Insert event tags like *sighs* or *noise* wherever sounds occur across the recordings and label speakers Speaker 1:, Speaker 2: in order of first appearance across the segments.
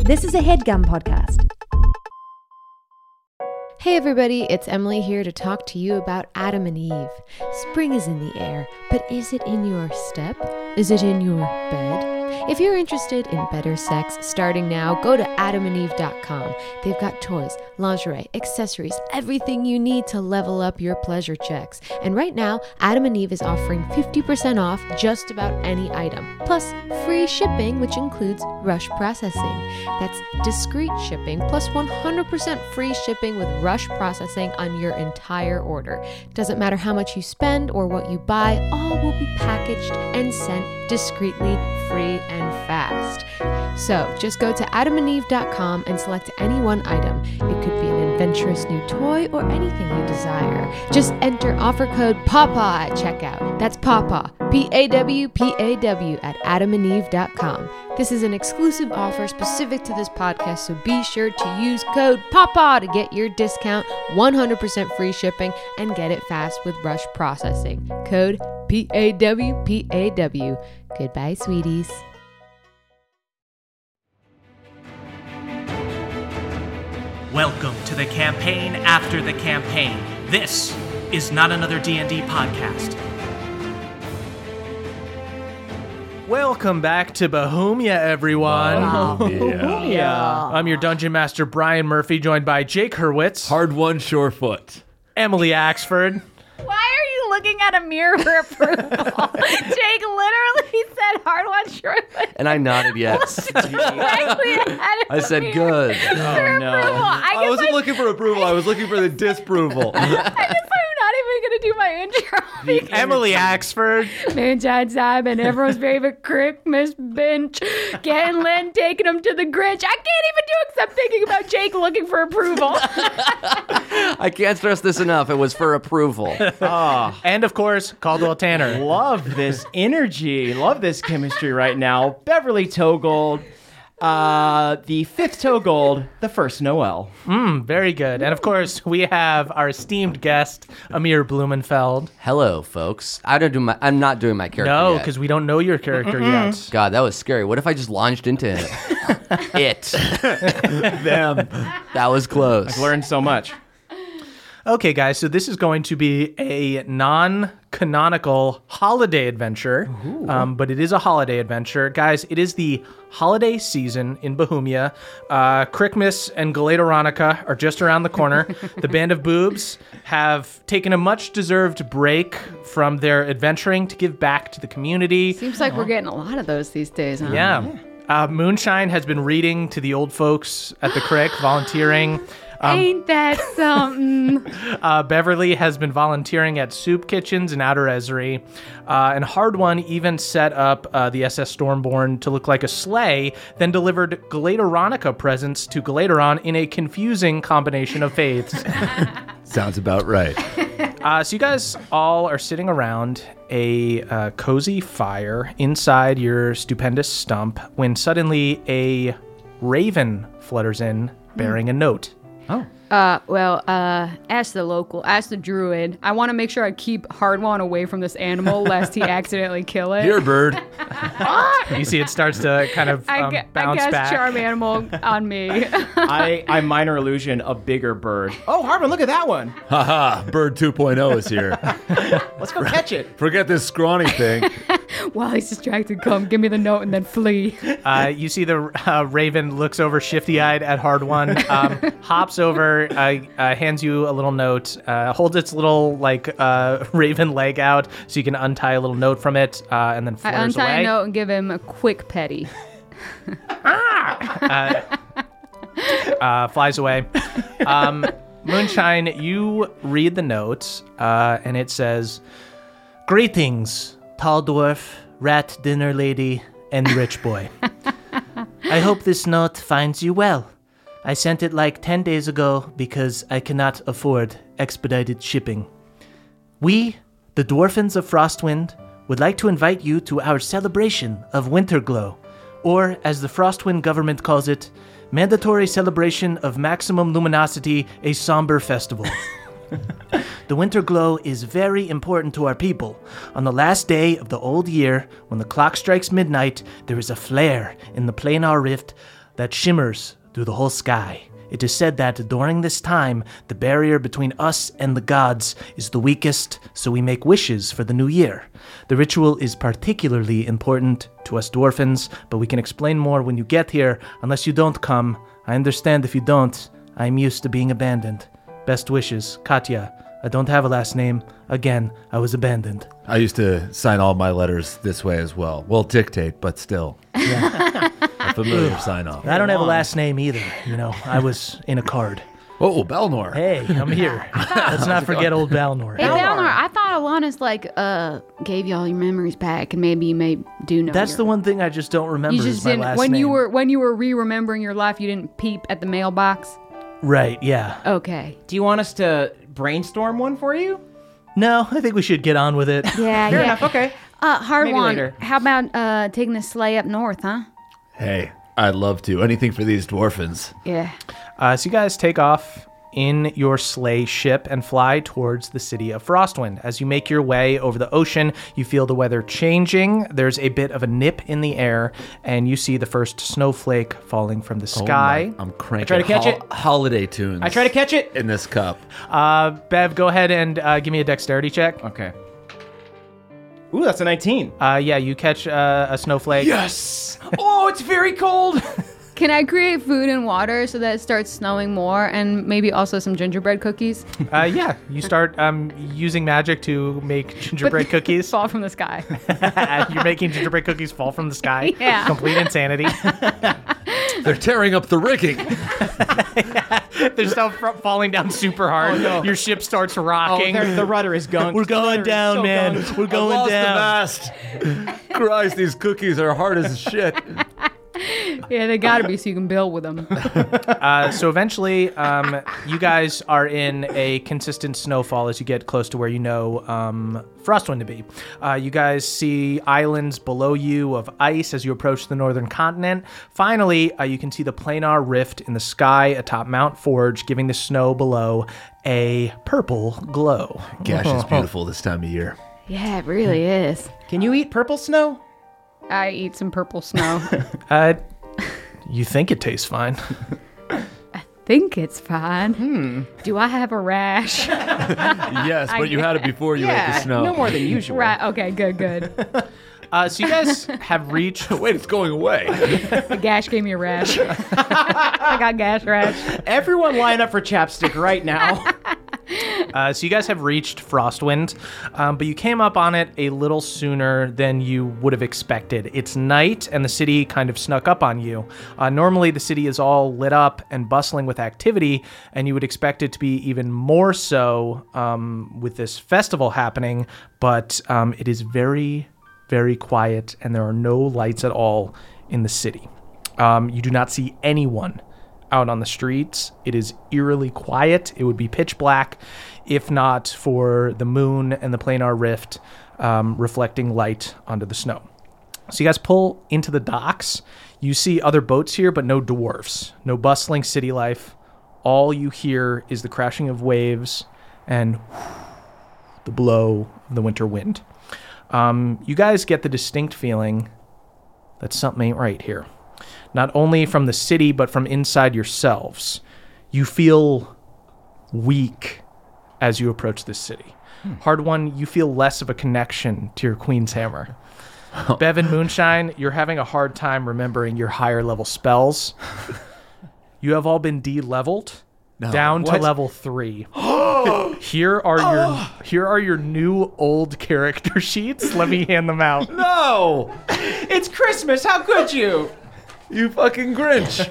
Speaker 1: This is a headgum podcast.
Speaker 2: Hey everybody, it's Emily here to talk to you about Adam and Eve. Spring is in the air, but is it in your step? Is it in your bed? If you're interested in better sex starting now, go to adamandeve.com. They've got toys, lingerie, accessories, everything you need to level up your pleasure checks. And right now, Adam and Eve is offering 50% off just about any item, plus free shipping, which includes rush processing. That's discreet shipping plus 100% free shipping with rush processing on your entire order. Doesn't matter how much you spend or what you buy, all will be packaged and sent discreetly, free, and fast. So just go to adamandeve.com and select any one item. It could be an adventurous new toy or anything you desire. Just enter offer code PAWPAW at checkout. That's PAWPAW, P A W P A W, at adamandeve.com. This is an exclusive offer specific to this podcast, so be sure to use code PAWPAW to get your discount, 100% free shipping, and get it fast with rush processing. Code P A W P A W. Goodbye, sweeties.
Speaker 3: Welcome to the campaign after the campaign. This is not another D&D podcast. Welcome back to Bohemia, everyone. *laughs*
Speaker 4: Oh,
Speaker 3: I'm your dungeon master, Brian Murphy, joined by Jake Hurwitz,
Speaker 4: Hard one, sure foot.
Speaker 3: Emily Axford,
Speaker 5: Why are you looking at a mirror for approval?
Speaker 6: *laughs*
Speaker 5: Jake literally said hard one short one.
Speaker 4: And
Speaker 5: *laughs*
Speaker 4: I nodded yes.
Speaker 5: Exactly at a
Speaker 4: I said
Speaker 5: mirror
Speaker 4: good.
Speaker 6: Oh,
Speaker 5: For approval. I, guess I
Speaker 4: wasn't looking for approval. I was looking
Speaker 7: *laughs*
Speaker 4: for the disapproval.
Speaker 5: I guess I'm not even gonna do my intro.
Speaker 3: Emily Axford,
Speaker 5: Man, John Simon, everyone's favorite Christmas bench.
Speaker 4: *laughs*
Speaker 5: Ken Lynn taking him to the Grinch. I can't even do it because I'm thinking about Jake looking for approval.
Speaker 4: I can't stress this enough. It was for
Speaker 7: *laughs*
Speaker 4: approval.
Speaker 3: and of course, Caldwell Tanner.
Speaker 8: Love this energy. Love this chemistry right now. Beverly Togold, uh, the fifth Togold, the first Noel.
Speaker 3: Very good. And of course, we have our esteemed guest, Amir Blumenfeld.
Speaker 4: Hello, folks. I don't do my. I'm not doing my character.
Speaker 3: No,
Speaker 4: yet.
Speaker 3: because we don't know your character yet.
Speaker 4: God, that was scary. What if I just launched into
Speaker 7: *laughs*
Speaker 4: it? it.
Speaker 8: Them.
Speaker 4: That was close.
Speaker 8: Learned so much.
Speaker 3: Okay, guys, so this is going to be a non canonical holiday adventure, um, but it is a holiday adventure. Guys, it is the holiday season in Bohemia. Uh, Crickmas and Galateronica are just around the corner. the Band of Boobs have taken a much deserved break from their adventuring to give back to the community.
Speaker 6: *laughs* Seems like we're getting a lot of those these days, huh?
Speaker 3: Yeah. Uh, Moonshine has been reading to the old folks at the Crick, volunteering. *laughs*
Speaker 5: Ain't that
Speaker 4: *laughs*
Speaker 5: something?
Speaker 3: Uh, Beverly has been volunteering at soup kitchens in Outer Esri, uh, and Hard One even set up uh, the SS Stormborn to look like a sleigh, then delivered Galateronica presents to Galateron in a confusing combination of faiths.
Speaker 7: Sounds about right.
Speaker 3: *laughs* Uh, so you guys all are sitting around a uh, cozy fire inside your stupendous stump when suddenly a raven flutters in bearing a note.
Speaker 6: Uh, well, uh, ask the local, ask the druid. I want to make sure I keep Hardwan away from this *laughs* animal lest he accidentally kill it. Ah,
Speaker 4: Here, bird.
Speaker 3: You see, it starts to kind of
Speaker 6: I,
Speaker 3: um,
Speaker 6: ca- I
Speaker 3: bounce
Speaker 6: cast
Speaker 3: back.
Speaker 6: charm animal on *laughs* me.
Speaker 8: I, I minor illusion a bigger bird. Oh, Harbin, look at that one.
Speaker 7: Haha, Bird 2.0 is here.
Speaker 8: Let's go catch it.
Speaker 7: Forget this scrawny thing.
Speaker 6: While he's distracted, come give me the note and then flee.
Speaker 3: Uh, you see the uh, raven looks over shifty-eyed at hard one, um,
Speaker 6: *laughs*
Speaker 3: hops over, uh, uh, hands you a little note, uh, holds its little like uh, *laughs* raven leg out so you can untie a little note from it, uh, and then
Speaker 6: I
Speaker 3: flutters
Speaker 6: untie
Speaker 3: away.
Speaker 6: a note and give him a quick petty.
Speaker 3: uh, flies away. Um, Moonshine, you read the note, uh, and it says, "Greetings, tall dwarf, rat dinner lady, and rich boy. I hope this note finds you well. I sent it like ten days ago because I cannot afford expedited shipping. We, the Dwarfins of Frostwind, would like to invite you to our celebration of Winterglow, or as the Frostwind government calls it, Mandatory Celebration of Maximum Luminosity, a somber festival. the Winterglow is very important to our people. On the last day of the old year, when the clock strikes midnight, there is a flare in the planar rift that shimmers through the whole sky. It is said that during this time, the barrier between us and the gods is the weakest, so we make wishes for the new year. The ritual is particularly important to us dwarfins, but we can explain more when you get here, unless you don't come. I understand if you don't. I am used to being abandoned. Best wishes, Katya. I don't have a last name. Again, I was abandoned.
Speaker 7: I used to sign all my letters this way as well. Well, dictate, but still. *laughs* a familiar sign off.
Speaker 3: I don't have a last name either. You know, I was in a card.
Speaker 7: Oh, Belnor.
Speaker 3: Hey, *laughs* I'm here. Let's not forget old Balnor.
Speaker 6: Hey, Balnor, I thought Alana's like uh gave y'all your memories back, and maybe you may do know.
Speaker 3: That's
Speaker 6: your-
Speaker 3: the one thing I just don't remember.
Speaker 6: You
Speaker 3: is
Speaker 6: just
Speaker 3: my
Speaker 6: didn't
Speaker 3: last
Speaker 6: when you
Speaker 3: name.
Speaker 6: were when you were re-remembering your life. You didn't peep at the mailbox.
Speaker 3: right. Yeah.
Speaker 6: Okay.
Speaker 8: Do you want us to brainstorm one for you?
Speaker 3: No, I think we should get on with it.
Speaker 6: Yeah.
Speaker 8: Fair
Speaker 6: yeah.
Speaker 8: enough. Okay.
Speaker 6: Uh, hard
Speaker 8: Maybe
Speaker 6: one.
Speaker 8: later.
Speaker 6: How about uh taking the sleigh up north, huh?
Speaker 7: Hey, I'd love to. Anything for these dwarfins.
Speaker 6: Yeah.
Speaker 3: Uh, *laughs* so you guys take off in your sleigh ship and fly towards the city of Frostwind. As you make your way over the ocean, you feel the weather changing. There's a bit of a nip in the air, and you see the first snowflake falling from the
Speaker 8: Oh
Speaker 3: sky.
Speaker 7: I'm cranking.
Speaker 8: to catch
Speaker 7: hol-
Speaker 8: it.
Speaker 7: Holiday tunes.
Speaker 8: I try to catch it.
Speaker 7: in this cup.
Speaker 3: Uh, Bev, go ahead and uh, give me a dexterity check.
Speaker 8: Okay. Ooh, that's a 19.
Speaker 3: Uh, yeah, you catch uh, a snowflake.
Speaker 8: Yes. Oh, it's very cold.
Speaker 6: Can I create food and water so that it starts snowing more, and maybe also some gingerbread cookies?
Speaker 3: Uh, yeah, you start um, using magic to make gingerbread
Speaker 6: *laughs*
Speaker 3: cookies.
Speaker 6: Fall from the sky.
Speaker 3: Uh, You're making gingerbread cookies fall from the sky.
Speaker 6: Yeah.
Speaker 3: Complete insanity.
Speaker 7: They're tearing up the rigging.
Speaker 3: They're still fr- falling down super hard.
Speaker 8: no.
Speaker 3: Your ship starts
Speaker 8: *laughs* Oh,
Speaker 3: rocking.
Speaker 8: there- the rudder is gone.
Speaker 3: We're going down, man. We're going
Speaker 7: Lost
Speaker 3: down.
Speaker 7: the
Speaker 8: *laughs*
Speaker 7: mast. Christ, these cookies are hard as shit.
Speaker 6: yeah, they gotta be so you can build with them.
Speaker 3: Uh, so eventually, um, you guys are in a consistent snowfall as you get close to where you know um, Frostwind to be. Uh, you guys see islands below you of ice as you approach the northern continent. Finally, uh, you can see the planar rift in the sky atop Mount Forge, giving the snow below a purple glow.
Speaker 7: Gosh,
Speaker 8: *laughs*
Speaker 7: it's beautiful this time of year.
Speaker 6: yeah, it really is.
Speaker 8: Can you eat purple snow?
Speaker 6: I eat some purple snow.
Speaker 3: Uh, you think it tastes fine.
Speaker 6: Think it's fine. Do I have a rash?
Speaker 7: Yes, but you had it before you ate the snow.
Speaker 8: No more than usual.
Speaker 6: right. Okay. Good. Good.
Speaker 3: Uh, so you guys have reached
Speaker 7: Wait, it's going away.
Speaker 6: The gash gave me a
Speaker 8: *laughs*
Speaker 6: rash. I got gash rash.
Speaker 8: Everyone line up for chapstick right now.
Speaker 3: Uh, so you guys have reached Frostwind, um, but you came up on it a little sooner than you would have expected. It's night, and the city kind of snuck up on you. Uh, normally, the city is all lit up and bustling with activity, and you would expect it to be even more so um, with this festival happening. But um, it is very, very quiet, and there are no lights at all in the city. Um, you do not see anyone out on the streets. It is eerily quiet. It would be pitch black if not for the moon and the planar rift um, reflecting light onto the snow. So you guys pull into the docks. You see other boats here, but no dwarfs, no bustling city life. All you hear is the crashing of waves and the blow of the winter wind. Um, you guys get the distinct feeling that something ain't right here not only from the city, but from inside yourselves. You feel weak as you approach this city. Hard one, you feel less of a connection to your Queen's Hammer. Bev and Moonshine, you're having a hard time remembering your higher level spells. You have all been de leveled. down to
Speaker 7: What?
Speaker 3: level three. here are your here are your new old character *laughs* sheets. Let me hand them out.
Speaker 7: no!
Speaker 8: Oh, it's Christmas. How could you?
Speaker 7: You fucking Grinch.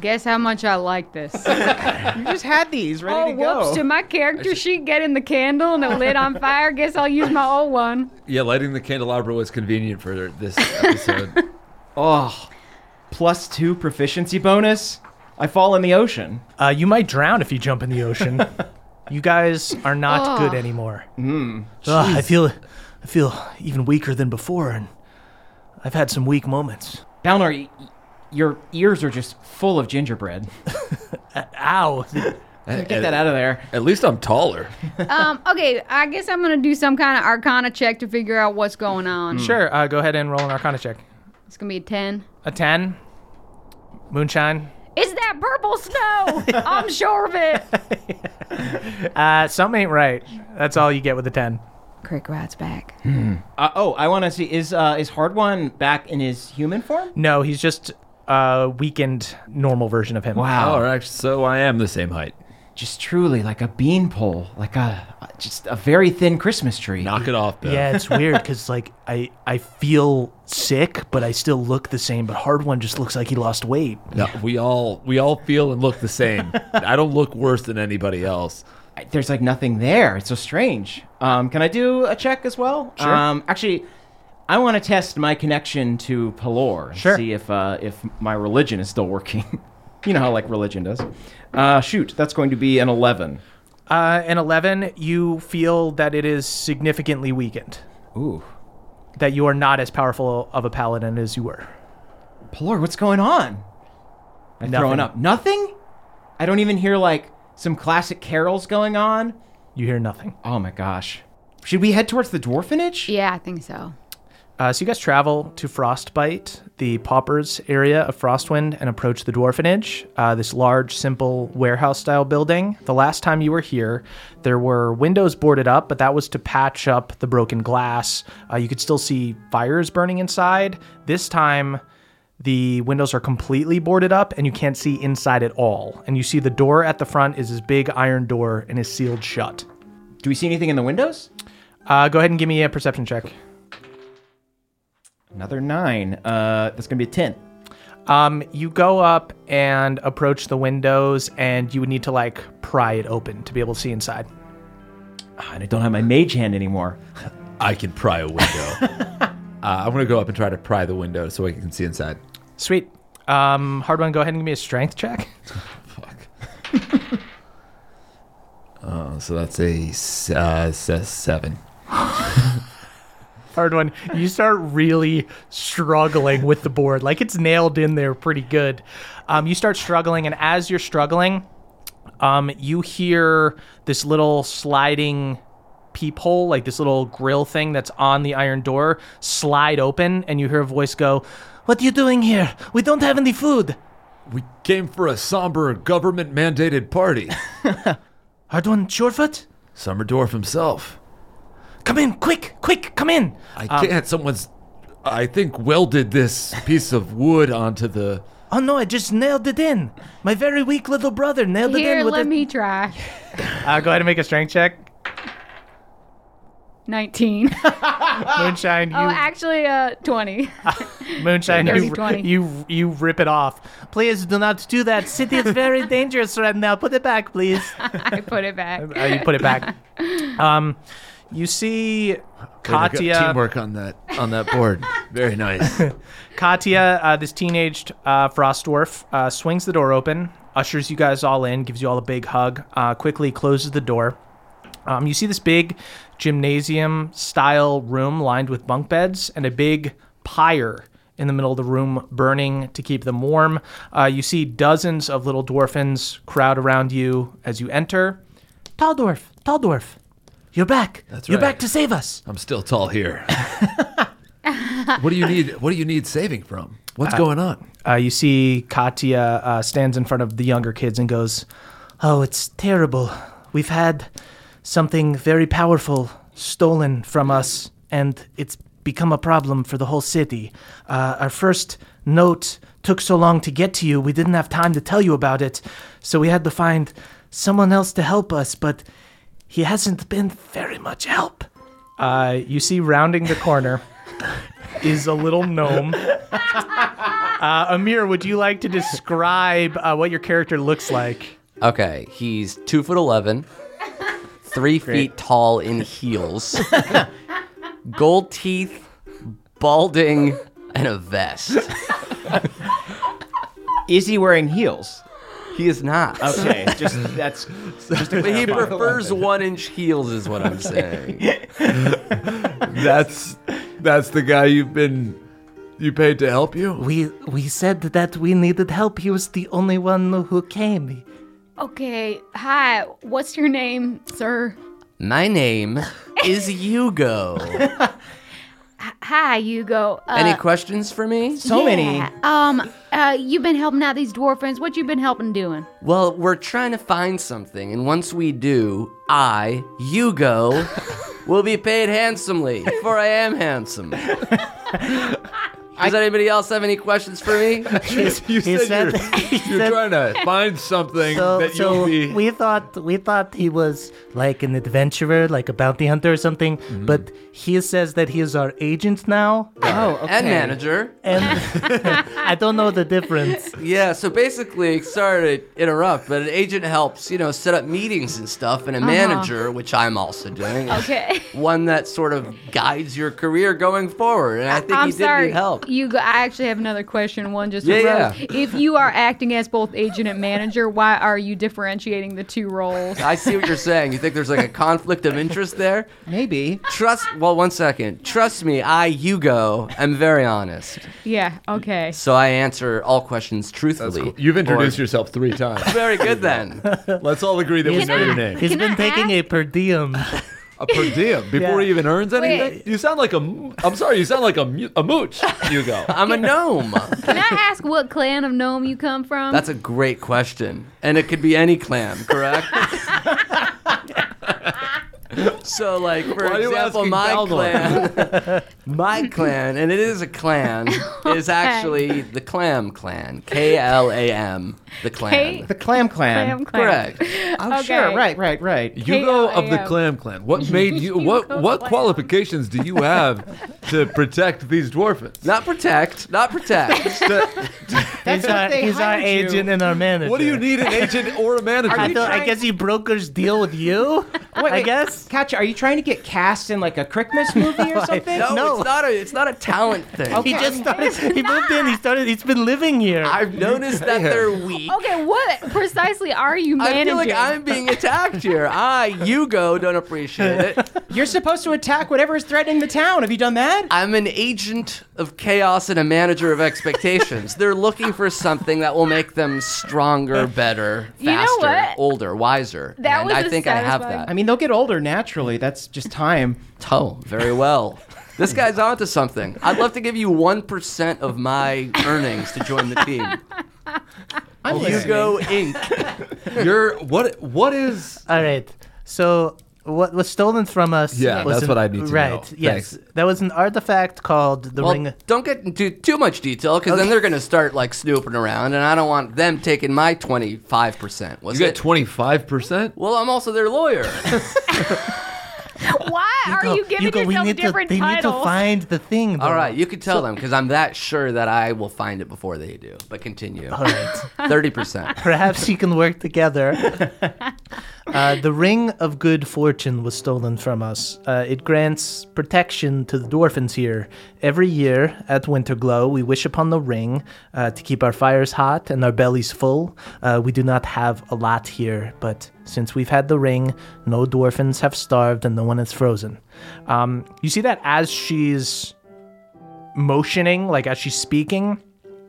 Speaker 6: Guess how much I like this.
Speaker 8: You just had these ready
Speaker 6: Oh,
Speaker 8: to go.
Speaker 6: whoops. Did my character sheet get in the candle and the lid on fire? Guess I'll use my old one.
Speaker 7: yeah, lighting the candelabra was convenient for this episode.
Speaker 8: Oh, plus two proficiency bonus. I fall in the ocean.
Speaker 3: Uh, you might drown if you jump in the ocean. you guys are not
Speaker 6: Ugh.
Speaker 3: good anymore. Ugh, I feel, I feel even weaker than before, and I've had some weak moments.
Speaker 8: Balnor, y- y- your ears are just full of gingerbread.
Speaker 3: Ow!
Speaker 8: Get that out of there.
Speaker 7: At least I'm taller.
Speaker 6: Um, okay, I guess I'm gonna do some kind of arcana check to figure out what's going on.
Speaker 3: sure, uh, go ahead and roll an Arcana check.
Speaker 6: It's gonna be a ten.
Speaker 3: A ten. Moonshine.
Speaker 5: Is that purple
Speaker 6: *laughs*
Speaker 5: snow? I'm sure of it.
Speaker 3: Uh, something ain't right. That's all you get with a ten.
Speaker 6: Crick rides back.
Speaker 8: Uh, oh, I want to see is uh, is Hard One back in his human form?
Speaker 3: No, he's just a weakened normal version of him.
Speaker 7: All right, so I am the same height.
Speaker 8: just truly like a beanpole, like a just a very thin Christmas tree.
Speaker 7: Knock it off, Bill.
Speaker 3: Yeah, it's weird because like I I feel sick, but I still look the same. But Hard One just looks like he lost weight.
Speaker 7: No, we all we all feel and look the *laughs* same. I don't look worse than anybody else.
Speaker 8: I- There's like nothing there. It's so strange. Um, can I do a check as well? Sure. Um, actually, I want to test my connection to Pelor. and
Speaker 3: Sure.
Speaker 8: See if uh, if my religion is still working. *laughs* you know how like religion does. Uh, shoot, that's going to be an eleven.
Speaker 3: Uh, and eleven, you feel that it is significantly weakened.
Speaker 8: Ooh,
Speaker 3: That you are not as powerful of a paladin as you were.
Speaker 8: Pelor, what's going on?
Speaker 3: Nothing.
Speaker 8: I'm throwing up. Nothing. I don't even hear like some classic carols going on.
Speaker 3: You hear nothing.
Speaker 8: Oh my gosh. Should we head towards the dwarfenage?
Speaker 6: Yeah, I think so.
Speaker 3: Uh, so you guys travel to Frostbite, the paupers area of Frostwind, and approach the Dwarfenage, uh, this large, simple warehouse-style building. The last time you were here, there were windows boarded up, but that was to patch up the broken glass. Uh, you could still see fires burning inside. This time, the windows are completely boarded up, and you can't see inside at all. And you see the door at the front is this big iron door and is sealed shut.
Speaker 8: Do we see anything in the windows?
Speaker 3: Uh, go ahead and give me a perception check.
Speaker 8: Another nine. Uh, that's gonna be a ten.
Speaker 3: Um, you go up and approach the windows, and you would need to like pry it open to be able to see inside.
Speaker 8: Ah, and I don't have my mage hand anymore.
Speaker 7: I can pry a window. *laughs* uh, I'm gonna go up and try to pry the window so I can see inside.
Speaker 3: Sweet. Um, hard one. Go ahead and give me a strength check. *laughs*
Speaker 7: Fuck. uh, so that's a s- uh, s- seven.
Speaker 3: Hard one. You start really struggling with the board, like it's nailed in there pretty good. Um, you start struggling, and as you're struggling, um, you hear this little sliding peephole, like this little grill thing that's on the iron door, slide open, and you hear a voice go, "What are you doing here? We don't have any food."
Speaker 7: We came for a somber government mandated *laughs* party.
Speaker 3: Hard one, Surefoot?
Speaker 7: Summer Dwarf himself.
Speaker 3: Come in, quick, quick, come in.
Speaker 7: I can't. Someone's, I think, welded this piece of wood onto the.
Speaker 3: Oh no, I just nailed it in. My very weak little brother nailed it
Speaker 6: Here,
Speaker 3: in with
Speaker 6: let
Speaker 3: a-
Speaker 6: me try.
Speaker 3: Uh, go ahead and make a strength check.
Speaker 6: *laughs* 19.
Speaker 3: Moonshine, you,
Speaker 6: oh, actually, uh, *laughs* 20.
Speaker 3: moonshine,
Speaker 6: Dirty
Speaker 3: you,
Speaker 6: 20.
Speaker 3: you, you rip it off. Please do not do that. City is
Speaker 6: *laughs*
Speaker 3: very dangerous right now. Put it back, please.
Speaker 6: I put it back.
Speaker 3: Uh, you put it back.
Speaker 6: *laughs*
Speaker 3: Um, you see,
Speaker 7: Way to go.
Speaker 3: Katya.
Speaker 7: Teamwork on
Speaker 9: *laughs*
Speaker 7: that on that board. Very nice.
Speaker 3: Katya, uh, this teenaged uh, frost dwarf, uh, swings the door open, ushers you guys all in, gives you all a big hug, uh, quickly closes the door. Um, you see this big gymnasium style room lined with bunk beds and a big pyre in the middle of the room burning to keep them warm. Uh, you see dozens of little dwarfins crowd around you as you enter. Tall dwarf, tall dwarf, you're back.
Speaker 7: That's
Speaker 3: you're
Speaker 7: right.
Speaker 3: back to save us.
Speaker 7: I'm still tall here. what do you need? What do you need saving from? What's going on?
Speaker 3: uh, you see Katya uh, stands in front of the younger kids and goes, Oh, it's terrible. We've had something very powerful stolen from us, and it's become a problem for the whole city. Uh, our first note took so long to get to you, we didn't have time to tell you about it, so we had to find someone else to help us, but he hasn't been very much help. Uh, you see, rounding the *laughs* corner is a little gnome. Amir, would you like to describe uh, what your character looks like?
Speaker 4: Okay, he's two foot eleven, three feet tall in heels, gold teeth, balding, and a vest.
Speaker 8: Is he wearing heels?
Speaker 4: He is not.
Speaker 8: Okay, just *laughs* that's just
Speaker 4: But
Speaker 8: *laughs*
Speaker 4: he prefers one inch heels, is what I'm saying.
Speaker 7: That's that's the guy you've been you paid to help you.
Speaker 3: We we said that we needed help. He was the only one who came.
Speaker 6: Okay, hi. What's your name, sir?
Speaker 4: My name is Hugo.
Speaker 10: Hi, Hugo. Uh,
Speaker 4: Any questions for me?
Speaker 8: So many.
Speaker 10: yeah, Um, uh, you've been helping out these dwarf friends. What you been helping doing?
Speaker 4: Well, we're trying to find something, and once we do, I, Hugo, will be paid handsomely, for I am handsome. Does anybody else have any questions for me?
Speaker 9: you
Speaker 3: He said-
Speaker 9: you're,
Speaker 7: *laughs*
Speaker 3: he
Speaker 9: you're
Speaker 3: said-
Speaker 9: trying to find something
Speaker 3: So,
Speaker 9: that
Speaker 3: so
Speaker 9: you'll be.
Speaker 3: we thought we thought he was like an adventurer, like a bounty hunter or something.
Speaker 9: Mm-hmm.
Speaker 3: But he says that he is our agent now,
Speaker 8: Oh, okay.
Speaker 4: And manager.
Speaker 3: *laughs* and *laughs* I don't know the difference.
Speaker 4: Yeah, so basically, sorry to interrupt, but an agent helps, you know, set up meetings and stuff, and a manager, which I'm also doing, is
Speaker 10: Okay.
Speaker 4: one that sort of guides your career going forward. And I think
Speaker 6: I'm
Speaker 4: he did
Speaker 6: sorry.
Speaker 4: need help.
Speaker 6: Hugo, I actually have another question. One just
Speaker 4: Yeah,
Speaker 6: arose.
Speaker 4: yeah.
Speaker 6: If you are acting as both agent and manager, why are you differentiating the two roles?
Speaker 4: I see what you're saying. You think there's like a conflict of interest there?
Speaker 8: Maybe.
Speaker 4: Trust, well, one second. Trust me, I, Hugo, am very honest.
Speaker 6: Yeah. Okay.
Speaker 4: So I answer all questions truthfully.
Speaker 9: You've introduced yourself three times.
Speaker 7: *laughs*
Speaker 4: Very
Speaker 9: *laughs*
Speaker 4: good then.
Speaker 9: Let's all agree that we know your name.
Speaker 3: He's been taking a per diem.
Speaker 9: A per diem before he even earns anything. You sound like a. m- I'm sorry. You sound like a, mu- a mooch, Hugo.
Speaker 4: I'm a gnome.
Speaker 10: Can I ask what clan of gnome you come from?
Speaker 4: That's a great question. And it could be any clan, correct? *laughs* so like for
Speaker 9: Why are you
Speaker 4: example
Speaker 9: asking
Speaker 4: my
Speaker 9: Balnor?
Speaker 4: clan
Speaker 9: *laughs*
Speaker 4: my clan and it is a clan is actually the clam clan K L A M the clan
Speaker 6: K-
Speaker 8: The Clam Clan.
Speaker 6: Clam clam.
Speaker 4: correct
Speaker 6: *laughs*
Speaker 8: Oh, sure.
Speaker 6: Okay.
Speaker 8: Right, right, right.
Speaker 9: Hugo of the
Speaker 6: K-L-A-M.
Speaker 9: Clam Clan. What *laughs* made uh, you? What what qualifications do you have *laughs* to protect these dwarfs?
Speaker 4: not protect not protect
Speaker 8: That's
Speaker 3: he's our,
Speaker 8: what they
Speaker 3: he's our
Speaker 8: hired you.
Speaker 3: agent and our manager.
Speaker 9: What do you *laughs* need an agent or a manager?
Speaker 3: I, thought- I guess he brokers deal with you.
Speaker 8: Wait,
Speaker 3: I
Speaker 8: wait,
Speaker 3: guess.
Speaker 8: Katya, are you trying to get cast in like a Christmas
Speaker 3: *laughs*
Speaker 8: movie or
Speaker 4: *laughs*
Speaker 8: something?
Speaker 4: no,
Speaker 3: No.
Speaker 4: it's not a it's not a talent
Speaker 6: *laughs*
Speaker 4: thing
Speaker 3: He just started. He moved in. He started. He's been living here.
Speaker 4: I've noticed that they're weak
Speaker 6: Okay. What precisely are you
Speaker 4: I
Speaker 6: managing?
Speaker 4: feel like I'm being attacked here. I, Hugo, don't appreciate
Speaker 6: *laughs*
Speaker 4: it.
Speaker 8: You're supposed to attack whatever is threatening the town. Have you done that?
Speaker 4: I'm an agent of chaos and a manager of expectations. They're looking for something that will make them stronger, better, faster,
Speaker 6: You know what?
Speaker 4: older, wiser.
Speaker 6: That
Speaker 4: and
Speaker 6: was
Speaker 4: I
Speaker 6: a
Speaker 4: think I have
Speaker 6: satisfying-
Speaker 8: I
Speaker 4: that
Speaker 8: mean, they'll get older naturally. That's just time.
Speaker 4: tone very well.
Speaker 6: *laughs*
Speaker 4: This guy's onto something. I'd love to give you 1% of my earnings to join the
Speaker 6: *laughs*
Speaker 4: team.
Speaker 8: I'm
Speaker 4: Hugo Inc.
Speaker 9: You're what? What is?
Speaker 3: All right. So what was stolen from us?
Speaker 9: Yeah,
Speaker 3: was
Speaker 9: that's
Speaker 3: an-
Speaker 9: what I need to know.
Speaker 3: Right. Yes,
Speaker 9: Thanks.
Speaker 3: that was an artifact called the
Speaker 4: Well,
Speaker 3: Ring.
Speaker 4: don't get into too much detail because then they're going to start like snooping around, and I don't want them taking my 25%. Was
Speaker 9: You got
Speaker 4: it?
Speaker 9: twenty five percent.
Speaker 4: well, I'm also their
Speaker 3: *laughs*
Speaker 4: lawyer.
Speaker 6: *laughs* Why are you giving
Speaker 3: Hugo, we
Speaker 6: yourself
Speaker 3: need to.
Speaker 6: different
Speaker 3: They need
Speaker 6: titles?
Speaker 3: to find the thing.
Speaker 4: All
Speaker 3: though.
Speaker 4: right, you can tell them because I'm that sure that I will find it before they do. But continue.
Speaker 3: All right.
Speaker 4: *laughs* Thirty percent.
Speaker 3: Perhaps you can work together. Uh, the Ring of Good Fortune was stolen from us. Uh, it grants protection to the dwarfins here. Every year at Winterglow, we wish upon the ring uh, to keep our fires hot and our bellies full. Uh, we do not have a lot here, but since we've had the ring, no dwarfins have starved and no one is frozen. Um, you see that as she's motioning, like as she's speaking,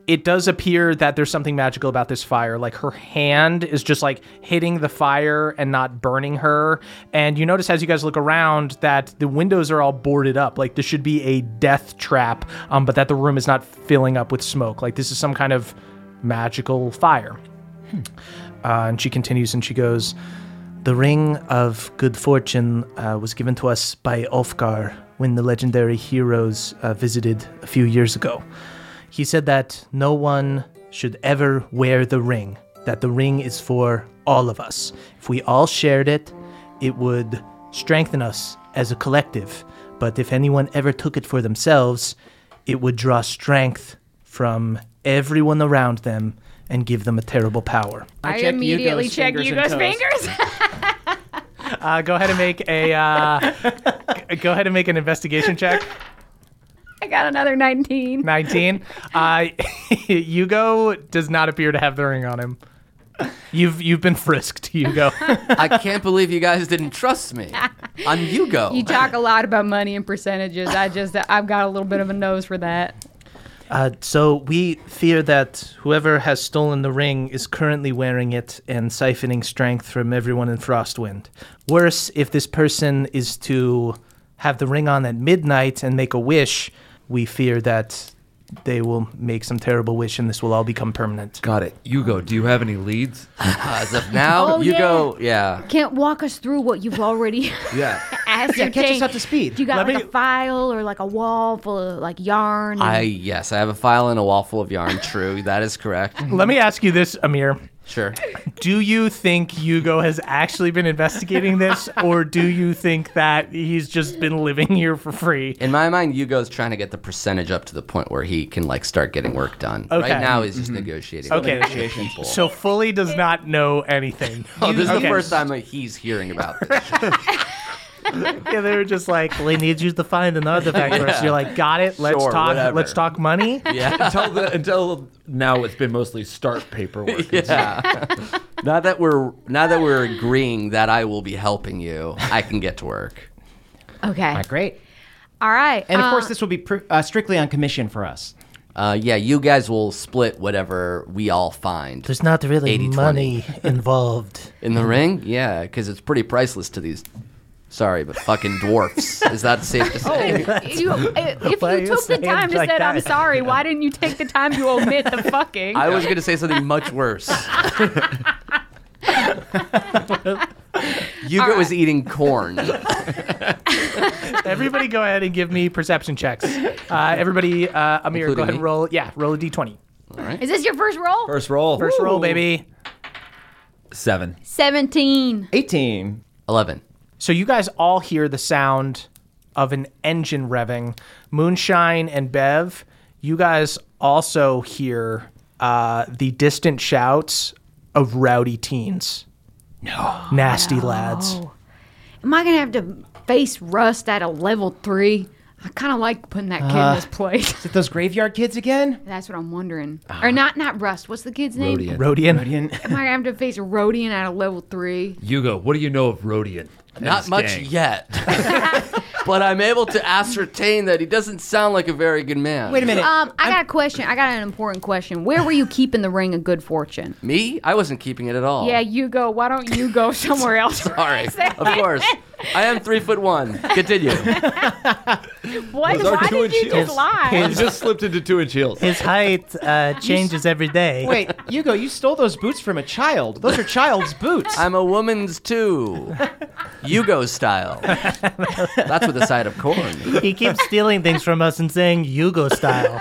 Speaker 3: it does appear that there's something magical about this fire. Like her hand is just like hitting the fire and not burning her. And you notice as you guys look around that the windows are all boarded up. Like this should be a death trap, um, but that the room is not filling up with smoke. Like this is some kind of magical fire. Uh, and she continues and she goes, the Ring of Good Fortune uh, was given to us by Ulfgar when the legendary heroes uh, visited a few years ago. He said that no one should ever wear the ring, that the ring is for all of us. If we all shared it, it would strengthen us as a collective. But if anyone ever took it for themselves, it would draw strength from everyone around them and give them a terrible power.
Speaker 6: I,
Speaker 8: checked
Speaker 6: immediately
Speaker 8: Hugo's
Speaker 6: check
Speaker 8: fingers and
Speaker 6: Hugo's
Speaker 8: toes.
Speaker 6: fingers. *laughs*
Speaker 3: Uh, go ahead and make a uh, g- go ahead and make an investigation check.
Speaker 6: I got another 19.
Speaker 3: *laughs* Nineteen. Uh, *laughs* Hugo does not appear to have the ring on him. You've you've been frisked, Hugo.
Speaker 4: I can't believe you guys didn't trust me. I'm Hugo.
Speaker 6: You talk a lot about money and percentages. I just, I've got a little bit of a nose for that.
Speaker 3: *laughs* Uh, so we fear that whoever has stolen the ring is currently wearing it and siphoning strength from everyone in Frostwind. Worse, if this person is to have the ring on at midnight and make a wish, we fear that they will make some terrible wish and this will all become permanent.
Speaker 9: Got it. Yugo, do you have any leads?
Speaker 4: As of now,
Speaker 6: Oh,
Speaker 4: you
Speaker 6: yeah.
Speaker 4: go. Yeah.
Speaker 6: Can't walk us through what you've already *laughs*
Speaker 9: Yeah.
Speaker 6: ascertained.
Speaker 11: Yeah, catch us up to speed.
Speaker 6: Do you got
Speaker 3: Let
Speaker 6: like a
Speaker 3: me-
Speaker 6: file or like a wall full of like yarn? and-
Speaker 4: I yes, I have a file and a wall full of yarn. True, that
Speaker 3: *laughs*
Speaker 4: is correct.
Speaker 3: Let me ask you this, Amir.
Speaker 4: Sure.
Speaker 3: Do you think Hugo has actually been investigating *laughs* this, or do you think that he's just been living here for free?
Speaker 4: In my mind, Yugo's trying to get the percentage up to the point where he can like start getting work done.
Speaker 3: Okay. Mm-hmm.
Speaker 4: Right now, he's just negotiating.
Speaker 3: Okay.
Speaker 4: with
Speaker 3: Negotiations.
Speaker 4: people.
Speaker 3: So fully does not know anything.
Speaker 4: Oh, this is
Speaker 3: Okay.
Speaker 4: the first time that he's hearing about this. *laughs*
Speaker 3: Yeah, they were just like, "They need you to find an artifact first. You're like, "Got it. Let's
Speaker 4: Sure,
Speaker 3: talk.
Speaker 4: whatever.
Speaker 3: Let's talk money."
Speaker 4: yeah.
Speaker 9: until, the, until now, it's been mostly start paperwork.
Speaker 4: Yeah. now that we're now that we're agreeing that I will be helping you, I can get to work.
Speaker 6: okay.
Speaker 8: Great.
Speaker 6: All right.
Speaker 8: And of
Speaker 6: uh,
Speaker 8: course, this will be pr- uh, strictly on commission for us.
Speaker 4: Uh, yeah, you guys will split whatever we all find
Speaker 3: There's not really
Speaker 4: 80-20.
Speaker 3: money involved.
Speaker 4: in the ring. Yeah, because it's pretty priceless to these. Sorry, but fucking dwarfs. is that safe to say?
Speaker 6: *laughs* you, if
Speaker 3: Why are
Speaker 6: you
Speaker 3: you
Speaker 6: took the
Speaker 3: saying
Speaker 6: time to
Speaker 3: like
Speaker 6: say I'm
Speaker 3: that?"
Speaker 6: sorry, why didn't you take the time to omit the fucking?
Speaker 4: I was gonna say something much worse. Hugo was eating corn.
Speaker 3: Everybody, go ahead and give me perception checks. Uh, everybody, uh, Amir, go
Speaker 4: Including
Speaker 3: ahead and
Speaker 4: me?
Speaker 3: roll. Yeah, roll a d20.
Speaker 6: Is this your first roll?
Speaker 9: First roll.
Speaker 3: First roll, baby.
Speaker 9: Seven.
Speaker 6: 17.
Speaker 8: 18.
Speaker 4: Eleven.
Speaker 3: So you guys all hear the sound of an engine revving. Moonshine and Bev, you guys also hear uh, the distant shouts of rowdy teens. No. Nasty lads.
Speaker 6: Am I going to have to face Rust at a level three? I kind of like putting that kid in his place. *laughs*
Speaker 8: Is it those graveyard kids again?
Speaker 6: That's what I'm wondering.
Speaker 4: Uh-huh.
Speaker 6: or not not Rust. What's the kid's name?
Speaker 9: Rodian.
Speaker 3: Rodian.
Speaker 6: Am I going to have to face Rodian at a level three?
Speaker 9: Yugo, what do you know of Rodian? and
Speaker 4: Not
Speaker 9: his
Speaker 4: much
Speaker 8: *laughs*
Speaker 9: gang?
Speaker 4: yet, but I'm able to ascertain that he doesn't sound like a very good man.
Speaker 8: Wait a minute.
Speaker 6: Um, I got a question. I got an important question. Where were you keeping the Ring of Good Fortune?
Speaker 4: Me? I wasn't keeping it at all.
Speaker 12: Yeah, you go. Why don't you
Speaker 8: *laughs*
Speaker 12: go somewhere else?
Speaker 4: Sorry. Of course. I am three foot one. Continue.
Speaker 8: *laughs*
Speaker 12: What?
Speaker 9: Those are
Speaker 12: Why
Speaker 9: two
Speaker 12: did you
Speaker 9: inches.
Speaker 12: just lie?
Speaker 9: He just slipped into two inch heels.
Speaker 3: His height uh, changes every day.
Speaker 8: *laughs* Wait, Hugo, you stole those boots from a child. Those are child's boots.
Speaker 4: I'm a woman's too. Hugo style. That's with a side of corn.
Speaker 3: He keeps stealing things from us and saying
Speaker 12: *laughs*
Speaker 3: Yugo style.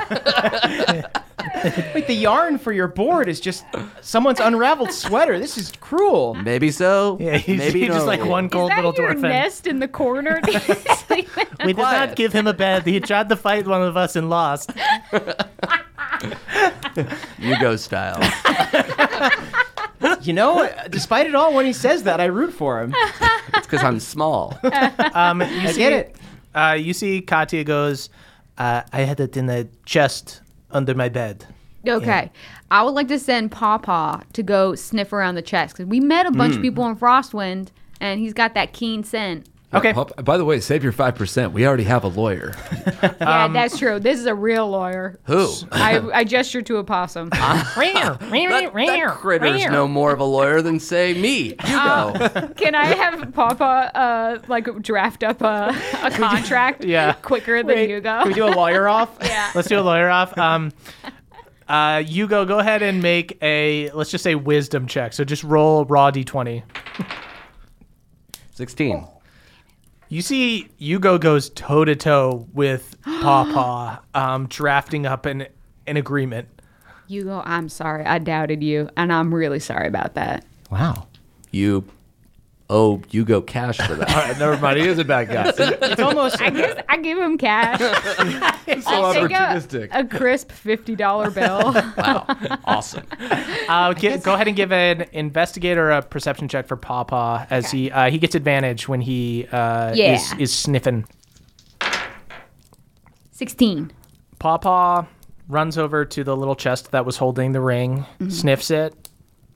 Speaker 8: Wait, the yarn for your board is just someone's unraveled sweater. This is cruel.
Speaker 4: Maybe so.
Speaker 3: Yeah, he's,
Speaker 4: Maybe
Speaker 3: he's just
Speaker 4: no.
Speaker 3: like one
Speaker 12: Is
Speaker 3: cold
Speaker 12: that
Speaker 3: little
Speaker 12: your
Speaker 3: dwarf.
Speaker 12: nest in the
Speaker 6: *laughs*
Speaker 12: corner? Do you sleep in?
Speaker 3: We did
Speaker 4: Quiet.
Speaker 3: not give him a bed. He tried to fight one of us and lost.
Speaker 4: Hugo style.
Speaker 8: You know, despite it all, when he says that, I root for him.
Speaker 4: It's because I'm *laughs* small.
Speaker 3: Um, you
Speaker 8: I get it.
Speaker 3: Uh, you see, Katya goes, uh, I had it in a chest under my bed.
Speaker 6: Okay. I would like to send Pawpaw to go sniff around the chest because we met a bunch of people in Frostwind and he's got that keen scent.
Speaker 3: Okay.
Speaker 9: Pop- By the way, save your 5%. We already have a lawyer.
Speaker 12: Yeah, that's true. This is a real lawyer.
Speaker 4: Who?
Speaker 12: I, I gesture to a possum.
Speaker 4: That, that critter's no more of a lawyer than, say, me. Hugo.
Speaker 12: Can I have Papa uh, like draft up
Speaker 6: *laughs*
Speaker 12: a, a contract
Speaker 3: Yeah.
Speaker 12: quicker than
Speaker 8: Wait,
Speaker 12: you
Speaker 8: Can we
Speaker 12: go?
Speaker 8: do a lawyer off?
Speaker 12: Yeah.
Speaker 3: Let's do a lawyer off. Um, *laughs* uh, Hugo, go ahead and make a, let's just say, wisdom check. So just roll raw d20.
Speaker 4: 16.
Speaker 3: You see, Hugo goes toe to toe with Pawpaw, um, drafting up an, an agreement.
Speaker 6: You go, I'm sorry. I doubted you and I'm really sorry about that.
Speaker 8: Wow.
Speaker 4: You owe Hugo cash for that.
Speaker 9: All right, never mind. He is a bad guy.
Speaker 8: It's almost.
Speaker 12: I guess I give him
Speaker 8: *laughs*
Speaker 12: cash.
Speaker 9: so
Speaker 12: Take a,
Speaker 9: opportunistic.
Speaker 12: a crisp fifty
Speaker 6: *laughs*
Speaker 12: dollar bill.
Speaker 4: Wow. Awesome.
Speaker 3: Uh, gi- go ahead and give an investigator a perception check for Pawpaw as he uh, he gets advantage when he uh,
Speaker 6: Yeah.
Speaker 3: is, is sniffing.
Speaker 6: 16.
Speaker 3: Pawpaw runs over to the little chest that was holding the ring, sniffs it,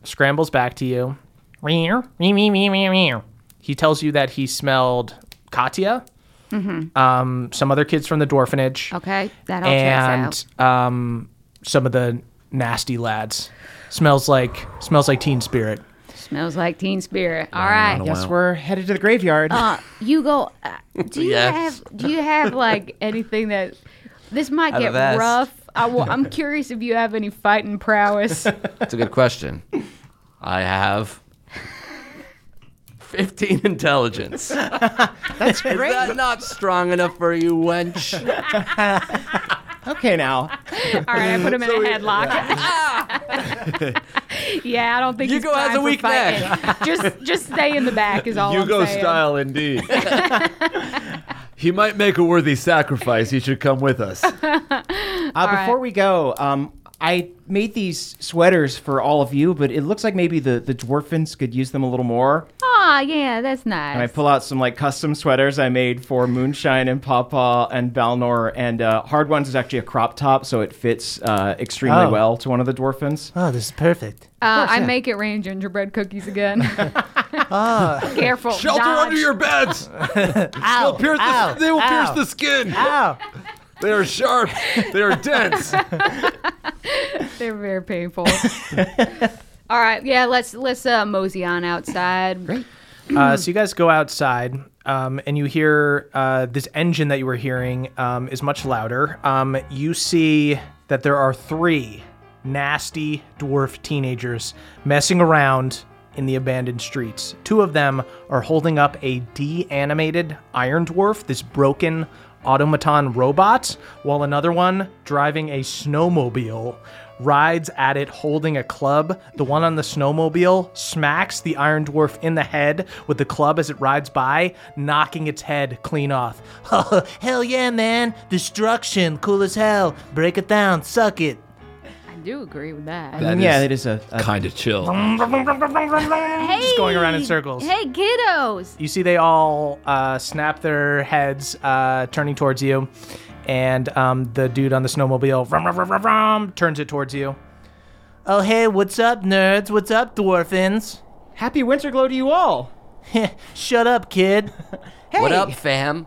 Speaker 3: scrambles back to you. Meow, meow, meow, meow, meow, meow. He tells you that he smelled Katya, um, some other kids from the dwarfenage,
Speaker 6: Okay. That all
Speaker 3: and
Speaker 6: checks
Speaker 3: um, some of the nasty lads. Smells like smells like teen spirit.
Speaker 6: out. Smells like teen spirit. All right.
Speaker 8: Guess we're headed to the graveyard.
Speaker 6: Uh, you go. Uh, do you
Speaker 4: Yes.
Speaker 6: have? Do you have like anything that This might
Speaker 4: Out of
Speaker 6: get
Speaker 4: vest.
Speaker 6: rough. I will, I'm curious if you have any fighting prowess.
Speaker 4: That's a good question. I have 15 intelligence. That's great. Is that not strong enough for you, wench?
Speaker 8: Okay, now.
Speaker 6: All right, I put him in a headlock. *laughs* yeah, I don't think he's
Speaker 4: Hugo has
Speaker 6: primed
Speaker 4: a
Speaker 6: for
Speaker 4: weak neck.
Speaker 6: fighting. just, just stay in the back is all.
Speaker 7: Hugo
Speaker 6: I'm saying.
Speaker 7: style, indeed. he might make a worthy sacrifice. He should come with us.
Speaker 8: Uh,
Speaker 6: right.
Speaker 8: before we go, um, I made these sweaters for all of you, but it looks like maybe the, the dwarfins could use them a little more.
Speaker 6: Aw, yeah, that's nice.
Speaker 8: And I pull out some like custom sweaters I made for Moonshine and Papa and Balnor, and uh, Hard Ones is actually a crop top, so it fits uh, extremely
Speaker 13: Oh.
Speaker 8: well to one of the dwarfins.
Speaker 13: Oh, this is perfect.
Speaker 6: Uh, I make it rain gingerbread cookies again. Careful.
Speaker 7: Shelter
Speaker 6: dodge.
Speaker 7: under your beds.
Speaker 13: Ow,
Speaker 7: Pierce the-
Speaker 13: ow,
Speaker 7: they will pierce
Speaker 13: ow,
Speaker 7: the skin.
Speaker 13: Ow.
Speaker 7: They are sharp. They are dense.
Speaker 6: They're very painful. All right, yeah, let's let's uh, mosey on outside. Great.
Speaker 3: Uh, so you guys go outside, um, and you hear uh, this engine that you were hearing um, is much louder. Um, you see that there are three nasty dwarf teenagers messing around in the abandoned streets. Two of them are holding up a de-animated iron dwarf, this broken automaton robot, while another one driving a snowmobile rides at it holding a club. The one on the snowmobile smacks the Iron Dwarf in the head with the club as it rides by, knocking its head clean off. *laughs* Oh, hell yeah, man. Destruction. Cool as hell. Break it down. Suck it.
Speaker 6: I do agree with
Speaker 7: *laughs*
Speaker 6: that.
Speaker 7: That
Speaker 8: yeah,
Speaker 7: is
Speaker 8: it is a, a
Speaker 7: kind of chill.
Speaker 3: Just going around in circles.
Speaker 6: Hey, kiddos.
Speaker 3: You see, they all uh, snap their heads, uh, turning towards you. And um, the dude on the snowmobile vroom, vroom, vroom, vroom, vroom, turns it towards you.
Speaker 13: Oh, hey, what's up, nerds? What's up, dwarfins?
Speaker 3: *laughs*
Speaker 8: happy winter glow to you all.
Speaker 13: Shut up, kid.
Speaker 4: What up, fam?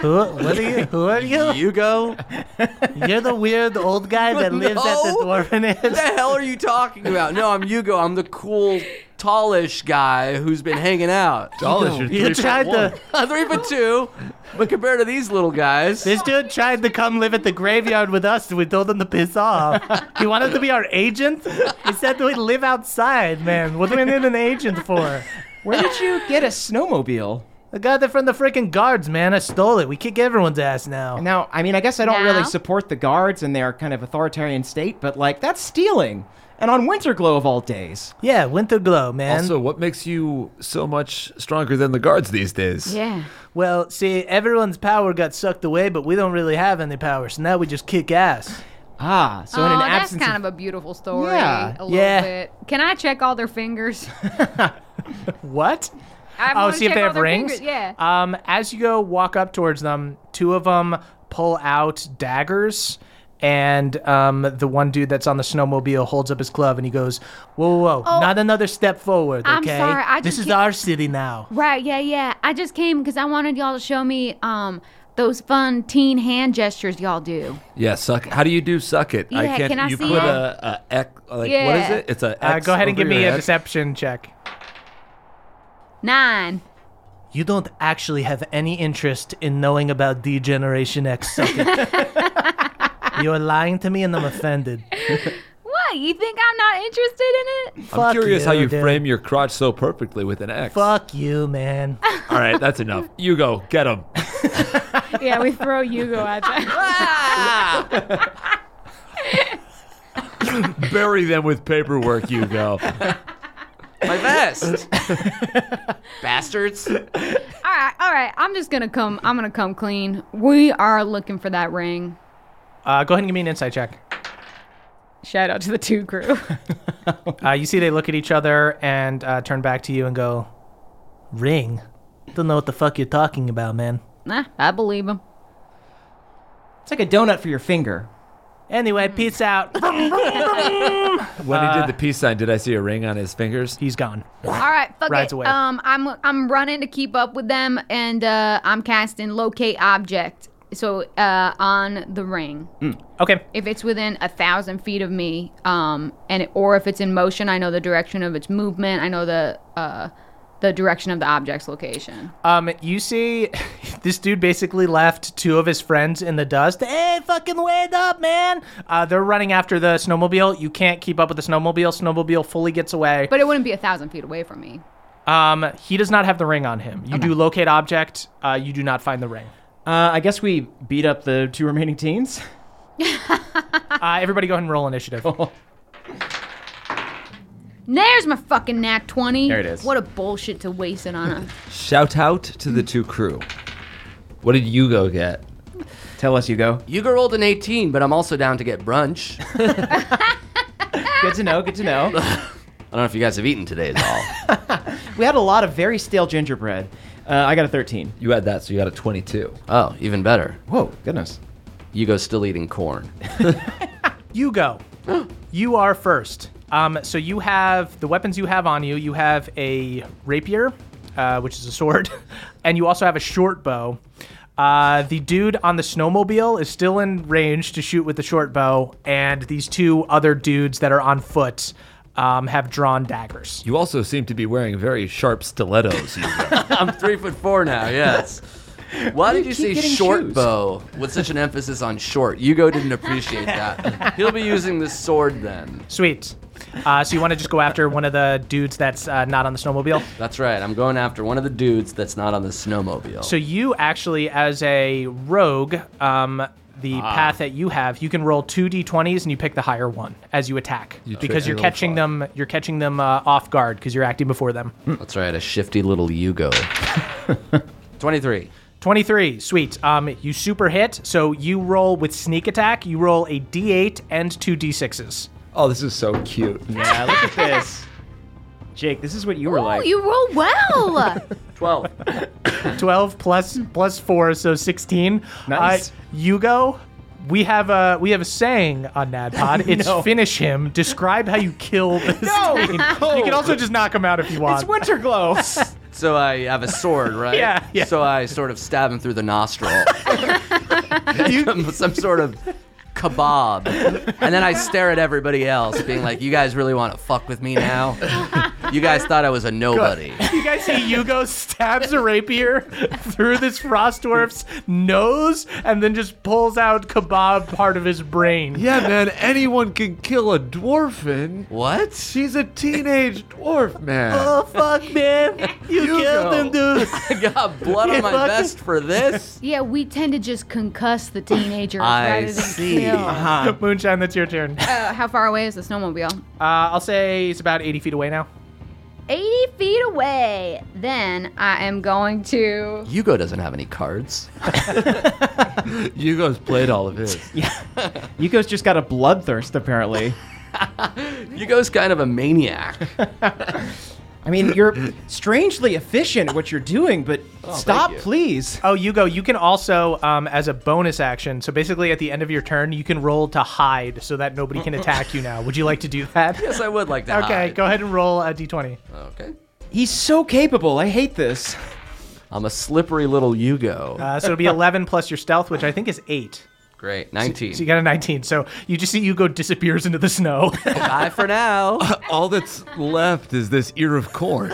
Speaker 13: Who, what are you? Who are you?
Speaker 4: Hugo? What
Speaker 13: You're the weird old guy that lives at the
Speaker 4: No. the
Speaker 13: dwarfinage.
Speaker 4: *laughs* hell are you talking about? No, I'm Hugo. I'm the cool, tallish guy who's been hanging out.
Speaker 7: Dollars, you're
Speaker 13: You
Speaker 7: three
Speaker 13: tried
Speaker 7: foot one.
Speaker 13: to.
Speaker 4: I'm three for two, but compared to these little guys,
Speaker 13: This dude tried to come live at the graveyard with us, and we told him to piss off. He wanted to be our agent. He said we'd live outside, man. What do we need an agent for?
Speaker 8: Where did you get a snowmobile?
Speaker 13: I got it from the freaking guards, man. I stole it. We kick everyone's ass now.
Speaker 8: Now, I mean, I guess I don't really
Speaker 6: Now?
Speaker 8: support the guards and their kind of authoritarian state, but like that's stealing. And on winter glow of all days.
Speaker 13: Yeah, winter glow, man.
Speaker 7: Also, what makes you so much stronger than the guards these days?
Speaker 6: Yeah.
Speaker 13: well, see, everyone's power got sucked away, but we don't really have any power, so now we just kick ass.
Speaker 8: Ah, so in
Speaker 6: oh,
Speaker 8: an
Speaker 6: that's
Speaker 8: absence
Speaker 6: kind
Speaker 8: of,
Speaker 6: of, a beautiful story.
Speaker 8: Yeah,
Speaker 6: a little
Speaker 13: yeah.
Speaker 6: bit. Can I check all their fingers?
Speaker 3: What?
Speaker 6: I
Speaker 3: Oh,
Speaker 6: wanna
Speaker 3: see if
Speaker 6: check
Speaker 3: they
Speaker 6: all
Speaker 3: have
Speaker 6: their
Speaker 3: rings?
Speaker 6: fingers. Yeah.
Speaker 3: Um, as you go walk up towards them, two of them pull out daggers, and um, the one dude that's on the snowmobile holds up his club and he goes, "Whoa, whoa, whoa. not another step forward,
Speaker 6: Oh. I'm
Speaker 13: okay?
Speaker 6: sorry, I
Speaker 13: this
Speaker 6: just
Speaker 13: is
Speaker 6: can't-
Speaker 13: our city now."
Speaker 6: Right, yeah, yeah. I just came because I wanted y'all to show me um those fun teen hand gestures y'all do.
Speaker 7: Yeah, suck. How do you do suck it?
Speaker 6: Yeah, can I
Speaker 7: you
Speaker 6: see
Speaker 7: put
Speaker 6: it?
Speaker 7: a, a X, like what
Speaker 6: Yeah.
Speaker 7: is it? It's a
Speaker 3: Uh,
Speaker 7: X
Speaker 3: go ahead and
Speaker 7: over
Speaker 3: give me
Speaker 7: your
Speaker 3: a
Speaker 7: head.
Speaker 3: deception check.
Speaker 6: Nine.
Speaker 13: You don't actually have any interest in knowing about D Generation X. suck
Speaker 6: *laughs*
Speaker 13: it. You're lying to me, and I'm offended.
Speaker 6: What? You think I'm not interested in it?
Speaker 7: I'm
Speaker 13: Fuck
Speaker 7: curious how you
Speaker 13: dude.
Speaker 7: frame your crotch so perfectly with an X.
Speaker 13: Fuck you, man.
Speaker 7: All right, that's enough. You go get him.
Speaker 6: yeah, we throw Hugo *laughs* at that.
Speaker 7: Bury them with paperwork. You go.
Speaker 4: my *laughs* vest. Bastards.
Speaker 6: all right, all right. I'm just gonna come. I'm gonna come clean. We are looking for that ring.
Speaker 3: Uh, go ahead and give me an insight check.
Speaker 6: Shout out to the two crew. *laughs*
Speaker 3: Uh, you see, they look at each other and uh, turn back to you and go,
Speaker 13: Ring. Don't know what the fuck you're talking about, man.
Speaker 6: nah, I believe him.
Speaker 8: it's like a donut for your finger.
Speaker 13: Anyway, peace out.
Speaker 7: When he did the peace sign, did I see a ring on his fingers?
Speaker 3: *laughs* "He's gone."
Speaker 6: All right, fuck
Speaker 3: Rides
Speaker 6: it.
Speaker 3: away.
Speaker 6: Um, I'm I'm running to keep up with them, and uh, I'm casting locate object. So uh, on the ring.
Speaker 3: Okay.
Speaker 6: if it's within a thousand feet of me, um, and it, or if it's in motion, I know the direction of its movement. I know the uh, the direction of the object's location.
Speaker 8: Uh,
Speaker 3: Um, you see, *laughs* this dude basically left two of his friends in the dust. Hey, fucking wait up, man! Uh, they're running after the snowmobile. You can't keep up with the snowmobile. Snowmobile fully gets away.
Speaker 6: But it wouldn't be a thousand feet away from me.
Speaker 3: Um, he does not have the ring on him. You do locate object. Uh, you do not find the ring.
Speaker 8: Uh, I guess we beat up the two remaining teens.
Speaker 3: Uh, everybody go ahead and roll initiative.
Speaker 6: There's my fucking nat 20.
Speaker 8: There it is.
Speaker 6: What a bullshit to waste it on
Speaker 8: *laughs*
Speaker 6: a.
Speaker 9: Shout out to the two crew. What did you go get?
Speaker 8: *laughs* Tell us,
Speaker 6: *laughs*
Speaker 8: Hugo.
Speaker 4: Yuga rolled an 18, but I'm also down to get brunch. I
Speaker 8: Good to know. Good to know.
Speaker 4: don't know if you guys have eaten today at all. *laughs*
Speaker 8: We had a lot of very stale gingerbread. Uh, I got a 13.
Speaker 9: You had that, so you got a 22.
Speaker 4: Oh, even better.
Speaker 8: Whoa, goodness.
Speaker 4: Yugo's still eating corn.
Speaker 3: You go. you are first. Um, so you have the weapons you have on you. You have a rapier, uh, which is a sword, *laughs* and you also have a short bow. Uh, the dude on the snowmobile is still in range to shoot with the short bow, and these two other dudes that are on foot um, have drawn daggers.
Speaker 9: You also seem to be wearing very sharp stilettos. Hugo.
Speaker 4: I'm three foot four now, yes. *laughs* Why did you say
Speaker 8: getting
Speaker 4: short
Speaker 8: shoes?
Speaker 4: bow with such an emphasis on short? Yugo didn't appreciate *laughs* that. He'll be using the sword then.
Speaker 3: Sweet. Uh, so you want to just go after one of the dudes that's uh, not on the snowmobile?
Speaker 4: That's right. I'm going after one of the dudes that's not on the snowmobile.
Speaker 3: So you actually, as a rogue, um, the path that you have, you can roll two d20s and you pick the higher one as you attack
Speaker 9: You trick
Speaker 3: because
Speaker 9: your
Speaker 3: you're
Speaker 9: little
Speaker 3: catching
Speaker 9: fuck.
Speaker 3: them. You're catching them uh, off guard because you're acting before them.
Speaker 4: That's right, a shifty little *laughs* Yugo. 23.
Speaker 3: 23, sweet. Um, you super hit, so you roll with sneak attack. You roll a d8 and two d6s.
Speaker 9: oh, this is so cute.
Speaker 8: Yeah, look at this. Jake, this is what you were
Speaker 6: Oh,
Speaker 8: like.
Speaker 6: you roll well.
Speaker 8: *laughs*
Speaker 4: 12.
Speaker 3: 12 plus plus four, so 16.
Speaker 8: Nice.
Speaker 3: Uh, Yugo, we have a we have a saying on *laughs* NADPOD. It's finish him. Describe how you *laughs* kill this. No, you can also just knock him out if you want.
Speaker 8: it's winter glow. *laughs*
Speaker 4: So I have a sword, right?
Speaker 3: Yeah, yeah.
Speaker 4: So I sort of stab him through the nostril. *laughs* some, some sort of kebab. And then I stare at everybody else, being like, you guys really want to fuck with me now? You guys thought I was a nobody.
Speaker 3: You guys *laughs* see Yugo stabs a rapier *laughs* through this frost dwarf's nose and then just pulls out kebab part of his brain.
Speaker 7: Yeah, man, anyone can kill a dwarfin.
Speaker 4: What?
Speaker 7: She's a teenage dwarf, man.
Speaker 3: Oh fuck, man! You, killed him, dude.
Speaker 4: I got blood on my vest for this?
Speaker 6: yeah, we tend to just concuss the
Speaker 8: *laughs*
Speaker 6: teenagers
Speaker 4: *laughs* I
Speaker 6: rather than
Speaker 4: see.
Speaker 6: kill.
Speaker 3: *laughs* Moonshine, that's your turn. Uh,
Speaker 6: Uh, how far away is the snowmobile?
Speaker 3: I'll say it's about 80 feet away now.
Speaker 6: 80 feet away. Then I am going to.
Speaker 4: Yugo doesn't have any cards.
Speaker 9: Hugo's played all of his.
Speaker 8: Yuko's just got a bloodthirst, apparently.
Speaker 4: Yugo's kind of a maniac.
Speaker 8: I mean, you're strangely efficient at what you're doing, but stop,
Speaker 4: you.
Speaker 8: please.
Speaker 3: Oh, Yugo, you can also, um, as a bonus action, so basically at the end of your turn, you can roll to hide so that nobody can attack you now. Would you like to do that?
Speaker 4: Yes, I would like to
Speaker 3: Okay,
Speaker 4: hide.
Speaker 3: go ahead and roll a d20.
Speaker 4: Okay.
Speaker 8: He's so capable. I hate this.
Speaker 4: I'm a slippery little Yugo.
Speaker 3: Uh, so it'll
Speaker 4: *laughs*
Speaker 3: be 11 plus your stealth, which I think is 8.
Speaker 4: Great. 19.
Speaker 3: So you got a 19. So you just see Hugo disappears into the snow. *laughs*
Speaker 4: Bye for *laughs* now.
Speaker 7: All that's left is this ear of corn.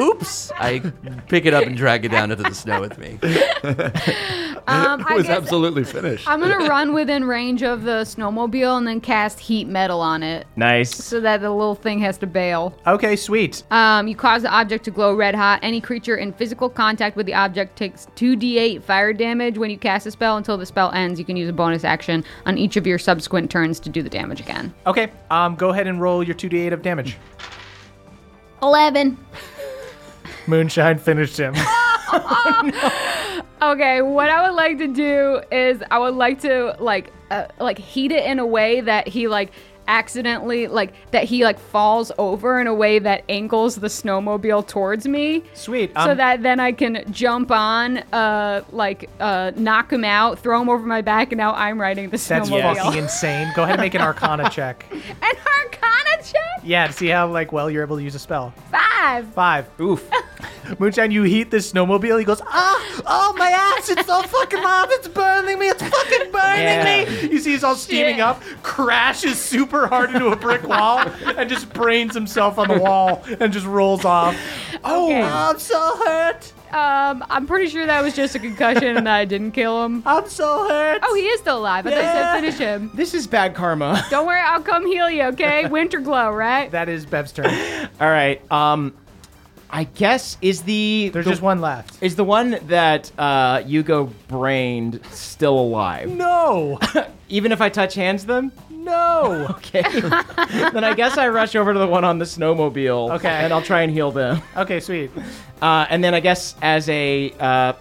Speaker 4: Oops. I pick it up and drag it down into the snow with me.
Speaker 8: *laughs*
Speaker 6: Um, I
Speaker 7: was
Speaker 6: guess
Speaker 7: absolutely
Speaker 6: *laughs*
Speaker 7: finished.
Speaker 6: I'm going to run within range of the snowmobile and then cast heat metal on it
Speaker 8: Nice.
Speaker 6: so that the little thing has to bail.
Speaker 3: okay, sweet.
Speaker 6: Um, you cause the object to glow red hot. Any creature in physical contact with the object takes 2d8 fire damage when you cast a spell until the spell ends. You can use a bonus action on each of your subsequent turns to do the damage again.
Speaker 3: Okay, um, go ahead and roll your 2d8 of damage.
Speaker 6: 11.
Speaker 3: Moonshine finished
Speaker 4: *laughs*
Speaker 3: him.
Speaker 5: Okay, what I would like to do is I would like to like uh, like heat it in a way that he like accidentally like that he like falls over in a way that angles the snowmobile towards me
Speaker 3: Sweet.
Speaker 5: so
Speaker 3: um,
Speaker 5: that then I can jump on uh like uh knock him out, throw him over my back and now I'm riding the
Speaker 3: that's
Speaker 5: snowmobile.
Speaker 3: fucking insane. Go ahead and make an Arcana check.
Speaker 5: *laughs* An Arcana check?
Speaker 3: Yeah, to see how like well you're able to use a spell.
Speaker 5: Five.
Speaker 8: *laughs*
Speaker 3: Five.
Speaker 8: Oof.
Speaker 3: Moonshine, you heat this snowmobile. He goes, ah, oh my ass, it's so fucking hot, it's burning me, it's fucking burning
Speaker 8: Yeah.
Speaker 3: me. You see, he's all steaming up, crashes super hard into a
Speaker 8: *laughs*
Speaker 3: brick wall, and just brains himself on the wall and just rolls
Speaker 8: *laughs*
Speaker 3: off. Oh, I'm so hurt.
Speaker 5: Um, I'm pretty sure that was just a concussion and I didn't kill him.
Speaker 3: I'm so hurt.
Speaker 5: Oh, he is still alive. I thought you
Speaker 3: Yeah.
Speaker 5: said finish him.
Speaker 8: This is
Speaker 3: *laughs*
Speaker 8: bad karma.
Speaker 5: Don't worry, I'll come heal you, okay? Winter glow, right?
Speaker 3: That is Bev's turn.
Speaker 8: All right. Um, I guess is the
Speaker 3: There's
Speaker 8: the-
Speaker 3: just one left.
Speaker 8: Is the one that uh, Yugo brained still alive?
Speaker 3: No,
Speaker 8: Even if I touch hands them?
Speaker 3: *laughs* no.
Speaker 8: Okay. *laughs* then I guess I rush over to the one on the snowmobile.
Speaker 3: Okay.
Speaker 8: And I'll try and heal them.
Speaker 3: *laughs* Okay, sweet.
Speaker 8: Uh, and then I guess as a, uh,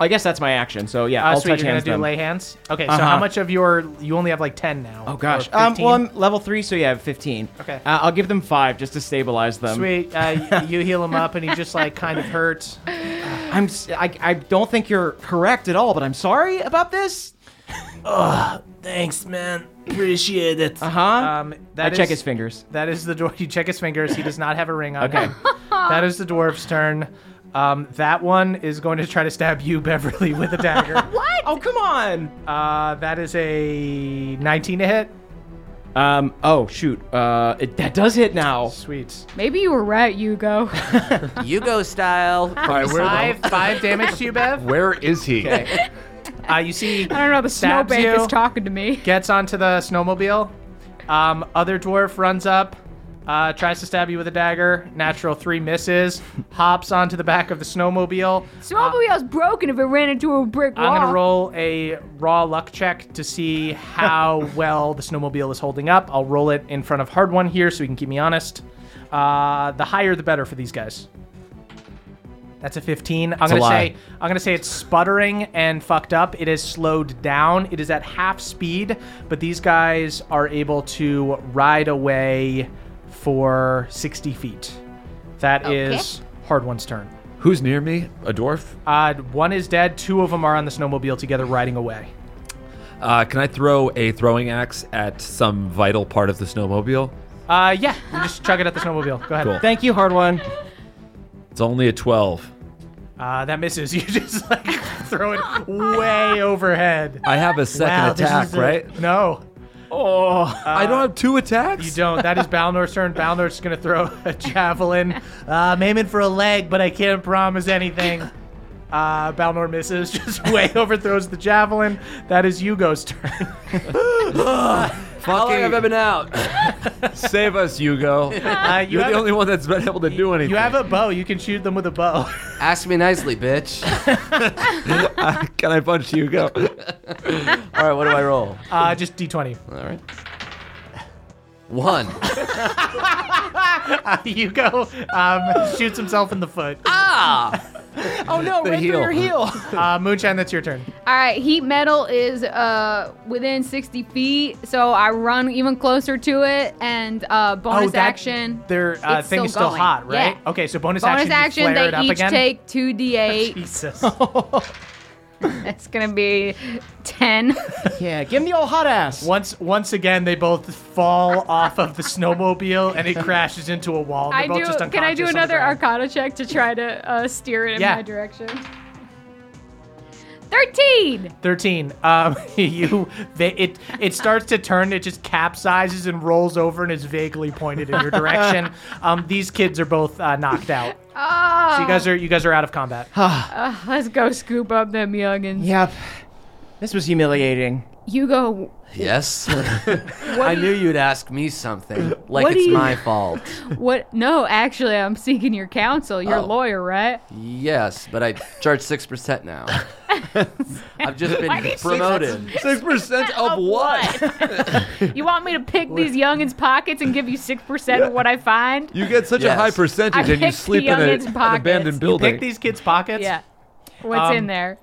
Speaker 8: I guess that's my action. So yeah,
Speaker 3: Uh,
Speaker 8: I'll
Speaker 3: sweet,
Speaker 8: touch
Speaker 3: you're
Speaker 8: hands
Speaker 3: gonna do
Speaker 8: them.
Speaker 3: lay hands. Okay, so
Speaker 8: Uh-huh.
Speaker 3: how much of your you only have like ten now?
Speaker 8: Oh gosh.
Speaker 3: Or
Speaker 8: Um, well,
Speaker 3: 15?
Speaker 8: I'm level three, so yeah, I have 15.
Speaker 3: Okay.
Speaker 8: Uh, I'll give them five just to stabilize them.
Speaker 3: Sweet. Uh, y- you heal him up, and he just like kind of hurts.
Speaker 8: I'm. s- I, I don't think you're correct at all, but I'm sorry
Speaker 3: *laughs*
Speaker 8: about this.
Speaker 3: Thanks, man. Appreciate it.
Speaker 8: Uh huh.
Speaker 3: Um,
Speaker 8: I
Speaker 3: that
Speaker 8: check
Speaker 3: is-
Speaker 8: his fingers.
Speaker 3: That is the dwarf. *laughs* You check his fingers. He does not have a ring on.
Speaker 8: Okay.
Speaker 3: Him. That is the dwarf's turn. Um, that one is going to try to stab you, *laughs* Beverly, with a *laughs* dagger.
Speaker 8: Oh come on.
Speaker 3: uh, that is a 19 to hit.
Speaker 8: Um. Oh shoot. Uh. It, that does hit now.
Speaker 3: Sweet.
Speaker 5: Maybe you were right, Hugo. *laughs*
Speaker 4: Yugo style. from
Speaker 9: right,
Speaker 4: the
Speaker 9: where the-
Speaker 4: side.
Speaker 3: Five, five damage to you, Bev.
Speaker 9: Where is he?
Speaker 3: *laughs* Uh, you see,
Speaker 5: I don't know, the
Speaker 3: Stabs
Speaker 5: snowbank
Speaker 3: you.
Speaker 5: is talking to
Speaker 3: *laughs*
Speaker 5: me.
Speaker 3: gets onto the snowmobile. Um, other dwarf runs up, uh, tries to stab you with a dagger. Natural three misses. Hops onto the back of the snowmobile.
Speaker 5: Snowmobile's broken if it ran into a brick wall.
Speaker 3: I'm gonna roll a raw luck check to see how well the snowmobile is holding up. I'll roll it in front of hard one here so he can keep me honest. Uh, the higher the better for these guys. That's a 15. I'm gonna
Speaker 7: lie.
Speaker 3: say I'm gonna say it's sputtering and fucked up. It is slowed down. It is at half speed, but these guys are able to ride away for 60 feet. That is hard one's turn.
Speaker 9: Who's near me? A dwarf?
Speaker 3: Uh, one is dead. Two of them are on the snowmobile together, riding away.
Speaker 9: Uh, can I throw a throwing axe at some vital part of the snowmobile?
Speaker 3: Uh, yeah, you just chug it at the snowmobile. Go ahead.
Speaker 9: Cool.
Speaker 8: Thank you, hard one.
Speaker 9: It's only a 12.
Speaker 3: Uh, that misses. *laughs* You just like throw it way overhead.
Speaker 9: I have a second
Speaker 3: Wow, this
Speaker 9: attack,
Speaker 3: is a-
Speaker 9: right?
Speaker 3: No,
Speaker 9: I don't have two attacks?
Speaker 3: you don't. That is Balnor's turn. Balnor's gonna throw a javelin. Uh, I'm aiming for a leg, but I can't promise anything. Uh, Balnor misses. *laughs* Just way overthrows the javelin. That is Hugo's turn.
Speaker 9: Fucking
Speaker 4: How long have I been out?
Speaker 9: *laughs* save us, Hugo.
Speaker 3: Uh, you
Speaker 9: You're
Speaker 3: have,
Speaker 9: the only one that's been able to do anything.
Speaker 3: you have a bow. You can shoot them with a bow.
Speaker 4: Ask me nicely, bitch.
Speaker 9: Can I punch Hugo?
Speaker 4: *laughs* All right, what do I roll?
Speaker 3: Uh, just *laughs* d20.
Speaker 4: All right. One.
Speaker 3: Uh, Hugo um, shoots himself in the foot.
Speaker 4: Ah!
Speaker 8: Oh no!
Speaker 9: The
Speaker 8: right
Speaker 9: heel.
Speaker 8: through
Speaker 3: *laughs*
Speaker 8: your heel.
Speaker 3: Uh, Moonshine, that's your turn.
Speaker 6: All right, heat metal is uh within 60 feet, so I run even closer to it and uh bonus
Speaker 3: Oh, that-
Speaker 6: action.
Speaker 3: Their uh,
Speaker 6: It's
Speaker 3: thing
Speaker 6: still
Speaker 3: is still
Speaker 6: going.
Speaker 3: hot, right?
Speaker 6: Yeah.
Speaker 3: Okay, so bonus,
Speaker 6: Bonus
Speaker 3: action, you
Speaker 6: action,
Speaker 3: flare it
Speaker 6: they
Speaker 3: up
Speaker 6: each
Speaker 3: again.
Speaker 6: take
Speaker 3: *laughs*
Speaker 6: 2d8.
Speaker 3: Jesus.
Speaker 6: That's going to be
Speaker 3: *laughs*
Speaker 6: 10.
Speaker 8: yeah. Give him the old hot ass.
Speaker 3: once once again, they both fall off of the snowmobile and it crashes into a wall. They're
Speaker 5: I
Speaker 3: both
Speaker 5: do.
Speaker 3: just
Speaker 5: Can I do
Speaker 3: unconscious on the
Speaker 5: another
Speaker 3: ground.
Speaker 5: Arcana check to try to uh, steer it in
Speaker 3: Yeah.
Speaker 5: my direction?
Speaker 6: 13.
Speaker 3: Thirteen. Um, *laughs* you they, it it starts to turn. It just capsizes and rolls over and is vaguely pointed
Speaker 8: *laughs*
Speaker 3: in your direction. um, these kids are both uh, knocked out. So you guys are you guys are out of combat.
Speaker 5: Let's go scoop up them youngins.
Speaker 8: Yep. This was humiliating.
Speaker 5: Hugo,
Speaker 4: Yes. *laughs* I knew you'd ask me something. Like
Speaker 5: What do
Speaker 4: it's
Speaker 5: you-
Speaker 4: my fault.
Speaker 5: what? No, actually, I'm seeking your counsel. You're a
Speaker 4: Oh.
Speaker 5: lawyer, right?
Speaker 4: Yes, but I charge 6%
Speaker 3: *laughs*
Speaker 4: now. I've just been promoted.
Speaker 9: 6% of what?
Speaker 5: You want me to pick these youngins' pockets and give you six percent of what I find?
Speaker 9: You get such a
Speaker 4: Yes.
Speaker 9: high percentage
Speaker 5: I
Speaker 9: and you
Speaker 5: picked
Speaker 9: sleep
Speaker 5: the
Speaker 9: in a,
Speaker 5: onions
Speaker 9: an
Speaker 5: pockets.
Speaker 9: abandoned building.
Speaker 3: Pick these kids' pockets.
Speaker 5: Yeah. What's
Speaker 3: Um,
Speaker 5: in there?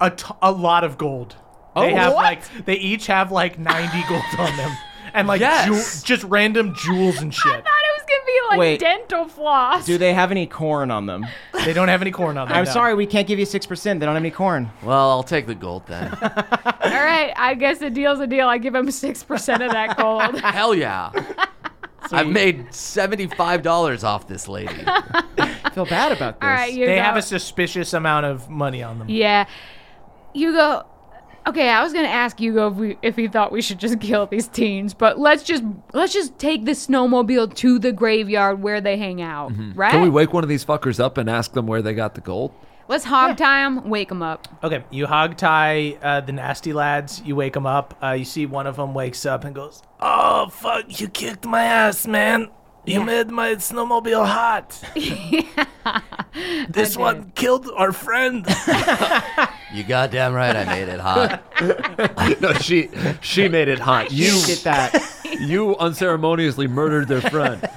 Speaker 3: a, t- a lot of gold. they
Speaker 9: Oh,
Speaker 3: have
Speaker 9: what?
Speaker 3: like they each have like 90 gold on them and like
Speaker 4: Yes.
Speaker 3: jew- just random jewels and shit.
Speaker 5: I thought it was gonna be like
Speaker 8: Wait.
Speaker 5: dental floss.
Speaker 8: Do they have any corn on them?
Speaker 3: They don't have any corn on them.
Speaker 8: I'm
Speaker 3: no.
Speaker 8: sorry, we can't give you six percent. They don't have any *laughs* corn.
Speaker 4: Well, I'll take the gold then.
Speaker 5: All right, I guess the deal's a deal. I give him six percent of that
Speaker 3: *laughs*
Speaker 5: gold.
Speaker 4: Hell yeah. I've made $75 off this lady.
Speaker 8: feel bad about this.
Speaker 6: All right, you
Speaker 3: They
Speaker 6: go.
Speaker 3: have a suspicious amount of money on them.
Speaker 6: yeah, you go. Okay, I was gonna ask Hugo if, we, if he thought we should just *laughs* kill these teens, but let's just let's just take the snowmobile to the graveyard where they hang out, right?
Speaker 9: Can we wake one of these fuckers up and ask them where they got the gold?
Speaker 6: Let's hog tie them, wake them up.
Speaker 3: Okay, you hogtie uh, the nasty lads. You wake them up. Uh, you see one of them wakes up and goes, *laughs* "Oh fuck! You kicked my ass, man! You made my snowmobile
Speaker 4: *laughs*
Speaker 3: hot. this one killed our friend."
Speaker 4: *laughs* You goddamn right I made it hot.
Speaker 9: *laughs* no, she she made it hot. You
Speaker 8: Did that.
Speaker 9: you unceremoniously murdered their friend,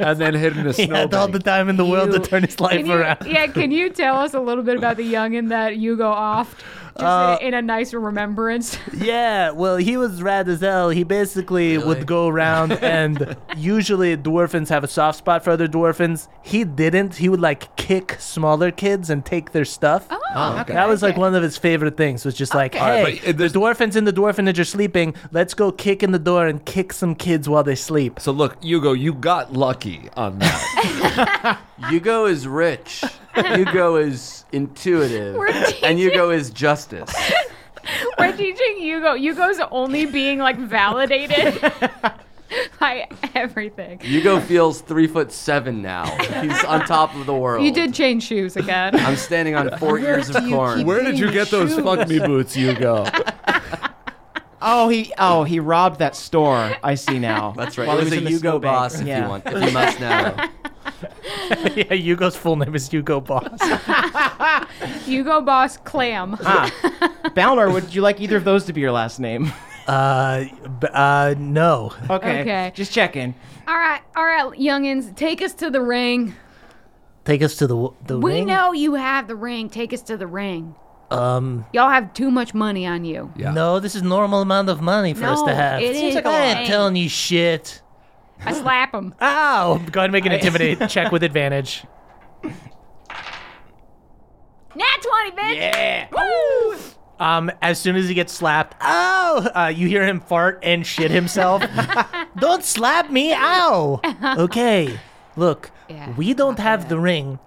Speaker 9: and then hid *laughs* in a
Speaker 3: he had all
Speaker 9: snowbank.
Speaker 3: the time in the world *laughs*
Speaker 6: You-
Speaker 3: to turn his life
Speaker 6: Can you-
Speaker 3: around.
Speaker 6: yeah, can you tell us a little bit about the youngin that Hugo offed, just
Speaker 3: Uh,
Speaker 6: in, in a nice remembrance? *laughs*
Speaker 3: Yeah, well, he was rad as hell. He basically
Speaker 4: Really?
Speaker 3: would go
Speaker 9: *laughs*
Speaker 3: around, and usually dwarfins have a soft spot for other dwarfins. He didn't. He would like kick smaller kids and take their stuff.
Speaker 9: Oh, okay.
Speaker 3: That was like one of his favorite things. Was just like,
Speaker 9: All right,
Speaker 3: hey,
Speaker 9: but it-
Speaker 3: the
Speaker 9: there's-
Speaker 3: dwarfins in the dwarfinage are sleeping. Let's go kick in the door and kick some kids while they
Speaker 9: *laughs*
Speaker 3: sleep.
Speaker 9: So look, Hugo, you got lucky on that.
Speaker 4: Hugo is
Speaker 3: *laughs*
Speaker 4: rich. Hugo is intuitive. And Hugo is justice.
Speaker 6: We're teaching Hugo. Hugo's only being like validated by everything.
Speaker 4: Hugo feels three foot seven now. He's on top of the world.
Speaker 6: You did change shoes again.
Speaker 4: I'm standing on four ears of corn.
Speaker 9: *laughs* Where did you get those fuck me boots, Hugo?
Speaker 8: Oh, he oh he robbed that store. I see *laughs* now.
Speaker 4: That's right.
Speaker 8: While
Speaker 4: it
Speaker 8: he
Speaker 4: was,
Speaker 8: in
Speaker 4: a
Speaker 8: the
Speaker 4: Hugo
Speaker 8: snowbank.
Speaker 4: boss if
Speaker 8: Yeah.
Speaker 4: you want. If you must now.
Speaker 3: yeah, Hugo's full name is Hugo
Speaker 6: *laughs*
Speaker 3: Boss.
Speaker 6: Hugo Boss Clam.
Speaker 8: Balnor, would you like either of those to be your last name? *laughs*
Speaker 3: uh, b- uh, no.
Speaker 8: Okay.
Speaker 6: Okay.
Speaker 8: Just checking.
Speaker 6: All right, all right, youngins, take us to the ring.
Speaker 3: Take us to the w- the
Speaker 6: We
Speaker 3: ring.
Speaker 6: know you have the ring. Take us to the ring.
Speaker 3: Um,
Speaker 6: Y'all have too much money on you.
Speaker 9: Yeah.
Speaker 3: no, this is normal amount of money for us
Speaker 6: No,
Speaker 3: to have.
Speaker 6: it is
Speaker 3: I
Speaker 6: a lot.
Speaker 3: ain't telling you shit.
Speaker 6: I slap him.
Speaker 3: Ow! Go ahead and make an intimidate *laughs* check with advantage.
Speaker 6: *laughs* Nat 20, bitch!
Speaker 3: Yeah. Um, as soon as he gets slapped, ow! Uh, you hear him fart and shit himself. *laughs* don't slap me, ow! Okay, look,
Speaker 6: Yeah,
Speaker 3: we don't have the ring.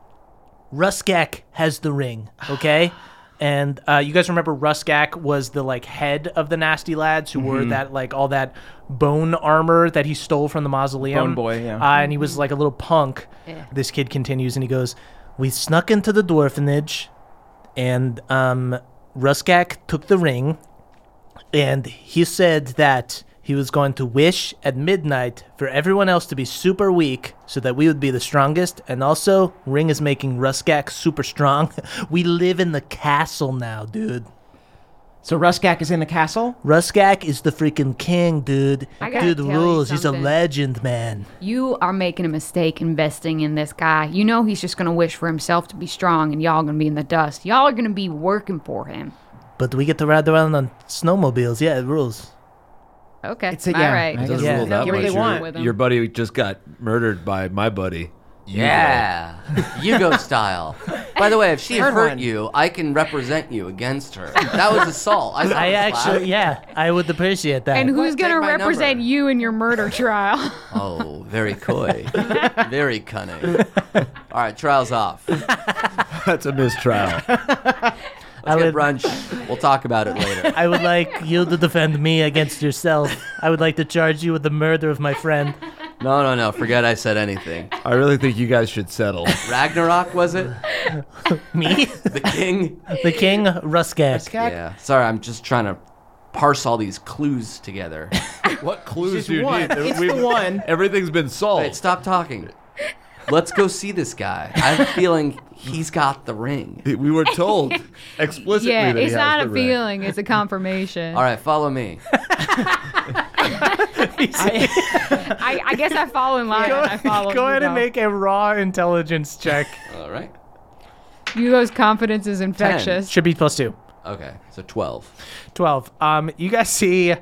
Speaker 3: Ruskak has the ring, okay? And uh, you guys remember Ruskak was the like head of the nasty lads who
Speaker 8: Mm-hmm.
Speaker 3: wore that like all that bone armor that he stole from the mausoleum.
Speaker 8: Bone boy, yeah.
Speaker 3: Uh, and he was like a little punk. This kid continues and he goes, "We snuck into the dwarfenage and um, Ruskak took the ring, and he said that he was going to wish at midnight for everyone else to be super weak so that we would be the strongest. And also, Ring is making Ruskak super strong. *laughs* we live in the castle now, dude.
Speaker 8: So Ruskak is in the castle.
Speaker 3: Ruskak is the freaking king, dude.
Speaker 6: I gotta
Speaker 3: Dude
Speaker 6: tell you
Speaker 3: rules. He's a
Speaker 6: something.
Speaker 3: legend, man.
Speaker 14: You are making a mistake investing in this guy. You know he's just gonna wish for himself to be strong and y'all gonna be in the dust. Y'all are gonna be working for him.
Speaker 3: But we get to ride around on snowmobiles. Yeah, it rules.
Speaker 14: Okay.
Speaker 8: It's a yeah.
Speaker 14: All right.
Speaker 8: I
Speaker 9: It doesn't
Speaker 8: guess-
Speaker 9: rule
Speaker 8: yeah,
Speaker 9: that
Speaker 8: give
Speaker 9: much.
Speaker 8: what they
Speaker 9: Your-
Speaker 8: want.
Speaker 9: Your, buddy just got murdered by my buddy. *laughs* Hugo.
Speaker 4: Yeah. Hugo style. By the way, if she
Speaker 8: Turn
Speaker 4: hurt
Speaker 8: one.
Speaker 4: you, I can represent you against her. That was assault. I, saw
Speaker 3: I
Speaker 4: the
Speaker 3: actually,
Speaker 4: slap.
Speaker 3: yeah, I would appreciate that.
Speaker 6: And who's
Speaker 4: Take
Speaker 6: going to
Speaker 4: my
Speaker 6: represent
Speaker 4: number.
Speaker 6: you in your murder
Speaker 9: *laughs*
Speaker 6: trial?
Speaker 4: Oh, very coy. very cunning. All right, trials off. Let's
Speaker 9: That's a mistrial.
Speaker 4: get
Speaker 3: would-
Speaker 4: brunch. We'll talk about it later.
Speaker 3: I would
Speaker 6: *laughs*
Speaker 3: like you to defend me against yourself. I would like to charge you with the murder of my
Speaker 6: *laughs*
Speaker 3: friend.
Speaker 4: No, no, no. Forget I said anything.
Speaker 9: I really think you guys should settle.
Speaker 4: Ragnarok, was it?
Speaker 3: Me?
Speaker 4: The king?
Speaker 3: the king, Ruskak.
Speaker 8: Ruskak.
Speaker 4: Yeah. Sorry, I'm just trying to parse all these clues together.
Speaker 9: *laughs* What clues
Speaker 8: Just
Speaker 9: do you
Speaker 8: one.
Speaker 9: need?
Speaker 8: It's
Speaker 9: We've-
Speaker 8: the one.
Speaker 9: Everything's been solved.
Speaker 4: Wait, stop talking. Let's go see this guy. I have a feeling he's got the ring.
Speaker 9: *laughs* we were told explicitly
Speaker 6: yeah,
Speaker 9: that he
Speaker 6: it's
Speaker 9: has
Speaker 6: not a
Speaker 9: the ring.
Speaker 6: feeling,
Speaker 9: *laughs*
Speaker 6: it's a confirmation.
Speaker 4: All right, follow me.
Speaker 6: I, I guess I fall in line. and I follow
Speaker 3: Go ahead
Speaker 6: Hugo.
Speaker 3: and make a raw intelligence check.
Speaker 4: All right.
Speaker 6: Hugo's confidence is infectious.
Speaker 3: Should be plus two.
Speaker 4: Okay, so 12.
Speaker 3: 12. Um, you guys see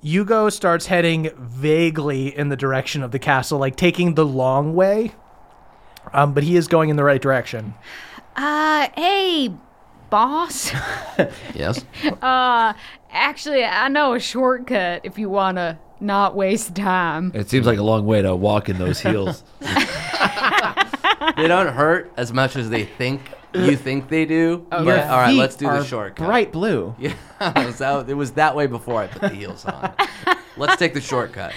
Speaker 3: Hugo starts heading vaguely in the direction of the castle, like taking the long way. Um, but he is going in the right direction.
Speaker 14: Uh hey,
Speaker 8: *laughs*
Speaker 14: boss.
Speaker 4: Yes.
Speaker 6: Uh, actually, I know a shortcut if you want to not waste time.
Speaker 9: *laughs* It seems like a long way to walk in those heels.
Speaker 4: they don't hurt as much as they think you think they do. But all right,
Speaker 8: Feet
Speaker 4: let's do the
Speaker 8: are
Speaker 4: shortcut. *laughs*
Speaker 8: Bright blue.
Speaker 4: Yeah, it was, that, it was that way before I put the heels on. let's take the shortcut.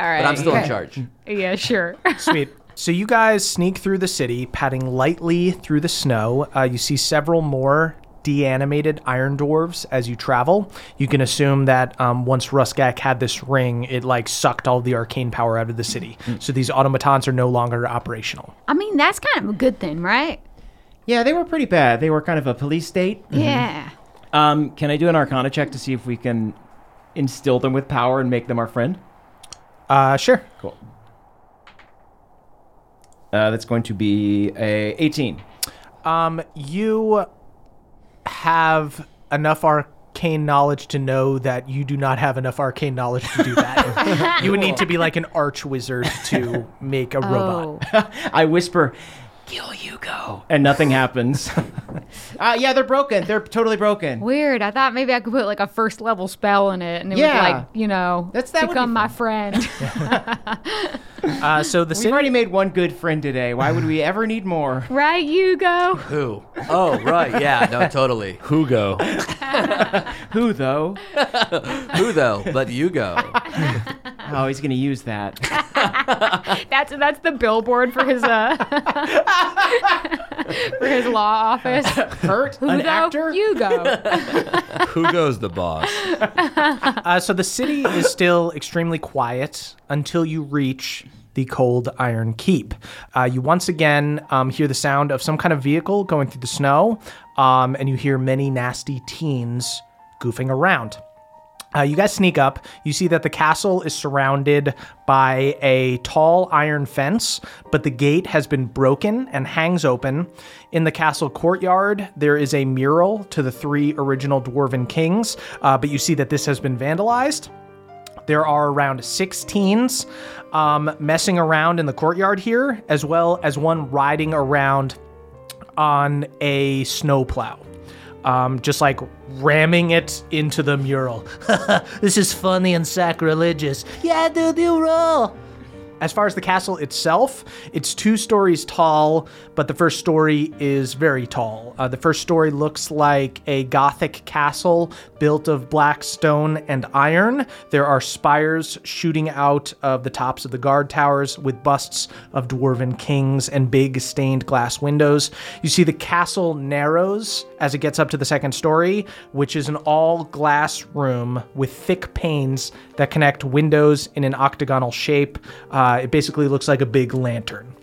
Speaker 5: All right.
Speaker 4: But I'm still in charge.
Speaker 5: yeah, sure.
Speaker 3: Sweet. So you guys sneak through the city, padding lightly through the snow. Uh, you see several more deanimated iron dwarves as you travel. You can assume that um, once Ruskak had this ring, it like sucked all the arcane power out of the city. So these automatons are no longer operational.
Speaker 6: I mean, that's kind of a good thing, right?
Speaker 8: Yeah, they were pretty bad. They were kind of a police state.
Speaker 6: Yeah.
Speaker 8: Um, can I do an Arcana check to see if we can instill them with power and make them our friend?
Speaker 3: Uh, sure.
Speaker 8: Cool. Uh, that's going to be a 18.
Speaker 3: Um, you have enough arcane knowledge to know that you do not have enough arcane knowledge to do that. you would need to be like an arch wizard to make a robot.
Speaker 6: Oh.
Speaker 8: I whisper, "Kill Hugo," and nothing happens. *laughs* uh, yeah, they're broken. They're totally broken.
Speaker 6: Weird. I thought maybe I could put like a first level spell in it and it
Speaker 8: Yeah.
Speaker 6: would like, you know,
Speaker 8: That's- that would be
Speaker 6: become my
Speaker 8: fun.
Speaker 6: friend.
Speaker 8: *laughs*
Speaker 3: Uh, so the
Speaker 8: We've
Speaker 3: city,
Speaker 8: already made one good friend today. Why would we ever
Speaker 3: *laughs*
Speaker 8: need more?
Speaker 6: right, Hugo?
Speaker 4: Who? Oh, right. Yeah, no, totally.
Speaker 9: Hugo.
Speaker 8: Who though?
Speaker 4: Who though? But you go.
Speaker 8: Oh, he's gonna use that.
Speaker 6: That's that's the billboard for his
Speaker 8: *laughs*
Speaker 6: uh *laughs* for his law office.
Speaker 8: Hurt an
Speaker 6: Hugo,
Speaker 8: actor. *laughs*
Speaker 6: Hugo.
Speaker 9: Hugo's the boss.
Speaker 3: uh, so the city is still extremely quiet until you reach the cold iron keep. Uh, you once again um, hear the sound of some kind of vehicle going through the snow, um, and you hear many nasty teens goofing around. Uh, you guys sneak up. You see that the castle is surrounded by a tall iron fence, but the gate has been broken and hangs open. In the castle courtyard, there is a mural to the three original dwarven kings, uh, but you see that this has been vandalized. There are around six teens um, messing around in the courtyard here, as well as one riding around on a snowplow, um, just like ramming it into the mural. *laughs* this is funny and sacrilegious. Yeah, dude, you roll. As far as the castle itself, it's two stories tall, but the first story is very tall. Uh, the first story looks like a Gothic castle built of black stone and iron. There are spires shooting out of the tops of the guard towers with busts of dwarven kings and big stained glass windows. You see the castle narrows as it gets up to the second story, which is an all glass room with thick panes that connect windows in an octagonal shape. Uh, it basically looks like a big lantern.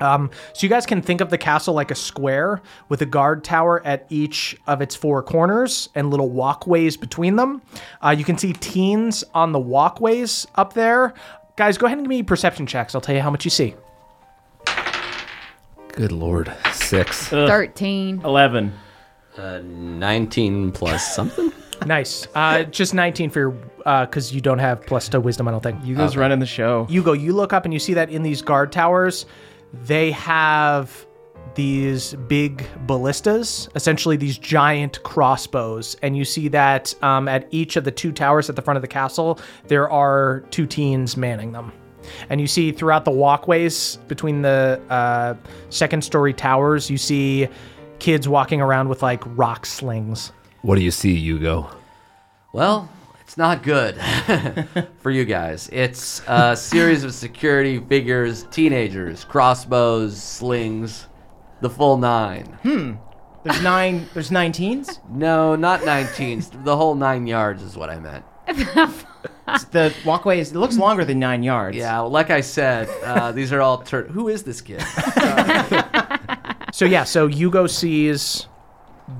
Speaker 3: Um, so you guys can think of the castle like a square with a guard tower at each of its four corners and little walkways between them. Uh, you can see teens on the walkways up there. Guys, go ahead and give me perception checks. I'll tell you how much you see.
Speaker 9: Good lord. Six.
Speaker 6: Thirteen.
Speaker 8: Eleven.
Speaker 4: Uh, 19 plus something.
Speaker 3: Nice. Uh, just 19 for your, because you don't have plus to wisdom, I don't think.
Speaker 8: Hugo's running the show.
Speaker 3: You go, you look up and you see that in these guard towers, they have these big ballistas, essentially these giant crossbows. And you see that um, at each of the two towers at the front of the castle, there are two teens manning them. And you see throughout the walkways between the uh, second story towers, you see kids walking around with like rock slings.
Speaker 9: What do you see, Hugo?
Speaker 4: Well, it's not good *laughs* for you guys. It's a series of security figures, teenagers, crossbows, slings, the full nine.
Speaker 8: There's nine. There's nine teens.
Speaker 4: No, not 19. *laughs* the whole nine yards is what I meant.
Speaker 8: It's the walkway is. It looks longer than nine yards.
Speaker 4: Yeah, well, like I said,
Speaker 9: *laughs*
Speaker 4: uh, these are all tur- Who is this kid?
Speaker 3: So yeah, so Hugo sees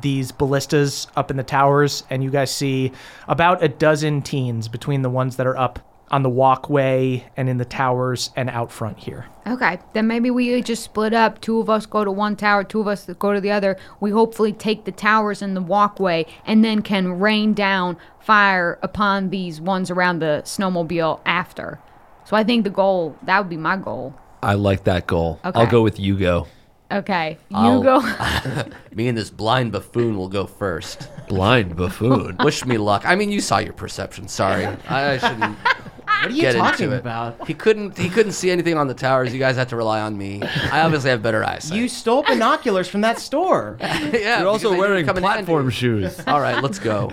Speaker 3: these ballistas up in the towers, and you guys see about a dozen teens between the ones that are up on the walkway and in the towers and out front here.
Speaker 6: Okay, then maybe we just split up. Two of us go to one tower, two of us go to the other. We hopefully take the towers and the walkway, and then can rain down fire upon these ones around the snowmobile after. So I think the goal that would be my goal.
Speaker 9: I like that goal. I'll
Speaker 6: Okay.
Speaker 9: go with Hugo.
Speaker 6: Okay, you
Speaker 4: I'll-
Speaker 6: go.
Speaker 4: me and this blind buffoon will go first.
Speaker 9: Blind buffoon.
Speaker 4: Wish me luck. I mean, you saw your perception. Sorry, I, I shouldn't.
Speaker 8: What are you
Speaker 4: get
Speaker 8: talking
Speaker 4: into it.
Speaker 8: about?
Speaker 4: He couldn't. He couldn't see anything on the towers. You guys had to rely on me. I obviously have better eyesight.
Speaker 8: You stole binoculars from
Speaker 3: *laughs*
Speaker 8: that store.
Speaker 4: *laughs* yeah,
Speaker 9: You're
Speaker 4: because they
Speaker 9: also
Speaker 4: do
Speaker 9: wearing
Speaker 4: come in handy.
Speaker 9: platform
Speaker 4: *laughs*
Speaker 9: shoes.
Speaker 4: All right, let's go.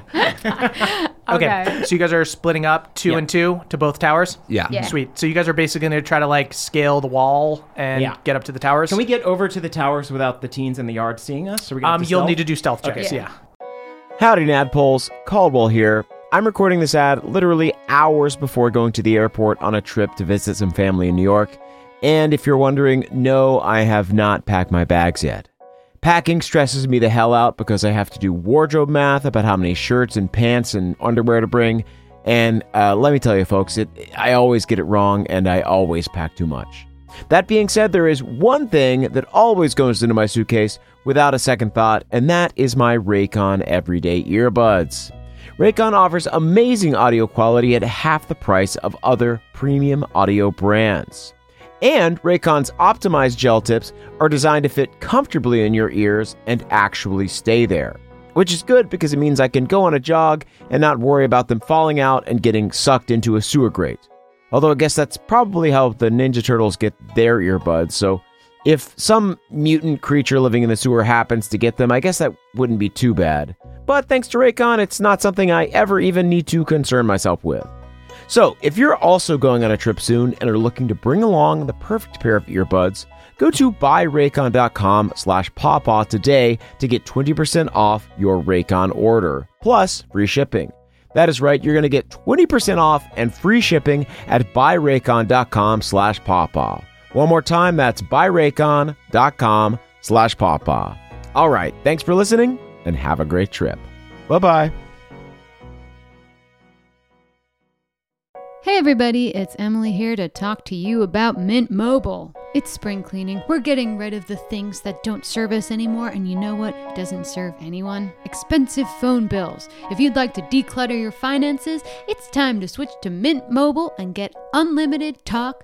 Speaker 3: Okay. So you guys are splitting up two and two to both towers?
Speaker 9: Yeah.
Speaker 6: Yeah.
Speaker 3: Sweet. So you guys are basically going to try to like scale the wall and
Speaker 8: Yeah.
Speaker 3: get up to the towers?
Speaker 8: Can we get over to the towers without the teens in the yard seeing us? Are we gonna
Speaker 3: Um,
Speaker 8: have to
Speaker 3: you'll
Speaker 8: stealth?
Speaker 3: need to do stealth checks. Yeah.
Speaker 15: Howdy, Nadpoles. Caldwell here. I'm recording this ad literally hours before going to the airport on a trip to visit some family in New York. And if you're wondering, no, I have not packed my bags yet. Packing stresses me the hell out because I have to do wardrobe math about how many shirts and pants and underwear to bring. And uh, let me tell you, folks, it, I always get it wrong and I always pack too much. That being said, there is one thing that always goes into my suitcase without a second thought, and that is my Raycon Everyday Earbuds. Raycon offers amazing audio quality at half the price of other premium audio brands. And Raycon's optimized gel tips are designed to fit comfortably in your ears and actually stay there. Which is good because it means I can go on a jog and not worry about them falling out and getting sucked into a sewer grate. Although I guess that's probably how the Ninja Turtles get their earbuds, so if some mutant creature living in the sewer happens to get them, I guess that wouldn't be too bad. But thanks to Raycon, it's not something I ever even need to concern myself with. So, if you're also going on a trip soon and are looking to bring along the perfect pair of earbuds, go to buyraycon.com slash pawpaw today to get 20% off your Raycon order, plus free shipping. That is right, you're going to get 20% off and free shipping at buyraycon.com slash pawpaw. One more time, that's buyraycon.com slash pawpaw. All right, thanks for listening and have a great trip. Bye-bye.
Speaker 2: Hey everybody, it's Emily here to talk to you about Mint Mobile. It's spring cleaning. We're getting rid of the things that don't serve us anymore, and you know what doesn't serve anyone? Expensive phone bills. If you'd like to declutter your finances, it's time to switch to Mint Mobile and get unlimited talk,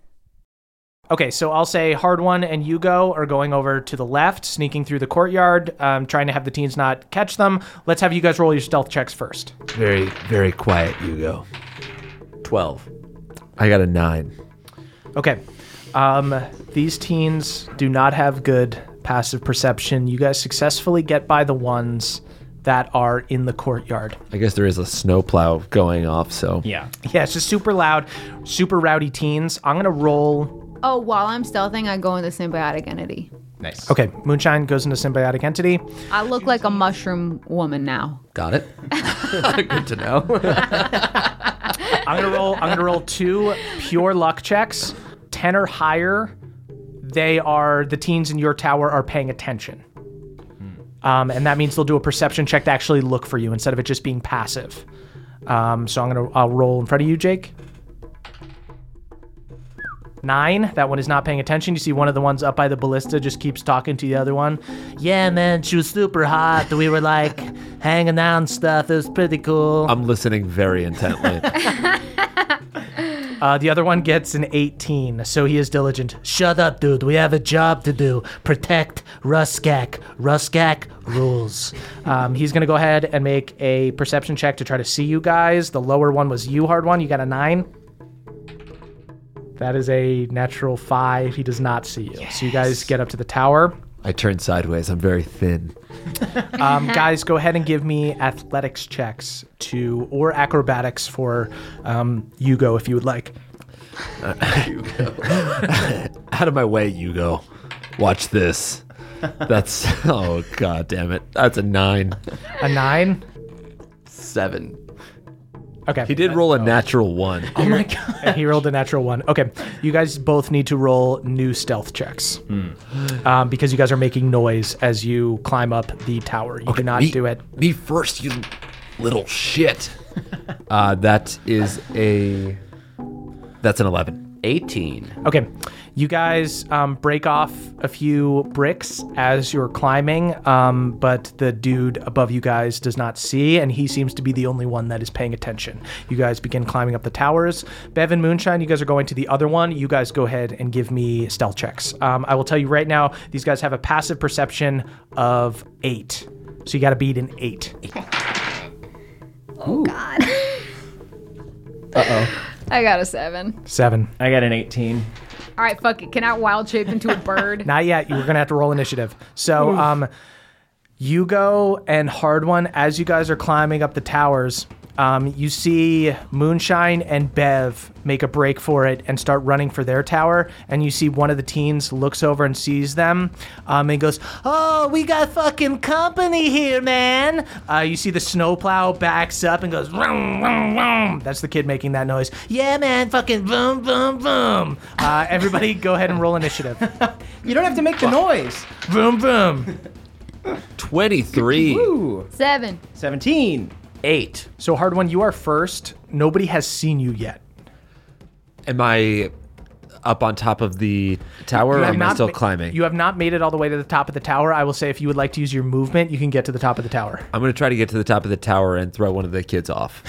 Speaker 3: Okay, so I'll say hard one and you go are going over to the left, sneaking through the courtyard, um, trying to have the teens not catch them. Let's have you guys roll your stealth checks first.
Speaker 7: Very, very quiet, Hugo.
Speaker 4: Twelve. *laughs*
Speaker 7: I got a nine.
Speaker 3: Okay. Um, these teens do not have good passive perception. You guys successfully get by the ones that are in the courtyard.
Speaker 9: I guess there is a snowplow going off, so
Speaker 8: Yeah.
Speaker 3: Yeah, it's just super loud, super rowdy teens. I'm going to roll.
Speaker 6: Oh, while I'm stealthing, I go into symbiotic entity.
Speaker 8: Nice.
Speaker 3: Okay, Moonshine goes into symbiotic entity.
Speaker 6: I look like a mushroom woman now.
Speaker 4: Got it. Good to know.
Speaker 3: I'm gonna roll. I'm gonna roll two pure luck checks, ten or higher. They are the teens in your tower are paying attention, um, and that means they'll do a perception check to actually look for you instead of it just being passive. Um, so I'm gonna I'll roll in front of you, Jake. Nine. That one is not paying attention. You see one of the ones up by the ballista just keeps talking to the other one. Yeah, man, she was super hot. We were like hanging out and stuff. It was pretty cool.
Speaker 9: I'm listening very
Speaker 3: *laughs*
Speaker 9: intently.
Speaker 3: Uh, the other one gets an 18, so he is diligent. Shut up, dude. We have a job to do. Protect Ruskak. Ruskak rules. um, he's going to go ahead and make a perception check to try to see you guys. The lower one was you, hard one. You got a nine. That is a natural five. He does not see you. So you guys get up to the tower.
Speaker 9: I turn sideways. I'm very thin.
Speaker 3: Um, guys, go ahead and give me athletics checks to or acrobatics for um, Hugo if you would like.
Speaker 9: Out of my way, you go. Watch this. That's *laughs* oh god damn it. That's a nine.
Speaker 3: A nine?
Speaker 4: Seven.
Speaker 3: Okay.
Speaker 9: He did roll a natural one.
Speaker 3: Oh my god. *laughs* He rolled a natural one. Okay. You guys both need to roll new stealth checks um, because you guys are making noise as you climb up the tower. You
Speaker 9: Okay,
Speaker 3: cannot
Speaker 9: me-
Speaker 3: do it.
Speaker 9: Me first, you
Speaker 3: *laughs*
Speaker 9: little shit. Uh, that is a. That's an eleven.
Speaker 4: 18.
Speaker 3: Okay. You guys um, break off a few bricks as you're climbing, um, but the dude above you guys does not see, and he seems to be the only one that is paying attention. You guys begin climbing up the towers. Bev and Moonshine, you guys are going to the other one. You guys go ahead and give me stealth checks. Um, I will tell you right now, these guys have a passive perception of eight. So you got to beat an eight.
Speaker 5: I got a seven.
Speaker 3: Seven.
Speaker 8: I got an 18.
Speaker 5: All right, fuck it. Can I wild shape
Speaker 2: *laughs*
Speaker 5: into a bird?
Speaker 3: Not yet. You're gonna have to roll initiative. So, um, you go and hard one as you guys are climbing up the towers. Um, you see Moonshine and Bev make a break for it and start running for their tower. And you see one of the teens looks over and sees them um, and goes, Oh, we got fucking company here, man. Uh, you see the snowplow backs up and goes, vroom, vroom, vroom. That's the kid making that noise. Yeah, man, fucking boom, boom, boom. Uh, everybody go ahead and roll initiative.
Speaker 8: You don't have to make the noise.
Speaker 3: Boom, boom.
Speaker 9: Twenty-three.
Speaker 8: Ooh,
Speaker 6: Seven.
Speaker 8: 17.
Speaker 4: Eight.
Speaker 3: So, hard one, you are first. Nobody has seen you yet.
Speaker 9: Am I up on top of the tower, or
Speaker 3: have
Speaker 9: am I
Speaker 3: not
Speaker 9: still
Speaker 3: ma-
Speaker 9: climbing?
Speaker 3: You have not made it all the way to the top of the tower. I will say, if you would like to use your movement, you can get to the top of the tower.
Speaker 9: I'm gonna try to get to the top of the tower and throw one of the kids off.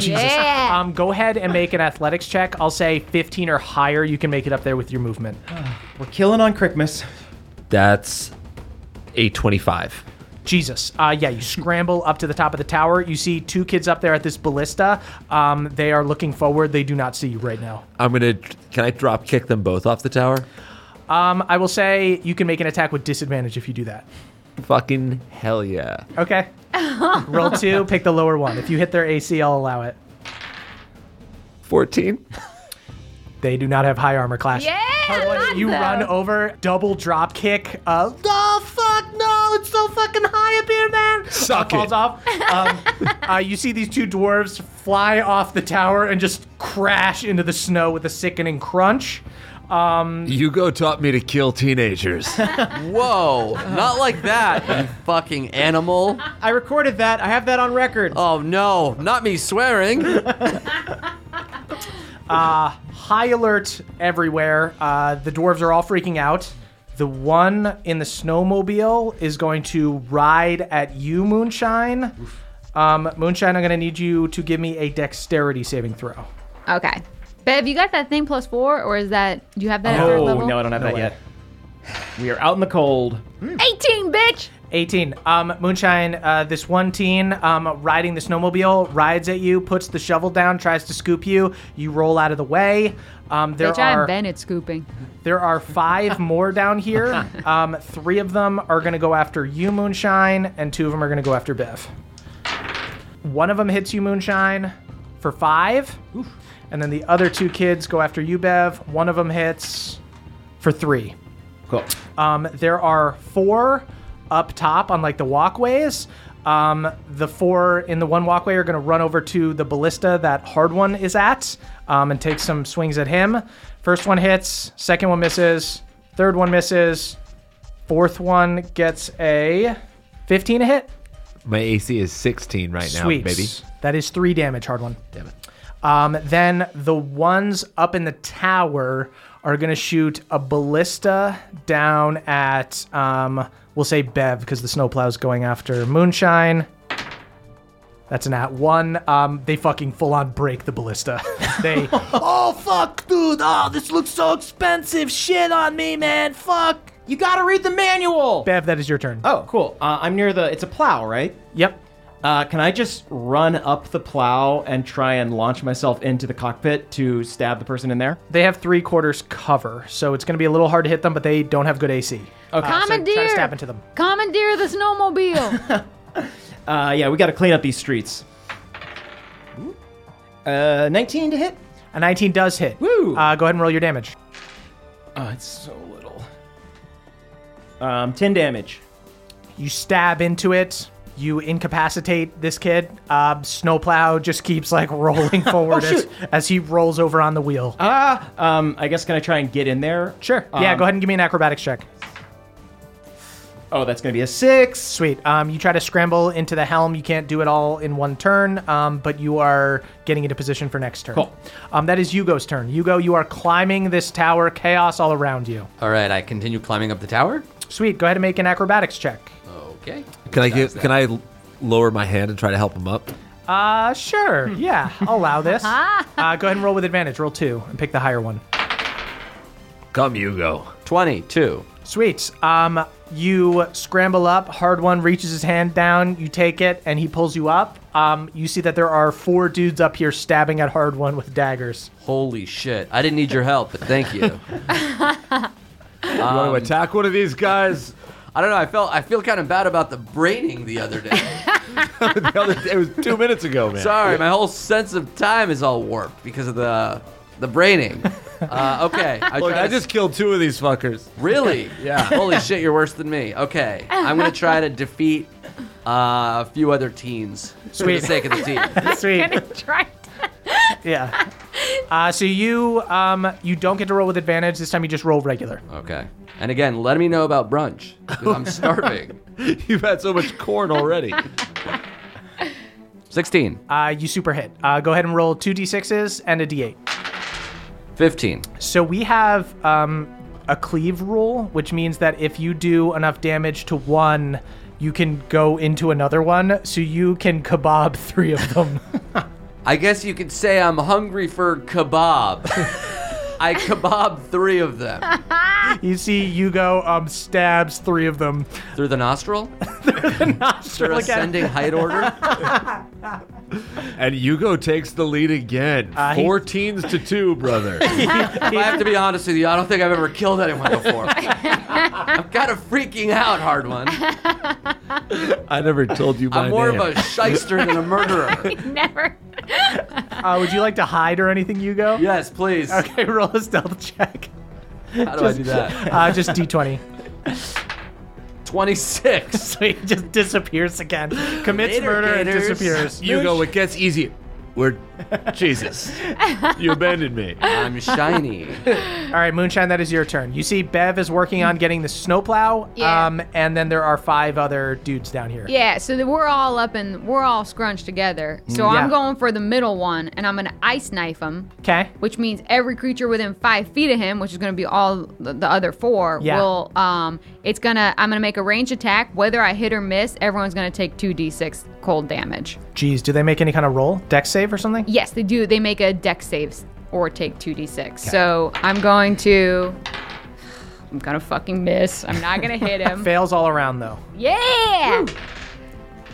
Speaker 6: Yeah.
Speaker 3: Um, go ahead and make an athletics check. I'll say 15 or higher. You can make it up there with your movement.
Speaker 8: We're killing on Christmas.
Speaker 9: That's a twenty-five.
Speaker 3: Jesus. Uh, yeah, you scramble up to the top of the tower. You see two kids up there at this ballista. Um, they are looking forward. They do not see you right now.
Speaker 9: I'm gonna. Can I drop kick them both off the tower?
Speaker 3: Um, I will say you can make an attack with disadvantage if you do that.
Speaker 9: Fucking hell yeah!
Speaker 3: Okay. Roll two, pick the lower one. If you hit their AC, I'll allow it.
Speaker 9: Fourteen.
Speaker 3: They do not have high armor class.
Speaker 6: Yeah,
Speaker 3: Hardwood,
Speaker 6: not
Speaker 3: you
Speaker 6: though.
Speaker 3: run over, double drop kick. Uh, oh fuck no! It's so fucking high up here, man.
Speaker 9: Suck
Speaker 3: Uh, falls
Speaker 9: it.
Speaker 3: off.
Speaker 6: *laughs*
Speaker 3: Um, uh, you see these two dwarves fly off the tower and just crash into the snow with a sickening crunch.
Speaker 9: Hugo taught me to kill teenagers.
Speaker 4: Whoa. Not like *laughs* that, you fucking animal.
Speaker 8: I recorded that. I have that on record.
Speaker 4: Oh no, not me swearing.
Speaker 3: High alert everywhere. Uh, the dwarves are all freaking out. The one in the snowmobile is going to ride at you, Moonshine. Um, Moonshine, I'm going to need you to give me a dexterity saving throw.
Speaker 6: Okay. Bev, you got that thing plus four, or is that do you have that at third
Speaker 8: Oh,
Speaker 6: level?
Speaker 8: no, I don't have that
Speaker 3: way.
Speaker 8: yet. We are out in the cold.
Speaker 6: Eighteen, bitch.
Speaker 3: 18. Um, Moonshine, uh, this one teen um, riding the snowmobile rides at you, puts the shovel down, tries to scoop you. You roll out of the way. Um, there
Speaker 6: Bitch, I'm
Speaker 3: are
Speaker 6: Bennett scooping.
Speaker 3: there are five more down here. Um, three of them are going to go after you, Moonshine, and two of them are going to go after Bev. One of them hits you, Moonshine, for five, and then the other two kids go after you, Bev. One of them hits for three.
Speaker 8: Cool.
Speaker 3: Um, there are four up top on like the walkways. Um, the four in the one walkway are going to run over to the ballista that hard one is at um, and take some swings at him. First one hits, second one misses, third one misses, fourth one gets a 15 a hit.
Speaker 9: *laughs* My AC is sixteen right now,
Speaker 3: Sweet.
Speaker 9: baby.
Speaker 3: That is three damage, hard one. Damn it. Um, then the ones up in the tower are going to shoot a ballista down at, um, we'll say Bev, because the snowplow is going after Moonshine. That's an at one. Um, they fucking full on break the ballista. *laughs* they, oh fuck, dude, oh this looks so expensive. Shit on me, man. Fuck.
Speaker 8: You gotta read the manual.
Speaker 3: Bev, that is your turn.
Speaker 8: Oh, cool. Uh, I'm near the. It's a plow, right?
Speaker 3: Yep.
Speaker 8: Uh, can I just run up the plow and try and launch myself into the cockpit to stab the person in there?
Speaker 3: They have three quarters cover, so it's going to be a little hard to hit them, but they don't have good AC. Okay.
Speaker 6: Commandeer.
Speaker 3: try to stab into them.
Speaker 6: Commandeer the
Speaker 3: *laughs*
Speaker 6: snowmobile.
Speaker 8: Uh, yeah, we gotta clean up these streets. Uh, 19 to hit.
Speaker 3: A 19 does hit.
Speaker 8: Woo!
Speaker 3: Uh, go ahead and roll your damage.
Speaker 8: Oh, it's so little. Um, 10 damage.
Speaker 3: You stab into it. You incapacitate this kid. Um, snowplow just keeps like
Speaker 8: *laughs*
Speaker 3: rolling forward as,
Speaker 8: Oh, shoot.
Speaker 3: as he rolls over on the wheel.
Speaker 8: Ah, um, I guess can I try and get in there?
Speaker 3: Sure. yeah,
Speaker 8: Um,
Speaker 3: go ahead and give me an acrobatics check.
Speaker 8: Oh, that's gonna be
Speaker 3: *laughs*
Speaker 8: a six.
Speaker 3: Sweet. Um, you try to scramble into the helm. You can't do it all in one turn, um, but you are getting into position for next turn.
Speaker 8: Cool.
Speaker 3: Um, that is Yugo's turn. Yugo, you are climbing this tower, chaos all around you.
Speaker 4: All right, I continue climbing up the tower.
Speaker 3: Sweet. Go ahead and make an acrobatics check.
Speaker 4: Okay.
Speaker 9: Can I
Speaker 4: What
Speaker 9: give,
Speaker 4: size
Speaker 9: can I l- lower my hand and try to help him up?
Speaker 3: Uh, sure. Yeah, I'll allow *laughs* this. uh, go ahead and roll with advantage. Roll two and pick the higher one.
Speaker 9: Come, Hugo.
Speaker 4: that? 22.
Speaker 3: Sweet. Um, you scramble up. Hard one reaches his hand down. You take it, and he pulls you up. Um, you see that there are four dudes up here stabbing at Hard one with daggers.
Speaker 4: Holy shit. I didn't need your help, but thank you.
Speaker 9: You want to attack one of these guys?
Speaker 4: I don't know. I felt I feel kind of bad about the braining the other day.
Speaker 9: The other day- *laughs* it was two minutes ago,
Speaker 4: *laughs*
Speaker 9: man.
Speaker 4: Sorry, my whole sense of time is all warped because of the the *laughs* braining. Uh, okay, I,
Speaker 9: Look,
Speaker 4: try
Speaker 9: I
Speaker 4: to-
Speaker 9: just killed two of these fuckers. *laughs*
Speaker 4: really yeah. *laughs* Holy shit, you're worse than me. Okay, I'm gonna try to defeat uh, a few other teens for
Speaker 3: Sweet.
Speaker 4: the sake of the
Speaker 9: *laughs*
Speaker 4: team.
Speaker 3: Sweet.
Speaker 6: Try
Speaker 3: yeah. Uh, so you um, you don't get to roll with advantage this time. You just roll regular.
Speaker 4: Okay, and again, let me know about brunch 'cause I'm starving.
Speaker 9: *laughs* You've had so much corn already.
Speaker 4: Sixteen.
Speaker 3: Uh, you super hit. Uh, go ahead and roll two d6s and a d8.
Speaker 4: 15.
Speaker 3: So we have um, a cleave rule, which means that if you do enough damage to one, you can go into another one. So you can *laughs* kebab three of them. *laughs*
Speaker 4: I guess you could say I'm hungry for kebab.
Speaker 9: *laughs*
Speaker 4: I kebab three of them
Speaker 3: you see, Yugo um, stabs three of them.
Speaker 4: through the nostril. Through
Speaker 3: Look at-
Speaker 4: ascending height order.
Speaker 9: And Hugo takes the lead again.
Speaker 3: he-
Speaker 9: *laughs* Four teens to two, brother.
Speaker 4: If I have to be honest with you, I don't think I've ever killed anyone before. I'm kind of freaking out, hard one.
Speaker 9: I never told *laughs* you my
Speaker 4: I'm more
Speaker 9: name.
Speaker 4: of a shyster than a murderer.
Speaker 6: Never.
Speaker 3: Uh, would you like to hide or anything, Yugo?
Speaker 4: Yes, please.
Speaker 3: Okay, *laughs* roll a stealth
Speaker 4: *laughs*
Speaker 3: check.
Speaker 4: How do I do
Speaker 9: *laughs*
Speaker 4: that?
Speaker 3: Uh, just d20.
Speaker 4: 26.
Speaker 3: So *laughs* he just disappears again. Commits
Speaker 4: Later,
Speaker 3: murder and
Speaker 4: gators. *laughs*
Speaker 3: disappears.
Speaker 9: Hugo, it gets easier. We're *laughs* Jesus. You abandoned me.
Speaker 4: I'm
Speaker 9: *laughs*
Speaker 4: shiny.
Speaker 3: All right, Moonshine, that is your turn. You see, Bev is working on getting the snowplow.
Speaker 6: Yeah.
Speaker 3: Um, and then there are five other dudes down here.
Speaker 6: Yeah, so that we're all up and we're all scrunched together. So
Speaker 3: Mm, yeah.
Speaker 6: I'm going for the middle one, and I'm gonna ice knife him,
Speaker 3: Okay.
Speaker 6: which means every creature within five feet of him, which is gonna be all the, the other four,
Speaker 3: Yeah.
Speaker 6: will um, it's gonna I'm gonna make a range attack. Whether I hit or miss, everyone's gonna take two d6 cold damage.
Speaker 3: Geez, do they make any kind of roll? Dex save or something?
Speaker 6: Yes, they do. They make a deck saves or take 2d6. So I'm going to. I'm gonna fucking miss. I'm not gonna
Speaker 3: *laughs*
Speaker 6: hit him.
Speaker 3: Fails all around, though.
Speaker 6: yeah!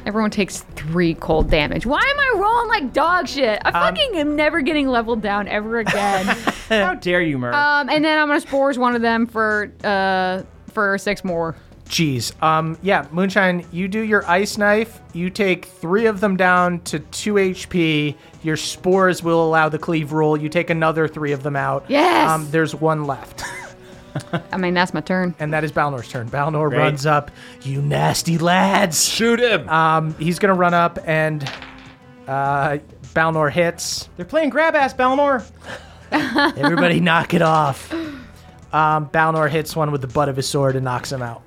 Speaker 6: Everyone takes three cold damage. Why am I rolling like dog shit? I
Speaker 3: Um,
Speaker 6: fucking am never getting leveled down
Speaker 3: *laughs*
Speaker 6: ever again.
Speaker 8: How dare you, Murr?
Speaker 6: um, and then I'm gonna spores one of them for uh for six more.
Speaker 3: Jeez. Um, yeah, Moonshine, you do your ice knife. You take three of them down to two HP. Your spores will allow the cleave rule. You take another three of them out.
Speaker 6: Yes!
Speaker 3: Um, there's one left.
Speaker 6: I mean that's my turn.
Speaker 3: And that is Balnor's turn. Balnor runs up. You nasty lads.
Speaker 9: Shoot him.
Speaker 3: Um, he's gonna run up and uh, Balnor hits.
Speaker 8: They're playing grab ass, Balnor.
Speaker 3: Everybody, knock it off. Um, Balnor hits one with the butt of his sword and knocks him out.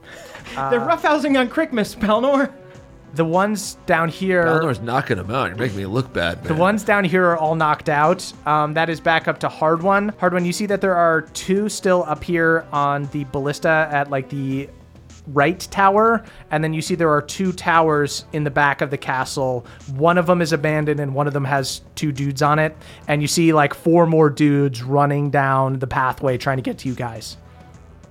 Speaker 8: They're roughhousing on Crickmas, Balnor.
Speaker 3: The ones down here,
Speaker 9: Balnor's knocking him out. You're making me look bad, man.
Speaker 3: the ones down here are all knocked out. Um, that is back up to Hard One. Hard One, you see that there are two still up here on the ballista at like the right tower, and then you see there are two towers in the back of the castle. One of them is abandoned, and one of them has two dudes on it. And you see like four more dudes running down the pathway trying to get to you guys.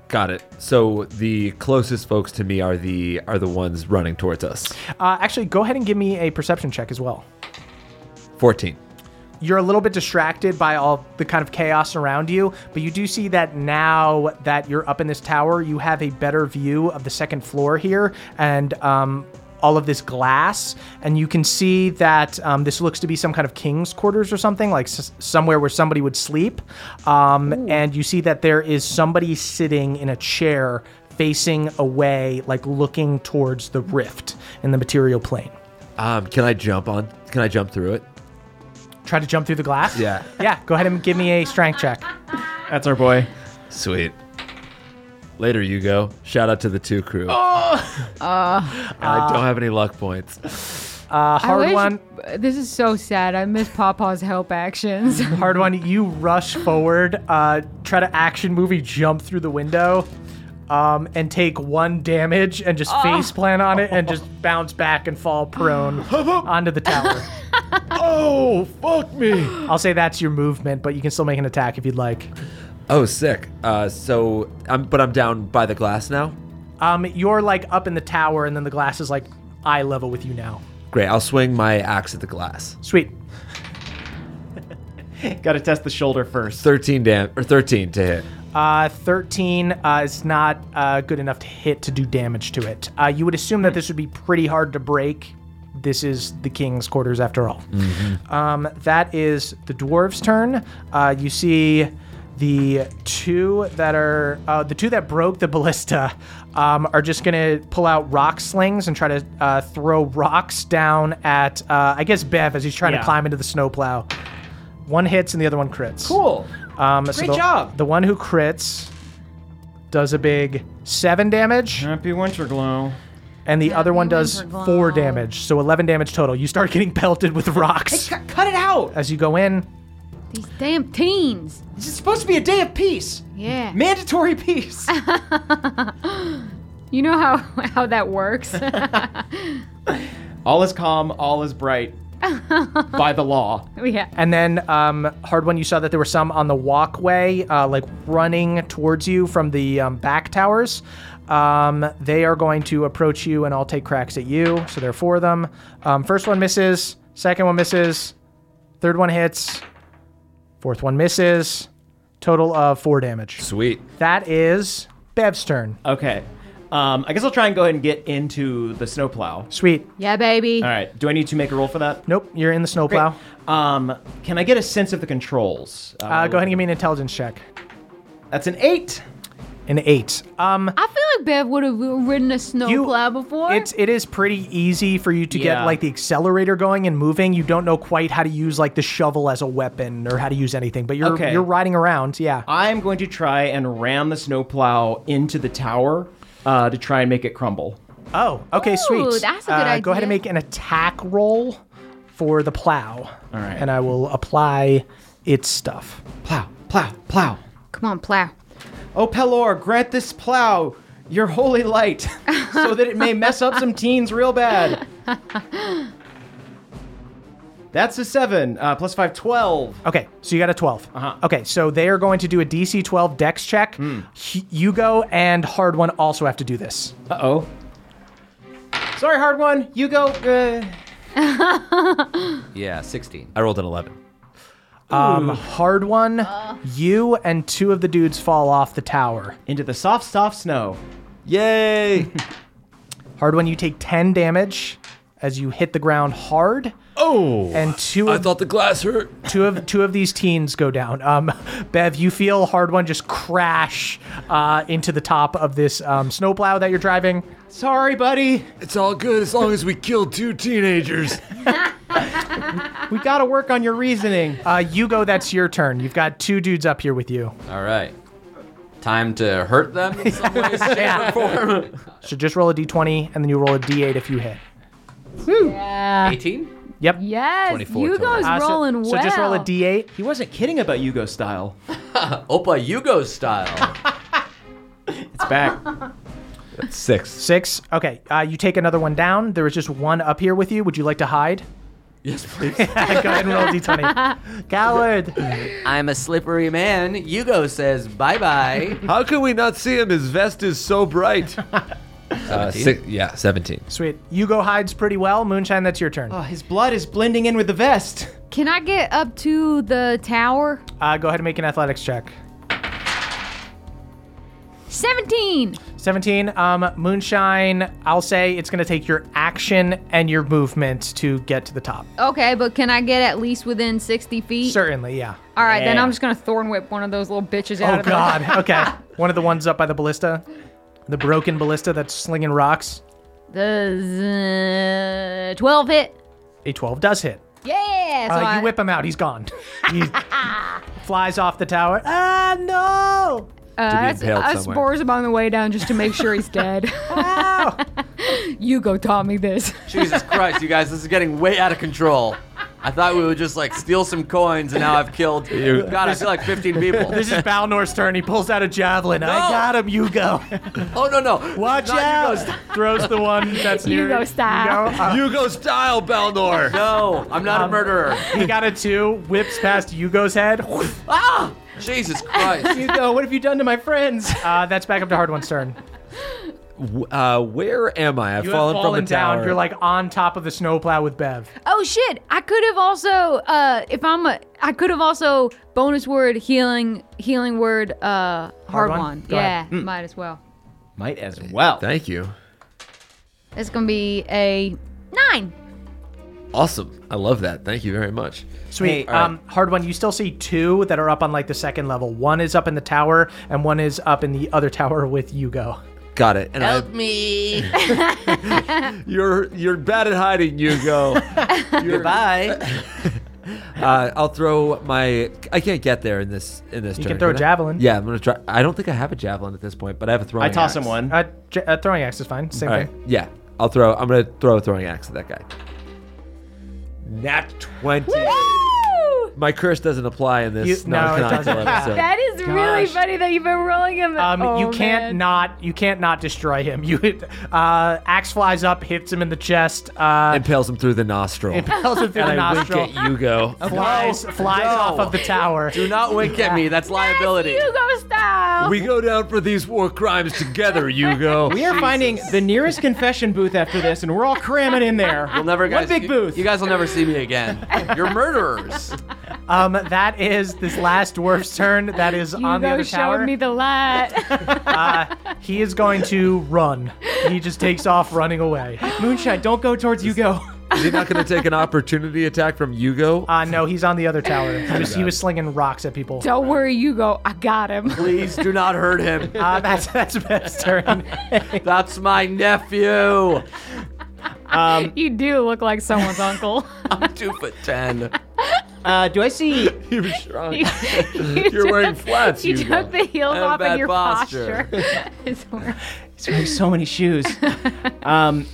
Speaker 9: Got it. So the closest folks to me are the are the ones running towards us.
Speaker 3: Uh, actually, go ahead and give me a perception check as well.
Speaker 9: Fourteen.
Speaker 3: you're a little bit distracted by all the kind of chaos around you, but you do see that now that you're up in this tower, you have a better view of the second floor here and um, all of this glass. And you can see that um, this looks to be some kind of king's quarters or something, like s- somewhere where somebody would sleep. Um, and you see that there is somebody sitting in a chair facing away, like looking towards the rift in the material plane.
Speaker 9: Um, can I jump on? Can I jump through it?
Speaker 3: Try to jump through the glass?
Speaker 9: Yeah.
Speaker 3: Yeah, go ahead and give me a strength check.
Speaker 8: That's our boy.
Speaker 9: Sweet. Later, you go. Shout out to the two crew.
Speaker 16: Oh.
Speaker 9: I don't have any luck points.
Speaker 3: Uh, hard
Speaker 16: I wish-
Speaker 3: one.
Speaker 16: This is so sad. I miss Papa's help
Speaker 3: *laughs*
Speaker 16: actions.
Speaker 3: Hard one. You rush forward, uh, try to action movie jump through the window, um, and take one damage and
Speaker 16: Oh.
Speaker 3: just face plan on it and just bounce back and fall
Speaker 16: *gasps*
Speaker 3: prone onto
Speaker 16: *laughs*
Speaker 3: the tower.
Speaker 9: oh, fuck me.
Speaker 3: I'll say that's your movement, but you can still make an attack if you'd like.
Speaker 9: Oh, sick. Uh, so, I'm, but I'm down by the glass now.
Speaker 3: Um, you're like up in the tower, and then the glass is like eye level with you now.
Speaker 9: Great. I'll swing my axe at the glass.
Speaker 3: Sweet.
Speaker 8: Got to test the shoulder first.
Speaker 9: Thirteen dam or thirteen to hit.
Speaker 3: Uh, 13 uh, is not uh, good enough to hit to do damage to it. Uh, you would assume that this would be pretty hard to break. This is the king's quarters after all. Um, that is the dwarves' turn. Uh, you see the two that are uh, the two that broke the ballista um, are just gonna pull out rock slings and try to uh, throw rocks down at uh, I guess Bev as he's trying
Speaker 8: Yeah.
Speaker 3: to climb into the snowplow. One hits and the other one crits.
Speaker 8: Cool.
Speaker 3: Um, so
Speaker 8: Great
Speaker 3: the,
Speaker 8: job.
Speaker 3: The one who crits does a big seven damage,
Speaker 8: Happy winter glow.
Speaker 3: and the other one does four damage, so eleven damage total. You start *laughs* getting pelted with
Speaker 8: *laughs*
Speaker 3: rocks
Speaker 8: Cut, cut it out.
Speaker 3: as you go in.
Speaker 6: These damn teens.
Speaker 8: It's supposed to be a day of peace.
Speaker 6: Yeah.
Speaker 8: Mandatory peace.
Speaker 6: You know how *laughs* how that
Speaker 3: *laughs*
Speaker 6: works. *laughs*
Speaker 8: all is calm, all is bright. By the law.
Speaker 6: yeah.
Speaker 3: And then, um, hard one, you saw that there were some on the walkway, uh, like running towards you from the um, back towers. Um, they are going to approach you and all take cracks at you. So there are four of them. Um, first one misses. Second one misses. Third one hits. Fourth one misses. Total of four damage.
Speaker 9: Sweet.
Speaker 3: That is Bev's turn.
Speaker 8: Okay. Um, I guess I'll try and go ahead and get into the snowplow.
Speaker 3: Sweet.
Speaker 6: Yeah, baby.
Speaker 3: Uh,
Speaker 8: All right. Do I need to make a roll for that?
Speaker 3: Nope, you're in the snowplow.
Speaker 8: Um, can I get a sense of the controls?
Speaker 3: Uh, go ahead and give me an intelligence check.
Speaker 8: That's an eight.
Speaker 3: An eight. Um,
Speaker 6: I feel like Bev would have ridden a snowplow before.
Speaker 3: It's it is pretty easy for you to
Speaker 8: Yeah.
Speaker 3: get like the accelerator going and moving. You don't know quite how to use like the shovel as a weapon or how to use anything, but you're
Speaker 8: Okay. Oh.
Speaker 3: you're riding around. Yeah.
Speaker 8: I'm going to try and ram the snowplow into the tower uh, to try and make it crumble.
Speaker 3: Oh, okay,
Speaker 6: Ooh,
Speaker 3: sweet.
Speaker 6: that's a good
Speaker 3: uh, Go ahead
Speaker 6: idea.
Speaker 3: and make an attack roll for the plow. All
Speaker 8: right.
Speaker 3: And I will apply its stuff.
Speaker 8: Plow, plow, plow.
Speaker 6: Come on, plow.
Speaker 8: O Pelor, grant this plow your holy light *laughs* so that it may mess up some teens real bad. *laughs* That's a seven, uh, plus five, 12.
Speaker 3: Okay, so you got a 12.
Speaker 8: Uh-huh. Hmm.
Speaker 3: Okay, so they are going to do a DC 12 dex check. H- Hugo and Hard One also have to do this.
Speaker 8: Uh oh. Sorry, hard one. You go. Uh,
Speaker 4: Yeah, 16.
Speaker 9: I rolled an eleven.
Speaker 3: Um, hard One,
Speaker 6: Uh.
Speaker 3: you and two of the dudes fall off the tower.
Speaker 8: into the soft, soft snow.
Speaker 9: Yay!
Speaker 3: Hard one, you take 10 damage as you hit the ground hard.
Speaker 9: oh,
Speaker 3: And two
Speaker 9: I
Speaker 3: of,
Speaker 9: thought the glass hurt.
Speaker 3: two of two of these teens go down. Um, Bev, you feel hard one just crash uh, into the top of this um, snowplow that you're driving.
Speaker 8: Sorry, buddy.
Speaker 9: It's all good as long as we kill two teenagers.
Speaker 8: We gotta work on your reasoning.
Speaker 3: Uh, Hugo, that's your turn. You've got two dudes up here with you,
Speaker 4: All right. Time to hurt them in some way, shape, or form.
Speaker 3: so just roll a d20 and then you roll a d8 if you hit.
Speaker 4: 18?
Speaker 3: Yep.
Speaker 6: Yes,
Speaker 9: 24
Speaker 6: Hugo's
Speaker 9: total.
Speaker 3: Uh, so-
Speaker 6: rolling
Speaker 3: so,
Speaker 6: well.
Speaker 3: just roll a d8.
Speaker 8: He wasn't kidding about Yugo style.
Speaker 4: Opa Yugo style.
Speaker 8: It's back.
Speaker 9: Six.
Speaker 3: Six. Okay. Uh, you take another one down. There is just one up here with you. Would you like to hide? *laughs*
Speaker 4: yes, please.
Speaker 3: Go ahead and roll a
Speaker 6: *laughs*
Speaker 3: d20. Coward.
Speaker 4: I'm a slippery man. Yugo says bye bye.
Speaker 9: How can we not see him? His vest is so
Speaker 3: *laughs*
Speaker 9: bright. uh, six, yeah, seventeen.
Speaker 3: Sweet. Hugo hides pretty well. Moonshine, that's your turn.
Speaker 8: Oh, his blood is blending in with the *laughs* vest.
Speaker 6: Can I get up to the tower?
Speaker 3: Uh, go ahead and make an athletics check.
Speaker 6: 17.
Speaker 3: 17. Um, Moonshine, I'll say it's going to take your action and your movement to get to the top.
Speaker 6: Okay, but can I get at least within 60 feet?
Speaker 3: Certainly, yeah.
Speaker 6: All right, then
Speaker 8: Yeah.
Speaker 6: I'm just going to thorn whip one of those little bitches
Speaker 3: *laughs*
Speaker 6: out
Speaker 3: Oh,
Speaker 6: of there.
Speaker 3: God. Okay. One of the ones up by the ballista. The broken ballista that's slinging rocks.
Speaker 6: The z- 12 hit.
Speaker 3: A 12 does hit.
Speaker 6: Yeah. so
Speaker 3: Uh,
Speaker 6: I-
Speaker 3: you whip him out. He's gone. he flies off the tower. Ah, no!
Speaker 5: Uh,
Speaker 9: be
Speaker 5: that's,
Speaker 9: impaled
Speaker 5: us
Speaker 9: somewhere.
Speaker 5: spores him on the way down just to make sure
Speaker 3: *laughs*
Speaker 5: he's
Speaker 6: *laughs*
Speaker 5: dead. you go taught me this.
Speaker 4: Jesus Christ, you guys, this is getting way out of control. I thought we would just like steal some coins, and now I've killed. God, I feel like 15 people.
Speaker 3: This is Balnor's turn. He pulls out a javelin. I
Speaker 4: No!
Speaker 3: got him, Hugo.
Speaker 4: oh no no!
Speaker 3: Watch out! Throws the one that's near
Speaker 5: Hugo style.
Speaker 3: Hugo. Uh,
Speaker 9: Hugo style, Balnor.
Speaker 4: No, I'm not a murderer.
Speaker 3: he got a two, whips past Hugo's
Speaker 9: *laughs*
Speaker 3: head.
Speaker 4: Ah! Jesus Christ!
Speaker 8: Hugo, what have *laughs* you done to my friends?
Speaker 3: Uh, that's back up to Hardone's turn.
Speaker 9: W- Uh, where am I? I've
Speaker 3: You
Speaker 9: fallen,
Speaker 3: have fallen
Speaker 9: from a
Speaker 3: down.
Speaker 9: tower.
Speaker 3: You're like on top of the snowplow with Bev.
Speaker 6: Oh shit! I could have also, uh, if I'm a, I could have also bonus word healing, healing word, uh, hard
Speaker 3: one?
Speaker 6: one.
Speaker 3: Go
Speaker 6: Yeah,
Speaker 3: ahead. Mm.
Speaker 6: might as well.
Speaker 8: *laughs* Might as well.
Speaker 9: Thank you.
Speaker 6: It's gonna be a nine.
Speaker 9: Awesome. I love that. Thank you very much.
Speaker 3: Sweet. um, Hard one. You still see two that are up on like the second level. One is up in the tower, and one is up in the other tower with Hugo.
Speaker 9: Got it. And I-
Speaker 4: Help me!
Speaker 9: *laughs* you're you're bad at
Speaker 4: *laughs*
Speaker 9: hiding, Hugo.
Speaker 4: Goodbye.
Speaker 9: *laughs* Uh, I'll throw my. I can't get there in this in this.
Speaker 3: You
Speaker 9: turn,
Speaker 3: can throw a
Speaker 9: I?
Speaker 3: javelin.
Speaker 9: Yeah, I'm gonna try. I don't think I have a javelin at this point, but I have a throwing.
Speaker 8: I toss him
Speaker 9: axe.
Speaker 8: one.
Speaker 3: Uh, j- uh, throwing axe is fine. Same
Speaker 9: All right.
Speaker 3: thing.
Speaker 9: Yeah, I'll throw. I'm gonna throw a throwing axe at that guy. Nat twenty. My curse doesn't apply in this.
Speaker 3: You-
Speaker 9: no,
Speaker 3: no, it
Speaker 9: cannot
Speaker 3: doesn't.
Speaker 9: kill him, so-
Speaker 5: That is really funny that you've been rolling him.
Speaker 3: Um,
Speaker 5: oh,
Speaker 3: you can't
Speaker 5: man.
Speaker 3: not you can't not destroy him. *laughs* You uh, axe flies up, hits him in the chest,
Speaker 8: *laughs*
Speaker 3: uh, *laughs*
Speaker 9: impales him through the nostril.
Speaker 3: impels him through the
Speaker 9: and I wink
Speaker 3: nostril,
Speaker 9: at Hugo.
Speaker 3: flies flies off of the tower.
Speaker 4: Do not wink at me. That's liability.
Speaker 5: Hugo style.
Speaker 9: we go down for these war crimes together, Hugo.
Speaker 8: *laughs* We are finding the nearest confession booth after this, and we're all cramming in there.
Speaker 4: You'll never guys.
Speaker 8: One big
Speaker 4: you-
Speaker 8: booth.
Speaker 4: You guys will never see me again. You're murderers.
Speaker 3: Um, that is this last dwarf's turn. That is on the
Speaker 5: Hugo
Speaker 3: other
Speaker 5: showed
Speaker 3: tower.
Speaker 5: me the light.
Speaker 3: He is going to run. He just takes off running away.
Speaker 8: *gasps* Moonshine, don't go towards Hugo.
Speaker 9: Is he not going to take an opportunity attack from Hugo?
Speaker 3: Uh, no, he's on the other tower. He was, he was slinging rocks at people.
Speaker 5: Don't worry, Hugo. I got him.
Speaker 6: *laughs*
Speaker 4: Please do not hurt him.
Speaker 3: Uh, that's that's Bev's turn. *laughs*
Speaker 4: That's my nephew.
Speaker 5: you do look like someone's uncle.
Speaker 4: I'm two foot ten.
Speaker 8: Uh, do I *laughs* see?
Speaker 9: he was shrunk.
Speaker 5: you
Speaker 9: You're
Speaker 6: *laughs*
Speaker 9: wearing flats,
Speaker 5: You
Speaker 9: Hugo.
Speaker 5: took the heels
Speaker 4: I have
Speaker 5: off
Speaker 4: bad
Speaker 5: and your
Speaker 4: posture.
Speaker 5: posture. is horrible.
Speaker 8: He's wearing so many shoes. Um,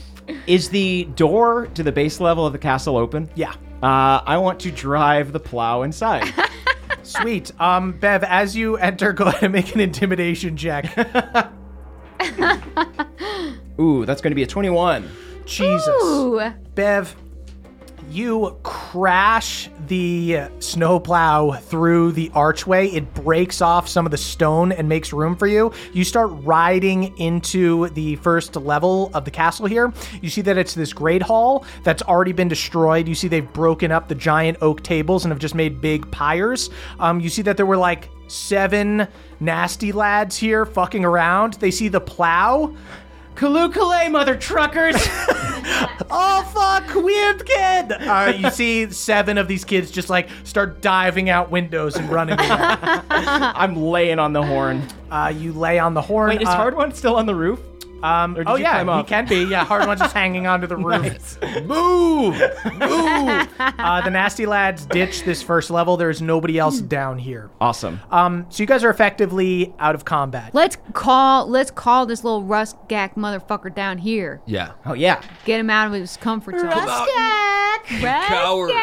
Speaker 8: is the door to the base level of the castle open?
Speaker 3: Yeah.
Speaker 8: Uh, I want to drive the plow *laughs* inside.
Speaker 3: Sweet. Um, Bev, as you enter, go ahead and make an intimidation check.
Speaker 8: Ooh, that's going to be a 21.
Speaker 3: Jesus.
Speaker 6: Ooh,
Speaker 3: Bev, you crash the snowplow through the archway. It breaks off some of the stone and makes room for you. You start riding into the first level of the castle here. You see that it's this great hall that's already been destroyed. You see they've broken up the giant oak tables and have just made big pyres. Um, you see that there were like seven nasty lads here fucking around. They see the plow.
Speaker 8: Kalu Kalay, mother *laughs* truckers!
Speaker 3: Oh fuck, weird kid! Uh, you see seven of these kids just like start diving out windows and running. away.
Speaker 8: I'm laying on the horn.
Speaker 3: uh, you lay on the horn.
Speaker 8: Wait, is
Speaker 3: uh,
Speaker 8: Hard One still on the roof? Um,
Speaker 3: Oh yeah, he can be. Yeah, hard one's
Speaker 8: *laughs*
Speaker 3: just hanging onto the roof.
Speaker 9: Move! Move!
Speaker 3: Uh, the nasty lads ditch this first level. There is nobody else
Speaker 8: Hmm.
Speaker 3: down here.
Speaker 8: Awesome.
Speaker 3: Um, so you guys are effectively out of combat.
Speaker 6: let's call, let's call this little rust gack motherfucker down here.
Speaker 9: yeah.
Speaker 8: oh, yeah.
Speaker 6: Get him out of his comfort zone.
Speaker 9: out, you
Speaker 6: Rust gack,
Speaker 9: coward.
Speaker 6: come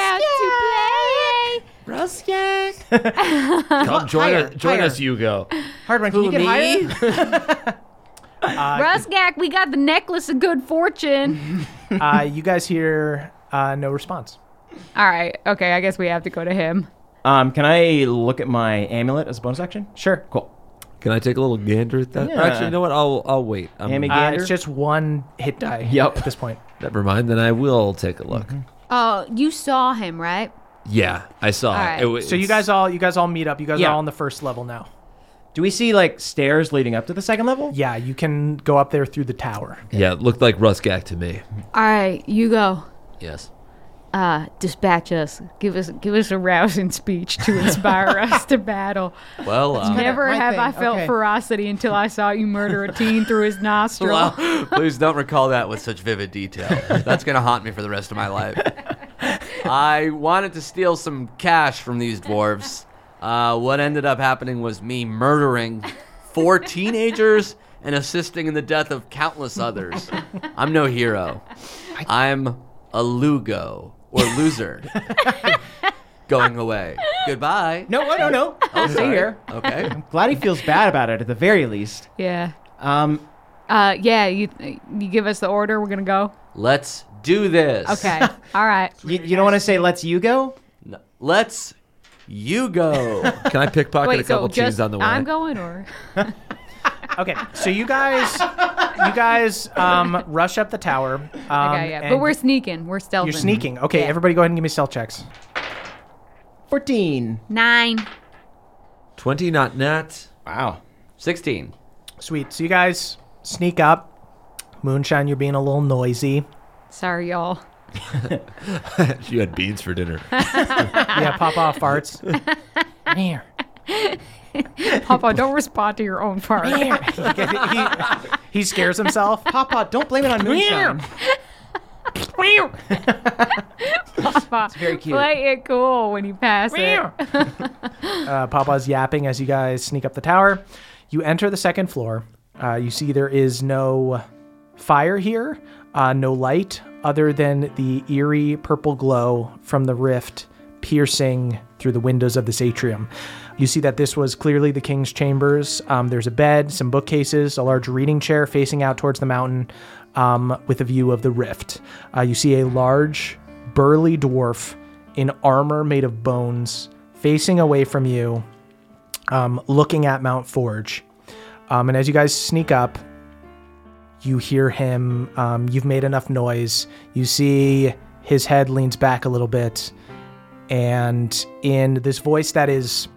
Speaker 6: out to play.
Speaker 9: Come join,
Speaker 8: higher,
Speaker 9: us, join
Speaker 8: higher.
Speaker 9: us, Hugo.
Speaker 8: Hard One, can you get higher?
Speaker 6: Rust gack, we got the necklace of good fortune.
Speaker 3: Uh, you guys hear uh, no response.
Speaker 5: All right. Okay. I guess we have to go to him.
Speaker 8: Um, can I look at my amulet as a bonus action?
Speaker 3: Sure.
Speaker 8: Cool.
Speaker 9: Can I take a little gander at that?
Speaker 8: Yeah.
Speaker 9: Actually, you know what? I'll I'll wait. Um, I'm-
Speaker 8: Hammy
Speaker 3: Uh,
Speaker 8: gander.
Speaker 3: it's just one hit die.
Speaker 8: *laughs* Yep.
Speaker 3: At this point.
Speaker 9: never mind. Then I will take a look.
Speaker 6: Oh, you saw him, right?
Speaker 9: Yeah, I saw
Speaker 6: All
Speaker 9: it.
Speaker 6: right.
Speaker 9: It was-
Speaker 3: So you guys all you guys all meet up. You guys
Speaker 8: Yeah.
Speaker 3: are all on the first level now.
Speaker 8: Do we see like stairs leading up to the second level?
Speaker 3: Yeah, you can go up there through the tower.
Speaker 9: Yeah, it looked like Ruskak to me.
Speaker 6: All right, you go.
Speaker 9: Yes.
Speaker 6: Uh, uh, dispatch us. Give us give us a rousing speech to *laughs* inspire us to battle.
Speaker 4: Well, uh,
Speaker 6: Never
Speaker 17: my
Speaker 6: have
Speaker 17: thing.
Speaker 6: I felt
Speaker 17: Okay.
Speaker 6: ferocity until I saw you murder a teen through his nostril.
Speaker 4: well, *laughs* please don't recall that with such vivid detail. That's going to haunt me for the rest of my life. I wanted to steal some cash from these dwarves. Uh, what ended up happening was me murdering four teenagers and assisting in the death of countless others. I'm no hero. I'm a Lugo or
Speaker 8: *laughs*
Speaker 4: loser going away. Goodbye.
Speaker 8: No, I don't know. *laughs* I'll stay
Speaker 4: sorry.
Speaker 8: here.
Speaker 4: Okay.
Speaker 8: I'm glad he feels bad about it at the very least.
Speaker 6: Yeah.
Speaker 8: Um,
Speaker 6: Uh, yeah, you you give us the order. We're gonna go.
Speaker 4: Let's do this.
Speaker 6: Okay. All right.
Speaker 8: you, you don't want to say let's you go?
Speaker 4: No. Let's you go.
Speaker 9: Can I pickpocket a
Speaker 6: Wait. So
Speaker 9: couple
Speaker 6: just
Speaker 9: cheese on the way?
Speaker 6: I'm going, or
Speaker 3: Okay, so you guys, you guys
Speaker 8: uh,
Speaker 3: um, rush up the tower. Um,
Speaker 6: *laughs* okay, yeah. But
Speaker 3: and
Speaker 6: we're sneaking. We're stealthing.
Speaker 3: you're sneaking. Okay,
Speaker 6: Yeah.
Speaker 3: everybody, go ahead and give me stealth checks.
Speaker 8: 14.
Speaker 6: Nine.
Speaker 9: 20 not nat.
Speaker 8: Wow.
Speaker 4: 16.
Speaker 3: Sweet. So you guys sneak up. Moonshine, you're being a little noisy.
Speaker 6: Sorry, y'all.
Speaker 9: you had beans for *laughs* dinner.
Speaker 6: *laughs*
Speaker 3: yeah, pop off farts. Here.
Speaker 6: Papa, don't respond to your own part.
Speaker 3: he, he scares himself.
Speaker 8: Papa, don't blame it on moonshine.
Speaker 6: Papa,
Speaker 8: very cute.
Speaker 6: play it cool when you pass *laughs* it.
Speaker 3: uh, Papa's yapping as you guys sneak up the tower. You enter the second floor. Uh, you see there is no fire here, uh, no light, other than the eerie purple glow from the rift piercing through the windows of this atrium. You see that this was clearly the king's chambers. Um, there's a bed, some bookcases, a large reading chair facing out towards the mountain um, with a view of the rift. Uh, you see a large, burly dwarf in armor made of bones facing away from you, um, looking at Mount Forge. Um, and as you guys sneak up, you hear him. Um, you've made enough noise. You see his head leans back a little bit. And in this voice that is.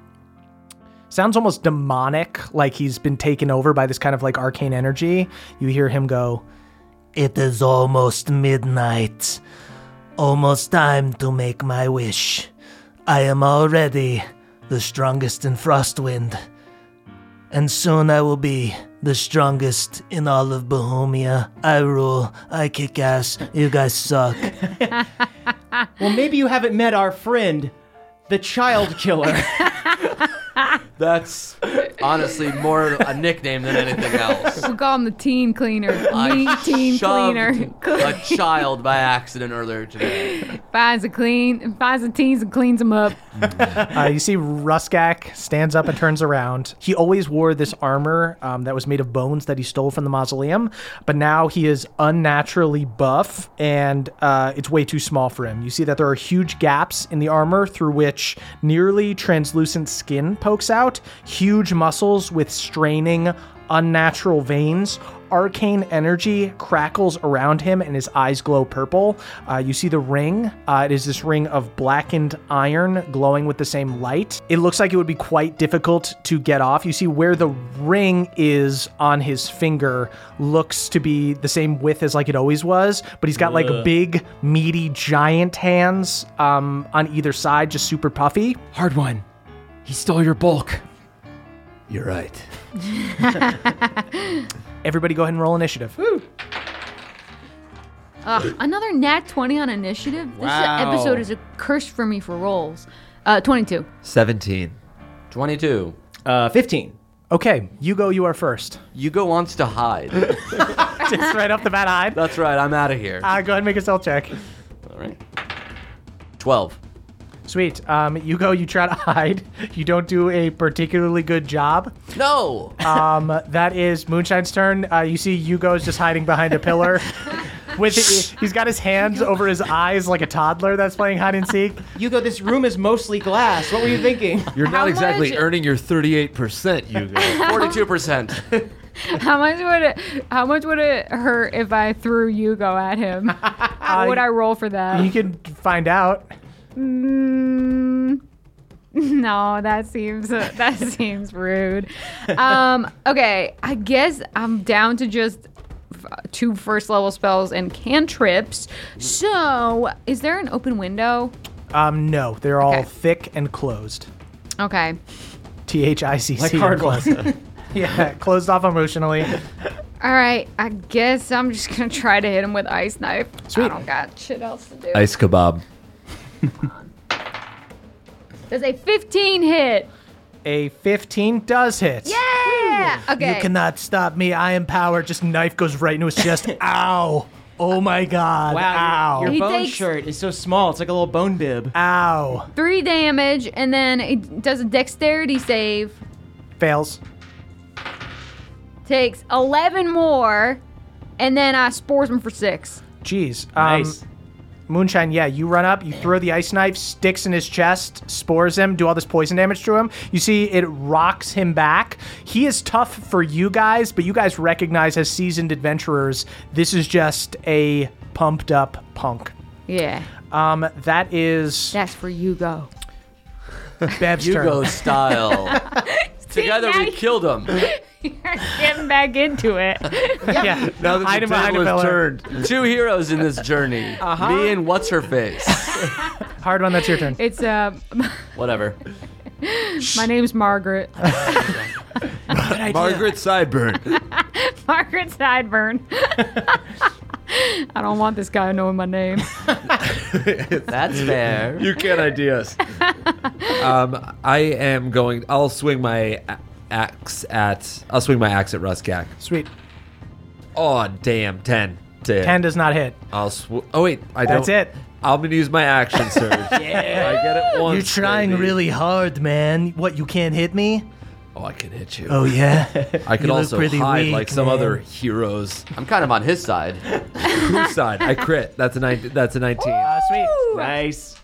Speaker 3: Sounds almost demonic, like he's been taken over by this kind of like arcane energy. You hear him go,
Speaker 13: It is almost midnight. Almost time to make my wish. I am already the strongest in Frostwind. And soon I will be the strongest in all of Bohemia. I rule. I kick ass. You guys suck.
Speaker 8: Well, maybe you haven't met our friend, the child killer.
Speaker 4: That's honestly more a nickname than anything else.
Speaker 6: We'll call him the teen cleaner. Mean
Speaker 4: I
Speaker 6: teen
Speaker 4: shoved
Speaker 6: cleaner. *laughs*
Speaker 4: a child by accident earlier today.
Speaker 6: Finds a clean, finds the teens and cleans them up.
Speaker 3: Uh, you see, Ruskak stands up and turns around. He always wore this armor um, that was made of bones that he stole from the mausoleum, but now he is unnaturally buff and uh, it's way too small for him. You see that there are huge gaps in the armor through which nearly translucent skin pokes out, huge muscles with straining, unnatural veins. Arcane energy crackles around him and his eyes glow purple. Uh, you see the ring. Uh, it is this ring of blackened iron glowing with the same light. It looks like it would be quite difficult to get off. You see where the ring is on his finger looks to be the same width as like it always was, but he's got like big, meaty, giant hands um, on either side, just super puffy.
Speaker 8: Hard one. He stole your bulk.
Speaker 7: You're right.
Speaker 3: Everybody go ahead and roll initiative.
Speaker 6: Ugh, *laughs* another nat 20 on initiative. This
Speaker 8: Wow.
Speaker 6: episode is a curse for me for rolls. Uh, 22.
Speaker 9: 17.
Speaker 4: 22.
Speaker 8: *laughs* Uh, 15.
Speaker 3: Okay, you go, you are *laughs* first.
Speaker 4: Yugo wants to hide.
Speaker 3: just right off the bat, I.
Speaker 4: That's right, I'm out of here.
Speaker 3: Uh, go ahead and make a stealth check.
Speaker 4: All right. 12.
Speaker 3: Sweet. Um, you go, you try to *laughs* hide. You don't do a particularly good job.
Speaker 4: No!
Speaker 6: Uh,
Speaker 3: Um, that is Moonshine's turn. Uh, you see Yugo is just hiding behind a pillar. With he's got his hands over his eyes like a toddler that's playing hide and seek.
Speaker 8: Hugo, this room is mostly glass. What were you *laughs* thinking?
Speaker 9: You're
Speaker 6: How
Speaker 9: not exactly
Speaker 6: much-
Speaker 9: earning your 38%,
Speaker 3: *laughs*
Speaker 9: Hugo.
Speaker 4: 42%.
Speaker 6: *laughs* How much would it how much would it hurt if I threw Yugo at him? How would I roll for
Speaker 3: You
Speaker 6: that?
Speaker 3: can find out.
Speaker 6: Mm, *laughs* no, that seems that *laughs* seems rude. Um, okay, I guess I'm down to just have uh, two first level spells and cantrips. So, is there an open window?
Speaker 3: Um, no, they're all
Speaker 6: Okay.
Speaker 3: thick and closed.
Speaker 6: Okay.
Speaker 3: T H I C C.
Speaker 8: Like
Speaker 3: and
Speaker 8: hardware. *laughs*
Speaker 3: closed. *laughs* yeah, closed off emotionally.
Speaker 6: All right. I guess I'm just gonna *laughs* try to hit him with ice knife. I
Speaker 3: Sweet.
Speaker 6: don't got shit else to do.
Speaker 18: Ice kebab.
Speaker 6: Does a 15 hit?
Speaker 3: A 15 does hit.
Speaker 6: Yeah. Okay.
Speaker 3: You cannot stop me. I am power. Just knife goes right into his
Speaker 8: *laughs*
Speaker 3: chest. Ow. Oh my god.
Speaker 8: Wow,
Speaker 3: Ow.
Speaker 8: your, your
Speaker 6: He
Speaker 8: bone
Speaker 6: takes-
Speaker 8: shirt is so small. It's like a little bone bib.
Speaker 3: Ow.
Speaker 6: Three damage, and then it does a dexterity save.
Speaker 3: Fails.
Speaker 6: Takes 11 more, and then I spores him for six.
Speaker 3: Jeez. Um,
Speaker 8: Nice.
Speaker 3: Moonshine, yeah, you run up, you throw the ice knife, sticks in his chest, spores him, do all this poison damage to him. You see, it rocks him back. He is tough for you guys, but you guys recognize as seasoned adventurers, this is just a pumped up punk.
Speaker 6: Yeah.
Speaker 3: Um, that is
Speaker 6: That's for you, *laughs* go.
Speaker 3: Bev's turn.
Speaker 9: Oh,
Speaker 4: Hugo style. Together we killed him.
Speaker 6: Getting back into it.
Speaker 3: *laughs* Yeah.
Speaker 9: Now that
Speaker 3: Hide
Speaker 9: the
Speaker 3: him behind
Speaker 9: table
Speaker 3: a
Speaker 9: is
Speaker 3: pillar.
Speaker 9: turned.
Speaker 4: Two heroes in this journey.
Speaker 6: Uh-huh.
Speaker 4: Me and what's her face.
Speaker 3: Hard one, that's your turn.
Speaker 6: *laughs* It's uh, *laughs*
Speaker 4: Whatever.
Speaker 6: my name's Margaret. *laughs*
Speaker 9: Margaret Sideburn.
Speaker 6: Margaret Sideburn. *laughs* I don't want this guy knowing my name. *laughs*
Speaker 4: That's fair.
Speaker 9: you
Speaker 3: *laughs*
Speaker 9: can't ideas. um, I am going. I'll swing my a- axe at. I'll swing my axe at Ruskak.
Speaker 3: Sweet.
Speaker 9: Oh damn, ten. to hit.
Speaker 3: 10 does not hit.
Speaker 9: I'll sw- Oh wait, I don't.
Speaker 3: That's it.
Speaker 9: I'm gonna use my action
Speaker 3: *laughs*
Speaker 9: surge. yeah, I get it once.
Speaker 3: You're trying
Speaker 9: baby.
Speaker 3: really hard, man. What, you can't hit me?
Speaker 9: Oh, I can hit you.
Speaker 3: Oh, yeah.
Speaker 9: *laughs* I could
Speaker 3: you look
Speaker 9: also hide
Speaker 3: pretty weak,
Speaker 9: like some
Speaker 3: man.
Speaker 9: other heroes.
Speaker 4: I'm kind of on his side.
Speaker 9: *laughs* Whose side? I crit. That's a nine. That's a nineteen.
Speaker 3: Uh, sweet.
Speaker 8: Nice.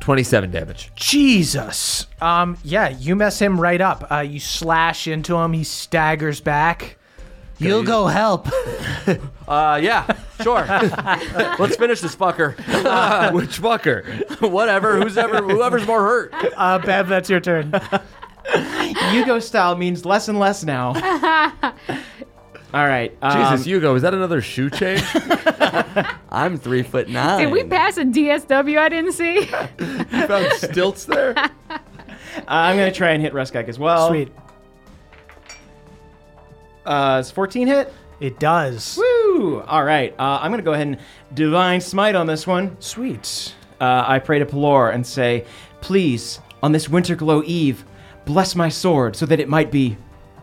Speaker 9: Twenty-seven damage.
Speaker 3: Jesus. Um, yeah, you mess him right up. Uh, you slash into him. He staggers back. You'll go help.
Speaker 4: Uh, yeah,
Speaker 9: *laughs*
Speaker 4: sure. Let's finish this fucker.
Speaker 9: Which fucker?
Speaker 4: *laughs* Whatever. Who's ever, whoever's more hurt.
Speaker 3: Uh, Bev, that's your turn.
Speaker 8: Yugo style means less and less now. All right. Um,
Speaker 9: Jesus, Hugo, is that another
Speaker 3: *laughs*
Speaker 9: shoe change?
Speaker 4: I'm three foot nine.
Speaker 6: Did we pass a DSW I didn't see?
Speaker 9: you found stilts there?
Speaker 8: I'm gonna try and hit Ruskak as
Speaker 3: *laughs*
Speaker 8: well.
Speaker 3: Sweet.
Speaker 8: Uh, it's 14 hit.
Speaker 3: It does.
Speaker 8: Woo! All right. Uh, I'm gonna go ahead and divine smite on this one.
Speaker 3: Sweet.
Speaker 8: Uh, I pray to Pelor and say, please, on this winter glow eve, bless my sword so that it might be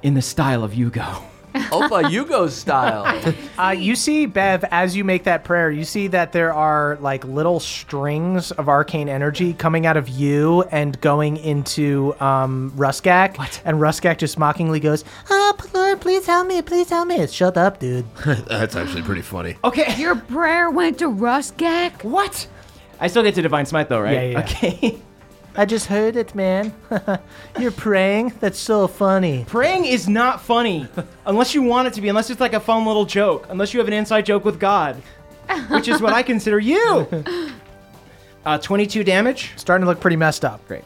Speaker 8: in the style of Yugo.
Speaker 4: Opa Yugo style.
Speaker 3: Uh, you see, Bev, as you make that prayer, you see that there are like little strings of arcane energy coming out of you and going into um, Ruskak. What? And Ruskak just mockingly goes, Ah, Lord, please help me. Please help me. Shut up, dude.
Speaker 9: That's actually pretty funny.
Speaker 8: Okay.
Speaker 6: *laughs* Your prayer went to Ruskak?
Speaker 8: *laughs* What? I still get to divine smite though, right?
Speaker 3: Yeah, yeah, yeah.
Speaker 8: Okay. *laughs*
Speaker 3: I just heard it, man. *laughs* You're praying? That's so funny.
Speaker 8: Praying is not funny unless you want it to be, unless it's like a fun little joke, unless you have an inside joke with God, which is what I consider you. Uh, 22 damage.
Speaker 3: Starting to look pretty messed up.
Speaker 8: Great.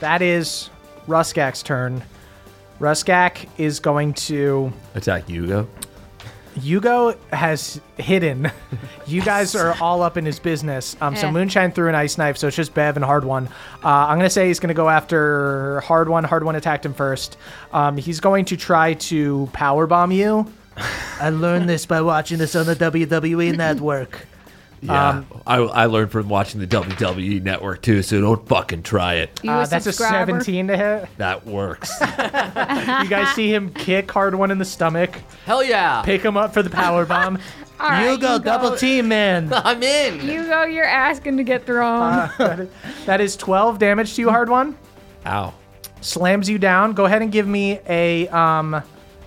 Speaker 3: That is Ruskak's turn. Ruskak is going to.
Speaker 9: Attack Hugo.
Speaker 3: Yugo has hidden. *laughs* You guys are all up in his business. Um, so
Speaker 6: Eh.
Speaker 3: Moonshine threw an ice knife, so it's just Bev and Hard One. Uh, I'm gonna say he's gonna go after Hard One. Hard One attacked him first. Um, he's going to try to power bomb you. Uh, I learned this by watching this on the WWE Network.
Speaker 9: Yeah. Um, I, I learned from watching the WWE network too, so don't fucking try it.
Speaker 6: You
Speaker 3: Uh,
Speaker 6: a
Speaker 3: that's a
Speaker 6: subscriber?
Speaker 3: 17 to hit.
Speaker 9: That works.
Speaker 3: You
Speaker 6: *laughs*
Speaker 3: guys see him kick hard one in the stomach,
Speaker 4: Hell yeah.
Speaker 3: pick him up for the power bomb.
Speaker 6: All right,
Speaker 3: you go double team, man.
Speaker 4: I'm in.
Speaker 6: Yugo, you're asking to get thrown.
Speaker 3: that is 12 damage to you, hard one.
Speaker 9: Ow.
Speaker 3: Slams you down. Go ahead and give me a um.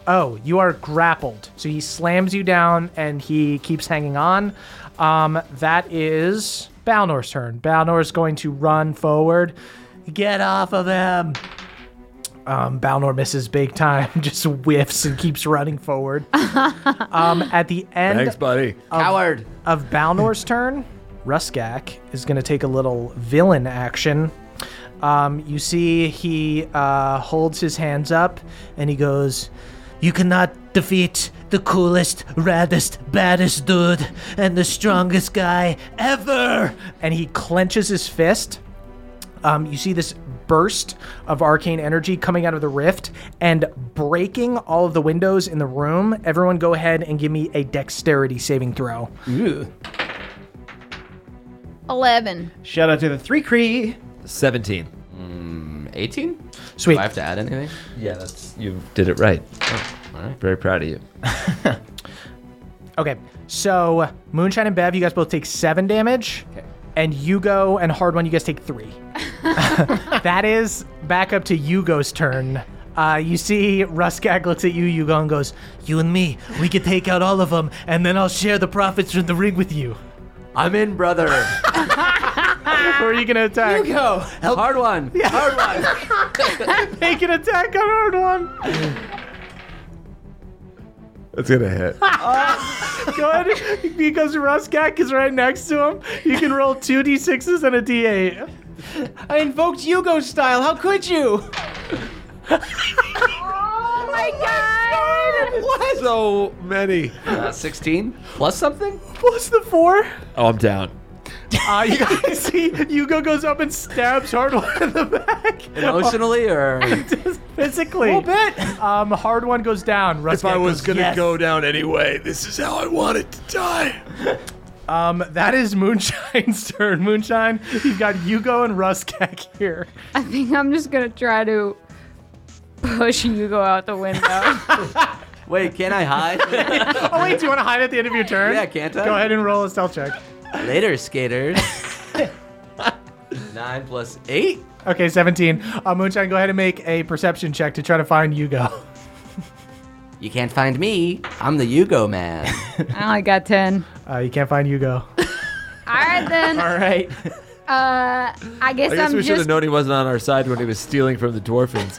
Speaker 3: Oh, you are grappled. So he slams you down and he keeps hanging on. Um, that is Balnor's turn. Balnor's going to run forward. Get off of him. Um, Balnor misses big time, *laughs* just whiffs and keeps running forward. um, at the end
Speaker 9: Thanks, buddy.
Speaker 4: Coward.
Speaker 3: of Balnor's turn, Ruskak is going to take a little villain action. Um, you see, he uh, holds his hands up and he goes, You cannot defeat the coolest, raddest, baddest dude and the strongest guy ever. And he clenches his fist. Um, you see this burst of arcane energy coming out of the rift and breaking all of the windows in the room. Everyone, go ahead and give me a dexterity saving throw.
Speaker 6: 11.
Speaker 8: Shout out to the three Cree.
Speaker 9: 17.
Speaker 4: 18?
Speaker 3: Sweet.
Speaker 4: Do I have to add anything?
Speaker 9: Yeah, that's you did it right.
Speaker 3: Oh,
Speaker 9: Very proud of you.
Speaker 3: Okay, so Moonshine and Bev, you guys both take seven damage, and Yugo and Hard One, you guys take three.
Speaker 8: *laughs*
Speaker 3: that is back up to Yugo's turn. Uh, you see, Ruskak looks at you, Yugo, and goes, "You and me, we could take out all of them, and then I'll share the profits from the ring with you."
Speaker 4: I'm in, brother.
Speaker 3: Who are you gonna attack?
Speaker 4: Go. Hard one. Hard one.
Speaker 3: Make an attack on Hard One.
Speaker 15: That's
Speaker 9: *laughs*
Speaker 15: gonna hit.
Speaker 3: Go ahead, because Ruskak is right next to him. You can roll two d6s and a d8.
Speaker 8: I invoked Yugo style. How could you?
Speaker 15: so many.
Speaker 4: Uh, 16
Speaker 3: *laughs*
Speaker 4: plus something?
Speaker 3: Plus the four.
Speaker 9: Oh, I'm down.
Speaker 3: Uh, you guys *laughs* see Yugo goes up and stabs Hard One in the back.
Speaker 4: Emotionally or
Speaker 3: *laughs* Physically. A little bit. Um, Hard One goes down. Russ
Speaker 15: If I was gonna
Speaker 3: yes.
Speaker 15: go down anyway, this is how I wanted to
Speaker 9: *laughs*
Speaker 15: die.
Speaker 3: Um, that is Moonshine's *laughs* turn. Moonshine, you've got Yugo and Ruskak here.
Speaker 6: *laughs* I think I'm just going to try to push Hugo out the *laughs* window.
Speaker 4: Wait, can I hide?
Speaker 3: *laughs* Oh, wait, do you want to hide at the end of your turn?
Speaker 4: yeah, can't I?
Speaker 3: Go ahead and roll a stealth check. *laughs*
Speaker 4: Later, skaters. Nine plus eight.
Speaker 3: Okay, 17. Uh, Moonshine, go ahead and make a perception check to try to find Yugo.
Speaker 4: You can't find me. I'm the
Speaker 3: *laughs*
Speaker 4: Yugo man.
Speaker 6: I only got 10.
Speaker 3: *laughs* Uh, you can't find Yugo.
Speaker 6: All right, then.
Speaker 8: All right.
Speaker 6: Uh, I guess,
Speaker 9: I guess
Speaker 6: I'm
Speaker 9: we should
Speaker 6: just
Speaker 9: have known he wasn't on our side when he was stealing from the dwarfins.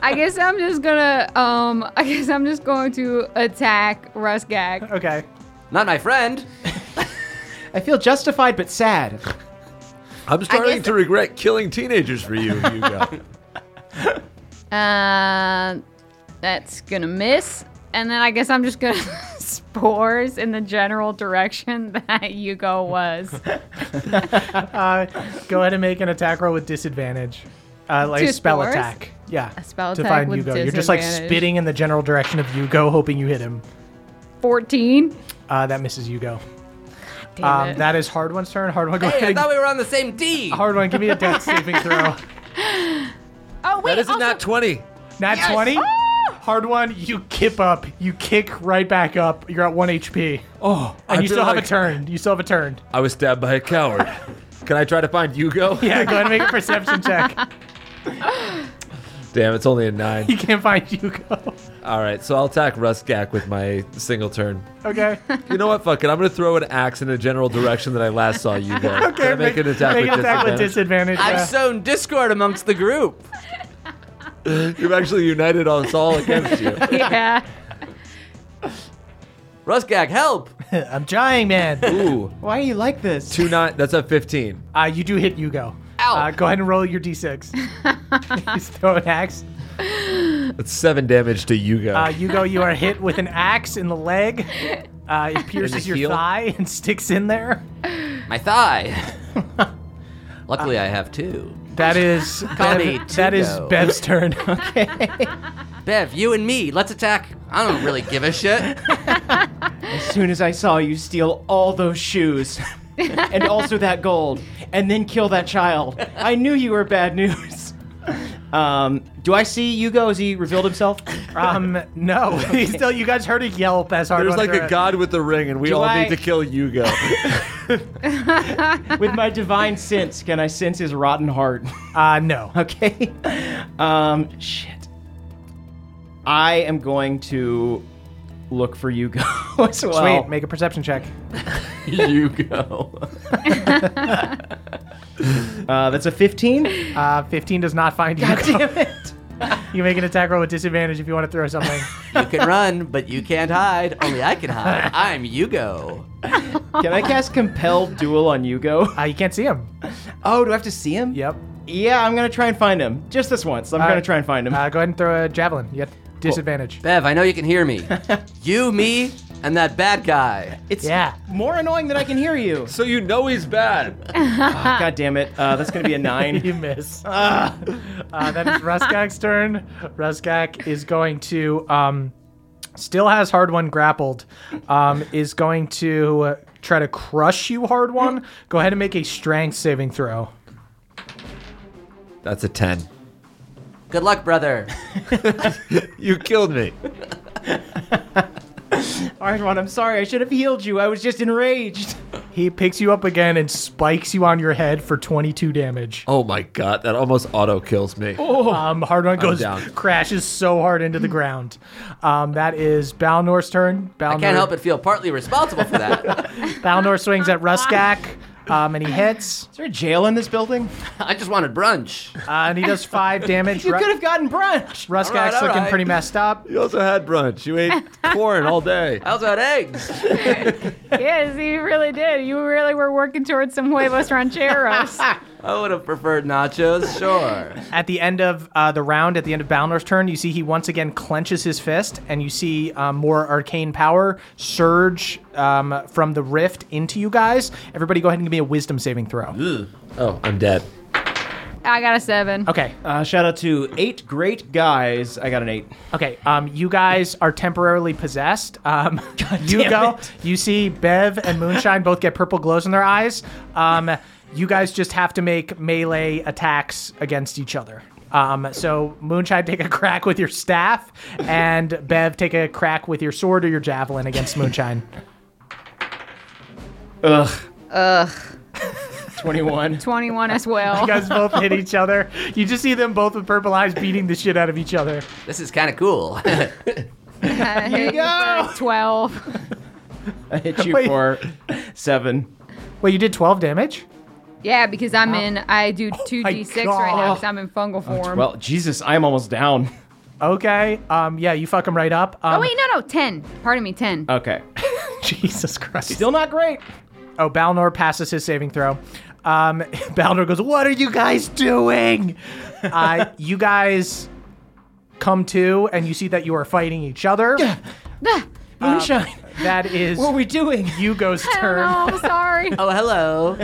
Speaker 6: I guess I'm just gonna um I guess I'm just going to attack Rusgag.
Speaker 3: *laughs* Okay.
Speaker 4: Not my friend.
Speaker 8: I feel justified but sad.
Speaker 15: I'm starting
Speaker 6: guess-
Speaker 15: to regret killing teenagers for you,
Speaker 3: *laughs*
Speaker 15: Hugo.
Speaker 6: Uh, that's gonna miss. And then I guess I'm just gonna *laughs* spores in the general direction *laughs* that Yugo was.
Speaker 3: Go ahead and make an attack roll with disadvantage. Uh, like
Speaker 6: Two
Speaker 3: a spell
Speaker 6: spores?
Speaker 3: attack. Yeah.
Speaker 6: A spell
Speaker 3: to
Speaker 6: attack
Speaker 3: find
Speaker 6: with
Speaker 3: Yugo. You're just like
Speaker 6: disadvantage.
Speaker 3: spitting in the general direction of Yugo, hoping you hit him.
Speaker 6: 14.
Speaker 3: Uh, that misses Yugo.
Speaker 6: Damn
Speaker 3: Um,
Speaker 6: it.
Speaker 3: that is hard one's turn. Hard one, go
Speaker 4: Hey, I
Speaker 3: ahead.
Speaker 4: thought
Speaker 3: and-
Speaker 4: we were on the same D.
Speaker 3: Hard one, give me a death saving
Speaker 4: *laughs*
Speaker 3: throw.
Speaker 6: oh wait,
Speaker 9: that is
Speaker 6: also,
Speaker 9: a nat 20.
Speaker 3: Nat 20.
Speaker 4: Ah!
Speaker 3: Hard one, you kip up. You kick right back up. You're at 1 HP. Oh, and you
Speaker 9: I feel
Speaker 3: still have
Speaker 9: like-
Speaker 3: a turn. You still have a
Speaker 9: *laughs*
Speaker 3: turn.
Speaker 9: I was stabbed by
Speaker 3: *laughs*
Speaker 9: a coward. Can I try to find Hugo?
Speaker 3: Yeah, go ahead and make a perception check.
Speaker 9: Damn, it's only a nine.
Speaker 3: You can't find Yugo.
Speaker 9: All right, so I'll attack Ruskak with my single turn.
Speaker 3: *laughs* Okay.
Speaker 9: You know what? Fuck it. I'm gonna throw an axe in the general direction that I last saw you
Speaker 3: *laughs*
Speaker 9: go. okay, Can I make, an attack,
Speaker 3: make
Speaker 9: with,
Speaker 3: an attack with
Speaker 9: disadvantage?
Speaker 3: disadvantage. Uh, yeah.
Speaker 4: I've sown discord amongst the group.
Speaker 9: You've actually united us all against
Speaker 3: *laughs*
Speaker 9: you.
Speaker 6: yeah.
Speaker 4: Ruskak, help!
Speaker 3: I'm trying, man.
Speaker 9: Ooh,
Speaker 8: Why are you like this?
Speaker 9: two nine. That's a fifteen.
Speaker 3: uh, you do hit Yugo.
Speaker 4: Ow.
Speaker 3: Uh, go ahead and roll your d6. *laughs*
Speaker 4: *laughs*
Speaker 3: He's throwing axe.
Speaker 9: That's seven damage to Yugo.
Speaker 3: Uh, Yugo, you are hit with an axe in the leg. Uh, it pierces
Speaker 9: his
Speaker 3: your
Speaker 9: heel?
Speaker 3: thigh and sticks in there.
Speaker 4: My
Speaker 3: *laughs*
Speaker 4: thigh. Luckily, I have two.
Speaker 3: That is
Speaker 4: Call me
Speaker 3: Bev, that is
Speaker 4: Tugo.
Speaker 3: Bev's turn. okay.
Speaker 4: Bev, you and me, let's attack. I don't really give a shit.
Speaker 8: As soon as I saw you steal all those shoes and also that gold and then kill that child, I knew you were bad news. Um, do I see Yugo? Has he revealed himself?
Speaker 3: *laughs* Um, *laughs* no, He's still. You guys heard a yelp as hard.
Speaker 9: There's
Speaker 3: one
Speaker 9: like
Speaker 3: threw
Speaker 9: a
Speaker 3: it.
Speaker 9: god with a ring, and we
Speaker 8: Do
Speaker 9: all
Speaker 8: I-
Speaker 9: need to
Speaker 3: *laughs*
Speaker 9: kill Yugo.
Speaker 8: With my divine sense, can I sense his rotten heart?
Speaker 3: Uh, no.
Speaker 8: okay. Um, shit. I am going to look for Yugo *laughs* as
Speaker 9: Oh.
Speaker 8: well.
Speaker 3: Sweet. Make a perception check.
Speaker 4: you go.
Speaker 8: Uh, that's a
Speaker 3: *laughs*
Speaker 8: 15.
Speaker 3: Uh, 15 does not find you.
Speaker 8: Damn it.
Speaker 3: *laughs* You make an attack roll with disadvantage if you want to throw *laughs* something.
Speaker 4: You can run, but you can't hide. Only I can *laughs* hide. I'm Yugo.
Speaker 8: Can I cast Compel Duel on Yugo?
Speaker 3: Uh, you can't see him.
Speaker 8: Oh, do I have to see him?
Speaker 3: Yep.
Speaker 8: Yeah, I'm gonna try and find him. Just this once. I'm
Speaker 3: All
Speaker 8: gonna
Speaker 3: right.
Speaker 8: try and find him.
Speaker 3: Uh, go ahead and throw a javelin. You got Disadvantage.
Speaker 4: Bev, I know you can hear *laughs* me. you, me, and that bad guy.
Speaker 8: It's
Speaker 3: Yeah.
Speaker 8: more annoying than I can hear you.
Speaker 9: So you know he's bad.
Speaker 8: God damn it. Uh,
Speaker 3: *laughs*
Speaker 8: that's going to be a nine.
Speaker 3: Ah. You miss. Ah. Uh, that is Ruskak's turn. Ruskak is going to um, still has hard one grappled. Um, is going to try to crush you, hard one. Go ahead and make a strength saving throw.
Speaker 9: That's a 10.
Speaker 4: Good luck, brother.
Speaker 9: You killed me.
Speaker 8: Ardwan, I'm sorry. I should have healed you. I was just enraged.
Speaker 3: He picks you up again and spikes you on your head for 22 damage.
Speaker 9: Oh my god, that almost auto kills me.
Speaker 4: Oh.
Speaker 3: Um, hard one goes
Speaker 9: down.
Speaker 3: crashes so hard into the ground. Um, that is Balnor's turn. Balnor,
Speaker 4: I can't help but feel partly responsible for *laughs* that.
Speaker 3: Balnor swings
Speaker 8: *laughs*
Speaker 3: at Ruskak, um, and he hits,
Speaker 8: Is there a jail in this building?
Speaker 4: I just wanted brunch.
Speaker 3: uh, and he does five damage.
Speaker 8: *laughs* You
Speaker 3: Ru-
Speaker 8: *laughs* could have gotten brunch.
Speaker 3: Ruskak's
Speaker 4: All right, all
Speaker 3: looking
Speaker 4: right.
Speaker 3: pretty messed up.
Speaker 9: You also had
Speaker 4: *laughs*
Speaker 9: brunch. You ate corn all day.
Speaker 4: I also had eggs.
Speaker 5: Yes, you really did. You really were working towards some huevos
Speaker 3: *laughs*
Speaker 5: rancheros.
Speaker 4: I would have preferred nachos, sure.
Speaker 3: At the end of uh, the round, at the end of Balnor's turn, you see he once again clenches his fist, and you see um, more arcane power surge um, from the rift into you guys. Everybody, go ahead and give me a wisdom saving throw.
Speaker 9: Oh, I'm dead.
Speaker 5: I got a seven.
Speaker 3: Okay,
Speaker 8: Uh, shout out to eight great guys. I got an eight.
Speaker 3: Okay, um, you guys are temporarily possessed. Um, you go. You see Bev and Moonshine both get purple glows in their eyes. Um, you guys just have to make melee attacks against each other. Um, so Moonshine, take a crack with your staff, and Bev, take a crack with your sword or your javelin against Moonshine.
Speaker 8: Ugh. Ugh. *laughs* 21.
Speaker 5: 21 as well.
Speaker 3: You
Speaker 6: *laughs*
Speaker 3: guys both hit each other. You just see them both with purple eyes beating the shit out of each other.
Speaker 4: This is kind of *laughs* cool.
Speaker 5: you go. 12.
Speaker 8: I *laughs* hit you
Speaker 3: Wait.
Speaker 8: for seven.
Speaker 3: Wait, you did twelve damage.
Speaker 5: Yeah, because I'm in, I do 2d6 right now
Speaker 3: God.
Speaker 5: because I'm in fungal form.
Speaker 8: Well, Jesus, I'm almost down.
Speaker 3: Okay. Um, yeah, you fuck them right up. Um,
Speaker 5: oh, wait, no, no, 10. Pardon me, 10.
Speaker 8: Okay.
Speaker 3: *laughs* Jesus Christ.
Speaker 8: *laughs* Still not great.
Speaker 3: Oh, Balnor passes his saving throw. Um, *laughs* Balnor goes, What are you guys doing? uh, you guys come to, and you see that you are fighting each other. Um,
Speaker 8: Moonshine.
Speaker 3: That is
Speaker 8: what are we doing?
Speaker 3: Hugo's
Speaker 5: I don't know, *laughs*
Speaker 3: turn.
Speaker 5: I'm sorry.
Speaker 4: oh, hello.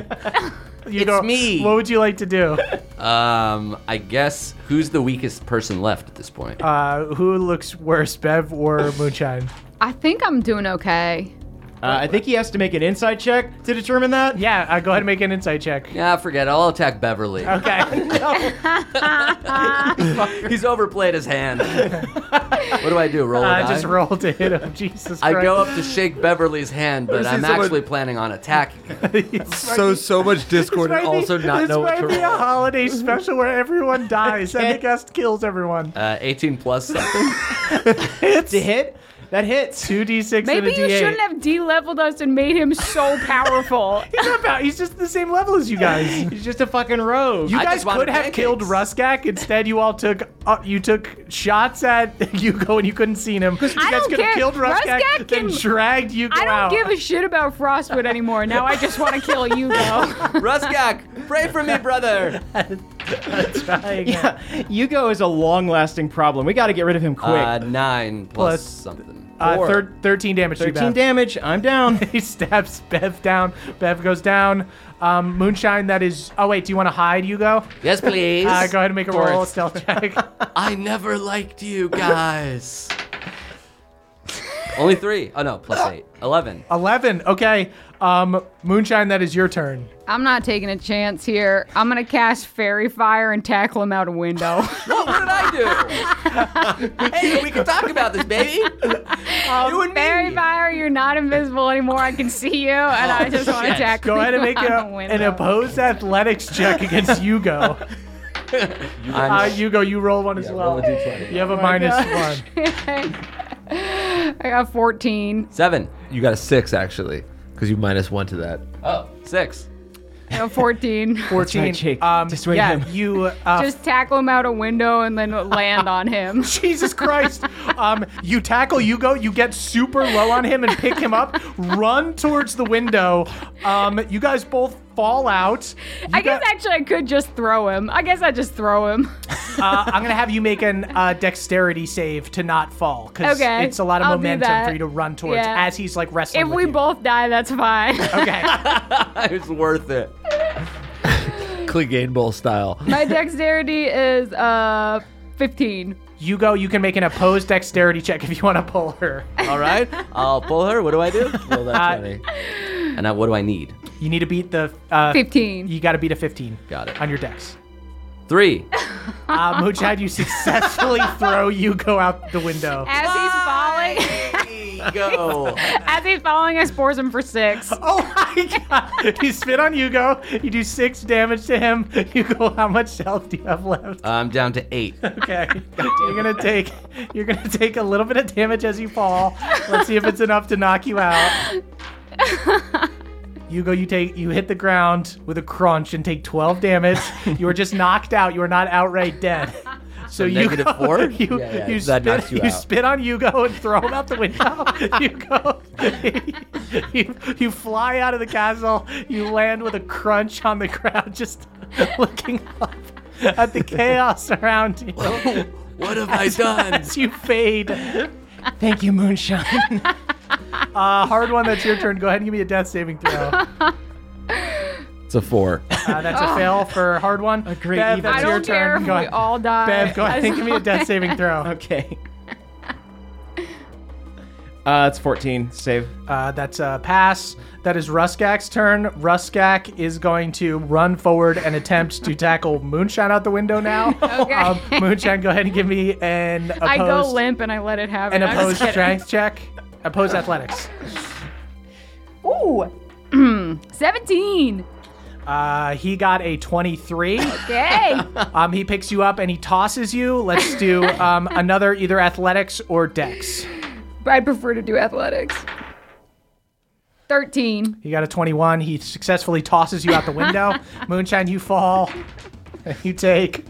Speaker 3: Hugo,
Speaker 4: it's me.
Speaker 3: What would you like to do?
Speaker 4: Um, I guess who's the weakest person left at this point?
Speaker 3: Uh, who looks worse, Bev or Moonshine?
Speaker 5: I think I'm doing okay.
Speaker 8: Uh, I think he has to make an inside check to determine that.
Speaker 3: Yeah, uh, go ahead and make an insight check.
Speaker 4: yeah, forget it. I'll attack *laughs* Beverly.
Speaker 3: Okay.
Speaker 4: He's overplayed his hand. what do I do? Uh, Roll a
Speaker 3: I
Speaker 4: die?
Speaker 3: just roll to hit him. *laughs* Jesus Christ.
Speaker 4: I go up to shake Beverly's hand, but I'm
Speaker 9: someone-
Speaker 4: actually planning on attacking. her.
Speaker 9: So, so much discord and also not
Speaker 3: this
Speaker 9: know
Speaker 3: might
Speaker 9: what to
Speaker 3: be a
Speaker 9: roll.
Speaker 3: holiday special where everyone dies and the guest kills everyone.
Speaker 4: Uh, 18
Speaker 3: *laughs*
Speaker 4: plus something.
Speaker 8: To hit? That hits.
Speaker 3: 2d6 and
Speaker 5: Maybe
Speaker 3: a
Speaker 5: you
Speaker 3: D8.
Speaker 5: shouldn't have de-leveled us and made him *laughs* so powerful.
Speaker 3: He's not bad. He's just the same level as you guys.
Speaker 4: *laughs*
Speaker 8: He's just a fucking rogue.
Speaker 3: You
Speaker 4: I
Speaker 3: guys
Speaker 4: just wanted
Speaker 3: could have killed
Speaker 4: pancakes.
Speaker 3: Ruskak. Instead, you all took uh, you took shots at *laughs* Yuko and you couldn't see him. You
Speaker 5: I
Speaker 3: guys
Speaker 5: don't
Speaker 3: could
Speaker 5: care.
Speaker 3: have killed Ruskak,
Speaker 5: Ruskak
Speaker 3: then
Speaker 5: can-
Speaker 3: dragged Yuko
Speaker 5: I don't
Speaker 3: out.
Speaker 5: give a shit about Frostwood anymore. Now I just want to kill *laughs* Yugo.
Speaker 4: Ruskak, pray for me, brother.
Speaker 8: yeah. Yugo is a long lasting problem. We got to get rid of him quick.
Speaker 4: Uh, nine plus,
Speaker 3: Plus-
Speaker 4: something.
Speaker 3: uh,
Speaker 8: Four.
Speaker 3: thir- Thirteen damage. to you,
Speaker 8: 13
Speaker 3: Bev.
Speaker 8: damage. I'm down.
Speaker 3: *laughs* He stabs Bev down. Bev goes down. Um, Moonshine. That is. Oh wait. Do you want to hide, Yugo?
Speaker 4: Yes, please.
Speaker 3: Uh, go ahead and make a roll, a
Speaker 4: course.
Speaker 3: stealth check. *laughs*
Speaker 4: I never liked you guys. Only three. Oh no, plus eight. Eleven.
Speaker 3: Eleven. Okay. Um, Moonshine. That is your turn.
Speaker 5: I'm not taking a chance here. I'm gonna cast fairy fire and tackle him out a *laughs* window.
Speaker 4: What
Speaker 3: *laughs*
Speaker 4: did I do? hey, we can talk about this, baby. you and
Speaker 5: fairy
Speaker 4: me.
Speaker 5: fire, you're not invisible anymore. I can see you, and I just want to tackle
Speaker 3: Go ahead and
Speaker 5: you
Speaker 3: make
Speaker 5: out
Speaker 3: a,
Speaker 5: a
Speaker 3: an
Speaker 5: window.
Speaker 3: opposed athletics check
Speaker 6: *laughs*
Speaker 3: against Yugo.
Speaker 4: I'm-
Speaker 3: Uh, Hugo, you roll one as well. You
Speaker 6: Oh
Speaker 3: have a minus
Speaker 6: *laughs*
Speaker 3: one.
Speaker 5: *laughs* I got 14.
Speaker 4: Seven.
Speaker 9: You got a six, actually, because you minus one to that.
Speaker 4: Oh, six. *laughs*
Speaker 5: I got 14.
Speaker 3: Fourteen.
Speaker 8: Jake.
Speaker 3: Um,
Speaker 8: Dissuade
Speaker 3: yeah,
Speaker 8: him.
Speaker 3: you.
Speaker 6: *laughs*
Speaker 3: Uh,
Speaker 5: Just tackle him out a window and
Speaker 3: *laughs*
Speaker 5: then land on him.
Speaker 3: Jesus Christ! Um, you tackle Yugo. You get super low on him and pick him up. Run towards the window. Um, you guys both fall out. You
Speaker 6: I guess
Speaker 3: got-
Speaker 6: actually I could just throw him. I guess I just throw him.
Speaker 3: uh, I'm gonna have you make an uh, dexterity save to not fall because
Speaker 6: Okay,
Speaker 3: it's a lot of
Speaker 6: I'll do
Speaker 3: momentum
Speaker 6: that.
Speaker 3: for you to run towards
Speaker 6: Yeah.
Speaker 3: as he's like wrestling.
Speaker 6: *laughs* if
Speaker 3: with
Speaker 6: we
Speaker 3: you.
Speaker 6: both die,
Speaker 3: *laughs*
Speaker 6: that's fine.
Speaker 3: okay,
Speaker 6: *laughs*
Speaker 4: it's worth it.
Speaker 9: Clegane Bowl style.
Speaker 6: My dexterity is uh 15.
Speaker 3: you go. You can make an opposed dexterity check if you want to pull her.
Speaker 4: All right, I'll pull her. What do I do?
Speaker 9: Well, that's
Speaker 3: Uh,
Speaker 9: funny.
Speaker 4: And now, what do I need?
Speaker 3: You need to beat the uh,
Speaker 6: 15.
Speaker 3: You got to beat a 15.
Speaker 4: Got it.
Speaker 3: on your dex. *laughs*
Speaker 4: Three.
Speaker 3: Uh, Moonshine, you
Speaker 4: *laughs*
Speaker 3: successfully throw you go out the window.
Speaker 6: As he's falling,
Speaker 4: Go.
Speaker 6: as he's falling, *laughs* I spores him
Speaker 3: *laughs*
Speaker 6: for six.
Speaker 3: Oh my god! you spit on Hugo. You do six damage to him. Hugo, how much health do you have left?
Speaker 4: I'm down to eight.
Speaker 3: Okay, you're gonna take you're gonna take a little bit of damage as you fall. Let's see if it's enough to knock you out. Hugo, you take you hit the ground with a crunch and take 12 damage. You are just knocked out. You are not
Speaker 19: *laughs*
Speaker 3: outright dead. So you
Speaker 4: negative four?
Speaker 3: *laughs* You,
Speaker 19: Yeah, yeah,
Speaker 3: you
Speaker 19: that knocks
Speaker 3: spit
Speaker 19: you
Speaker 3: you,
Speaker 19: out.
Speaker 3: spit on Hugo and throw him out the
Speaker 19: *laughs*
Speaker 3: window. Hugo, *laughs* you, you fly out of the castle. You land with a crunch on the ground, just *laughs* looking up at the chaos around you
Speaker 4: *laughs* What have
Speaker 9: *laughs*
Speaker 4: I done?
Speaker 3: as *laughs* you fade.
Speaker 8: Thank you, Moonshine.
Speaker 3: *laughs* Uh, hard one. That's your turn. Go ahead and give me a death saving throw. Uh,
Speaker 9: It's a four.
Speaker 3: that's
Speaker 6: *laughs*
Speaker 3: a fail for hard one. A
Speaker 8: great
Speaker 3: Bev,
Speaker 8: evil.
Speaker 3: that's
Speaker 6: Oh. I
Speaker 3: your
Speaker 6: don't care
Speaker 3: turn.
Speaker 6: if
Speaker 3: Go
Speaker 6: we
Speaker 3: ahead.
Speaker 6: all die.
Speaker 3: Bev,
Speaker 6: *laughs*
Speaker 3: go ahead and *laughs* give me a death saving throw.
Speaker 8: *laughs* okay. Uh, it's 14. Save.
Speaker 3: Uh, that's a pass. That is Ruskak's turn. Ruskak is going to run forward and attempt
Speaker 6: *laughs*
Speaker 3: to tackle Moonshine out the window now.
Speaker 6: Okay.
Speaker 3: Um, Moonshine, go ahead and give me an opposed,
Speaker 6: *laughs* I go limp and I let it happen.
Speaker 3: an
Speaker 6: I'm
Speaker 3: opposed
Speaker 6: just kidding.
Speaker 3: strength check.
Speaker 6: *laughs*
Speaker 3: Opposed athletics.
Speaker 6: Ooh. 17.
Speaker 3: Uh, he got a 23. *laughs*
Speaker 6: Okay.
Speaker 3: Um, he picks you up and he tosses you. Let's do um, another either athletics or dex.
Speaker 6: I prefer to do athletics.
Speaker 3: *laughs*
Speaker 6: 13.
Speaker 3: You got a 21. He successfully tosses you out the window. Moonshine, you fall. *laughs* You take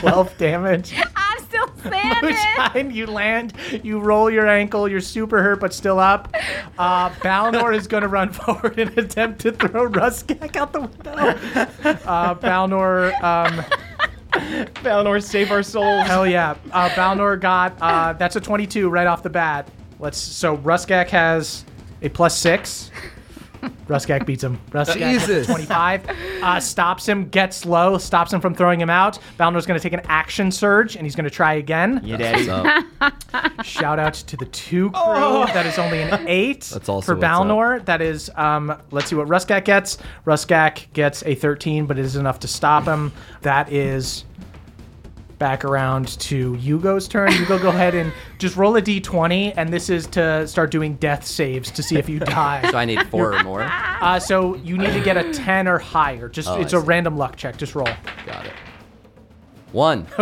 Speaker 3: 12 damage.
Speaker 6: I'm still standing.
Speaker 3: Moonshine, you land. You roll your ankle. You're super hurt, but still up. Uh, Balnor is going to run *laughs* forward and attempt to throw Ruskak out the window. Uh, Balnor. Um,
Speaker 8: Balnor, save our souls.
Speaker 3: Hell yeah. Uh, Balnor got, uh, that's a 22 right off the bat. Let's, so Ruskak has a plus six. Ruskak beats him. Ruskak gets
Speaker 9: Jesus.
Speaker 3: 25. Uh, stops him, gets low, stops him from throwing him out. Balnor's going to take an action surge and he's going to try again.
Speaker 8: Yeah, daddy.
Speaker 9: So,
Speaker 3: Shout out to the two crew. That is only an eight
Speaker 9: That's also
Speaker 3: for
Speaker 9: what's up.
Speaker 3: Balnor. That is, um, let's see what Ruskak gets. Ruskak gets a 13, but it is enough to stop him. That is back around to Yugo's turn. Yugo, go ahead and just roll a d20, and this is to start doing death saves to see if
Speaker 4: *laughs*
Speaker 3: you die.
Speaker 4: So I need four or more.
Speaker 3: Uh, so you need to get a 10 or higher. Just
Speaker 4: Oh,
Speaker 3: It's
Speaker 4: I
Speaker 3: a
Speaker 4: see.
Speaker 3: random luck check. Just roll.
Speaker 4: Got it. One. *laughs*